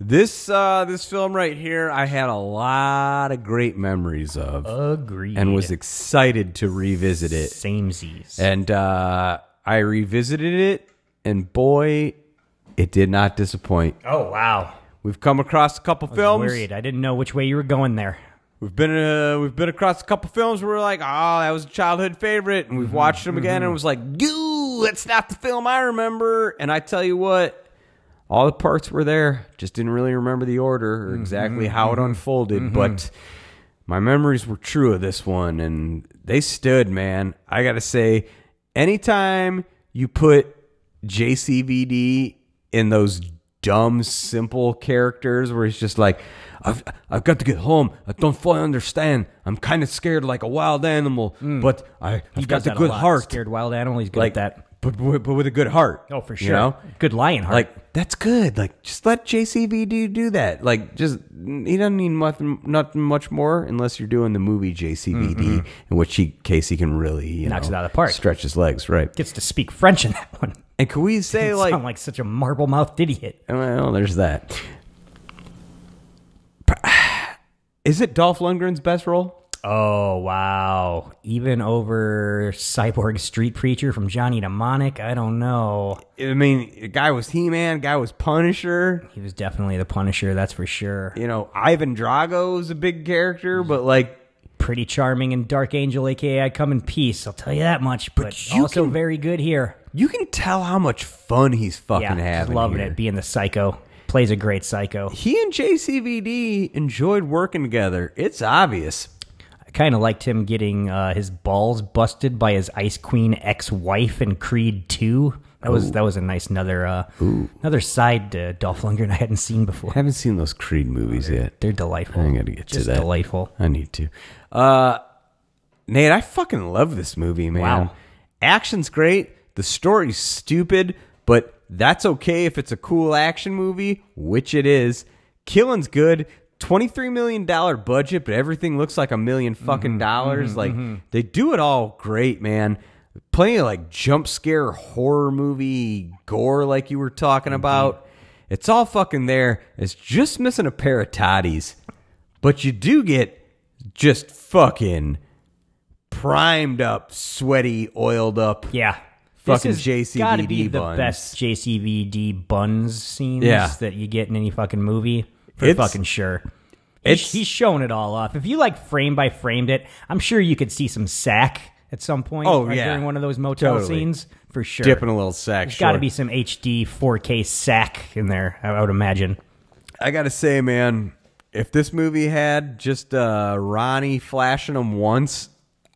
This uh, this film right here, I had a lot of great memories of, Agreed. and was excited to revisit it. Samesies. And uh, I revisited it, and boy, it did not disappoint. Oh wow. We've come across a couple I was films. worried. I didn't know which way you were going there. We've been uh, we've been across a couple films where we're like, oh, that was a childhood favorite, Mm-hmm. and we've watched them again, and it was like, you, that's not the film I remember. And I tell you what, all the parts were there, just didn't really remember the order or Mm-hmm, exactly how it unfolded, but my memories were true of this one, and they stood, man. I gotta say, anytime you put JCVD in those dumb, simple characters where he's just like, I've, I've got to get home. I don't fully understand. I'm kind of scared like a wild animal, but I, Mm. He I've does got the that good lot. heart. Scared wild animal. He's good like at that. But, but, but with a good heart. Oh, for you sure. know? Good lion heart. Like that's good. Like just let JCVD do that. Like just he doesn't need much, nothing much more unless you're doing the movie JCVD, in which he case he can really you Knocks know, it out of the park. stretch his legs, right? gets to speak French in that one. And can we say Sound like, like such a marble mouthed idiot. well, there's that. Is it Dolph Lundgren's best role? Oh wow! Even over cyborg street preacher from Johnny Mnemonic, I don't know. I mean, the guy was He Man, guy was Punisher. He was definitely the Punisher, that's for sure. You know, Ivan Drago is a big character, but like Pretty charming and Dark Angel, aka I Come in Peace. I'll tell you that much. But, you also can- very good here. you can tell how much fun he's fucking Yeah, just having. loving here. it. Being the psycho plays a great psycho. he and JCVD enjoyed working together. It's obvious. I kind of liked him getting uh, his balls busted by his Ice Queen ex-wife in Creed Two. That was that was a nice another uh, another side to Dolph Lundgren I hadn't seen before. haven't seen those Creed movies yet. They're delightful. I gotta get to Just that. Delightful. I need to. Uh, Nate, I fucking love this movie, man. Wow. Action's great. The story's stupid, but that's okay if it's a cool action movie, which it is. Killing's good. $23 million budget, but everything looks like a million fucking dollars. like, they do it all great, man. Plenty of like jump scare horror movie gore, like you were talking about. It's all fucking there. It's just missing a pair of toddies but you do get just fucking primed up, sweaty, oiled up. Yeah. Fucking this has gotta be JCVD the buns. best JCVD buns scenes Yeah. that you get in any fucking movie. For It's- fucking sure. it's- He's, he's showing it all off. If you like frame by framed it, I'm sure you could see some sack at some point. Oh, like, yeah. During one of those motel Totally. scenes. For sure. Dipping a little sack. There's got to sure. be some HD 4K sack in there, I I would imagine. I gotta say, man, if this movie had just uh, Ronnie flashing him once,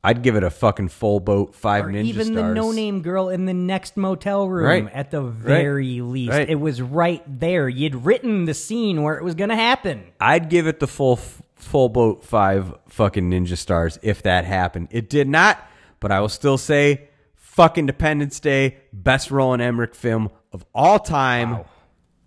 I'd give it a fucking full boat five ninja Even stars. the no-name girl in the next motel room, Right. at the Right. very least, Right. it was right there. You'd written the scene where it was going to happen. I'd give it the full full boat five fucking ninja stars if that happened. It did not, but I will still say fuck Independence Day, best Roland Emmerich film of all time.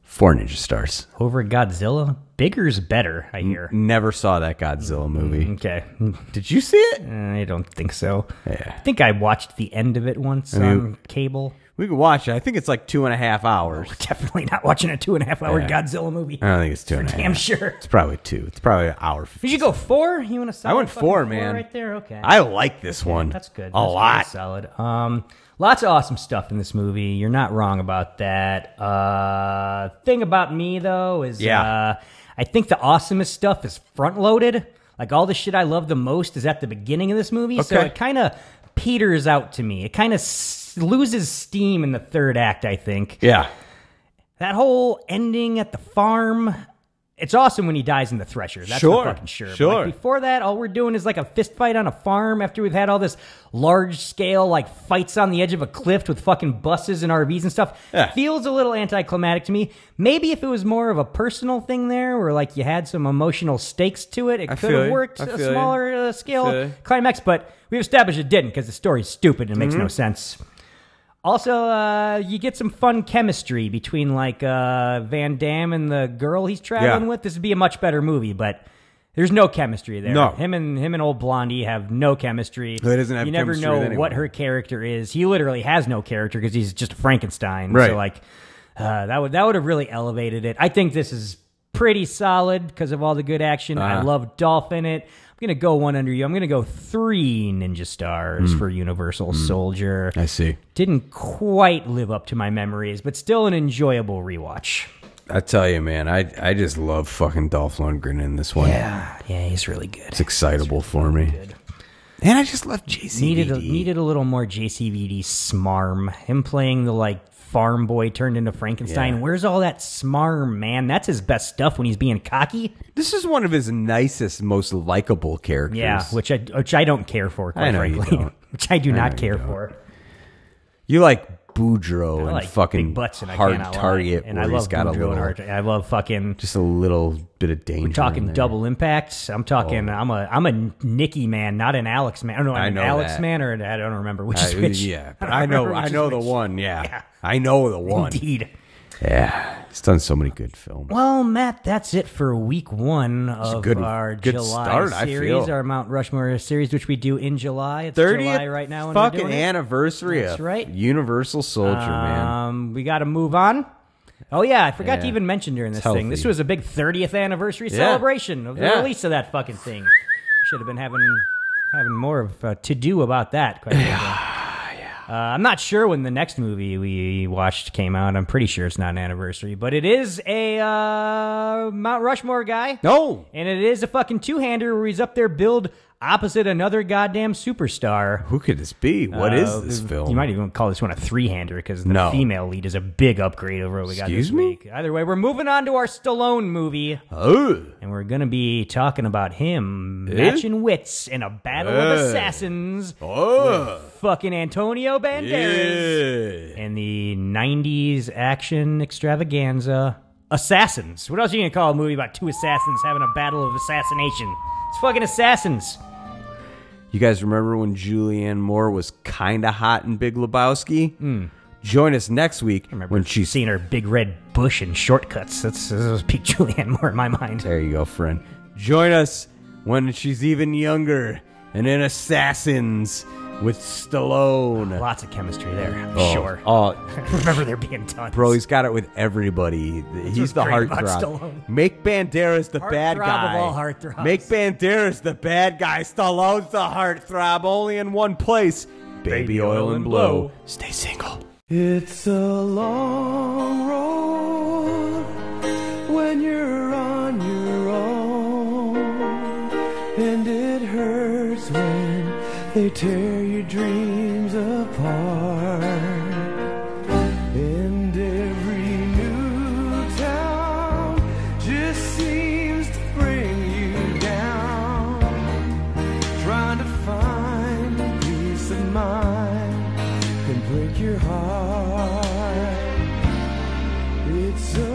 Four ninja stars. Over Godzilla, bigger's better. I hear. Never saw that Godzilla movie. Okay, did you see it? Uh, I don't think so. Yeah. I think I watched the end of it once I mean- on cable. We can watch it. I think it's like two and a half hours. Definitely not watching a two and a half hour Yeah. Oh, Godzilla movie. I don't think it's two and a half. Damn sure. It's probably two. It's probably an hour. Did you go four? You want to? I went four, man. Right there. Okay. I like this one. That's good. A That's really lot. solid. Um, lots of awesome stuff in this movie. You're not wrong about that. Uh, thing about me though is, Yeah. uh, I think the awesomest stuff is front loaded. Like all the shit I love the most is at the beginning of this movie, so Okay. it kind of peters out to me. It kind of s- loses steam in the third act. I think. Yeah. That whole ending at the farm. It's awesome when he dies in the thresher. That's Sure, for fucking sure. But, sure. Like before that, all we're doing is like a fist fight on a farm after we've had all this large scale like fights on the edge of a cliff with fucking buses and RVs and stuff. Yeah. Feels a little anticlimactic to me. Maybe if it was more of a personal thing there where like you had some emotional stakes to it, it I could feel have you. worked I a feel you. smaller uh, scale I feel you. climax, but we've established it didn't because the story's stupid and it makes Mhm. no sense. Also, uh, you get some fun chemistry between like uh, Van Damme and the girl he's traveling Yeah. with. This would be a much better movie, but there's no chemistry there. No. him and him and old Blondie have no chemistry. He doesn't have you never chemistry know with anyone. what her character is. He literally has no character because he's just Frankenstein. Right. So like uh, that would that would have really elevated it. I think this is pretty solid because of all the good action. I Uh-huh. love Dolphin it. I'm gonna go one under you. I'm gonna go three ninja stars Mm. for Universal Soldier. I see. Didn't quite live up to my memories, but still an enjoyable rewatch. I tell you, man, I I just love fucking Dolph Lundgren in this one. Yeah, Ah, yeah, he's really good. It's excitable for me. And I just love JCVD. Needed a, needed a little more JCVD smarm. Him playing the like farm boy turned into Frankenstein. Yeah. Where's all that smarm, man? That's his best stuff when he's being cocky. This is one of his nicest, most likable characters. Yeah, which I which I don't care for. Quite I know you frankly. don't. which I do I not know you care don't. for. You like Boudreaux and like fucking big butts, and I hard cannot lie. target, And where I he's love got a Boudreaux and little, Hard Target. I love fucking just a little bit of danger. in Talking there. Oh. double impacts. I'm talking. I'm a I'm a Nicky man, not an Alex man. I don't know. I'm I an know Alex that. man, or an- I don't remember which Uh, is which. Yeah, but don't I know, remember I which is know which. the one. Yeah. I know the one. Indeed. Yeah, he's done so many good films. Well, Matt, that's it for week one a of good- our good July start, I series, feel. our Mount Rushmore series, which we do in July. It's July right now. and we're fucking doing it. anniversary. That's of right. Universal Soldier, man. Um, we got to move on. Oh yeah, I forgot to Yeah. even mention during It's this thing. This healthy. was a big 30th anniversary Yeah. celebration of the Yeah. release of that fucking thing. We should have been having having more of uh, to do about that. Quite yeah. Uh, I'm not sure when the next movie we watched came out. I'm pretty sure it's not an anniversary, but it is a uh, Mount Rushmore guy. No, and it is a fucking two-hander where he's up there billed opposite another goddamn superstar. Who could this be? What is Uh, this film? You might even call this one a three-hander because the No. female lead is a big upgrade over what we got Excuse this me? week. Either way, we're moving on to our Stallone movie, Oh, and we're gonna be talking about him Eh? matching wits in a battle of Eh. assassins Oh. with fucking Antonio Banderas and the '90s action extravaganza. Assassins. What else are you gonna call a movie about two assassins having a battle of assassination? It's fucking assassins. you guys remember when Julianne Moore was kind of hot in Big Lebowski? Hmm. Join us next week when she's seen her big red bush and shortcuts. That's this was peak Julianne Moore in my mind. There you go, friend. Join us when she's even younger and in Assassins with Stallone. Lots of chemistry there, I'm Oh, sure. Oh, Remember there being tons. bro, he's got it with everybody. what's he's the great about heartthrob. Stallone. Make Banderas the bad Heartthrob of guy. all heartthrobs. Make Banderas the bad guy. Stallone's the heartthrob, only in one place. Baby, oil, and blow. Stay single. It's a long road when you're on your own, and it hurts when they tear your dreams apart. And every new town just seems to bring you down, trying to find It's a Oh,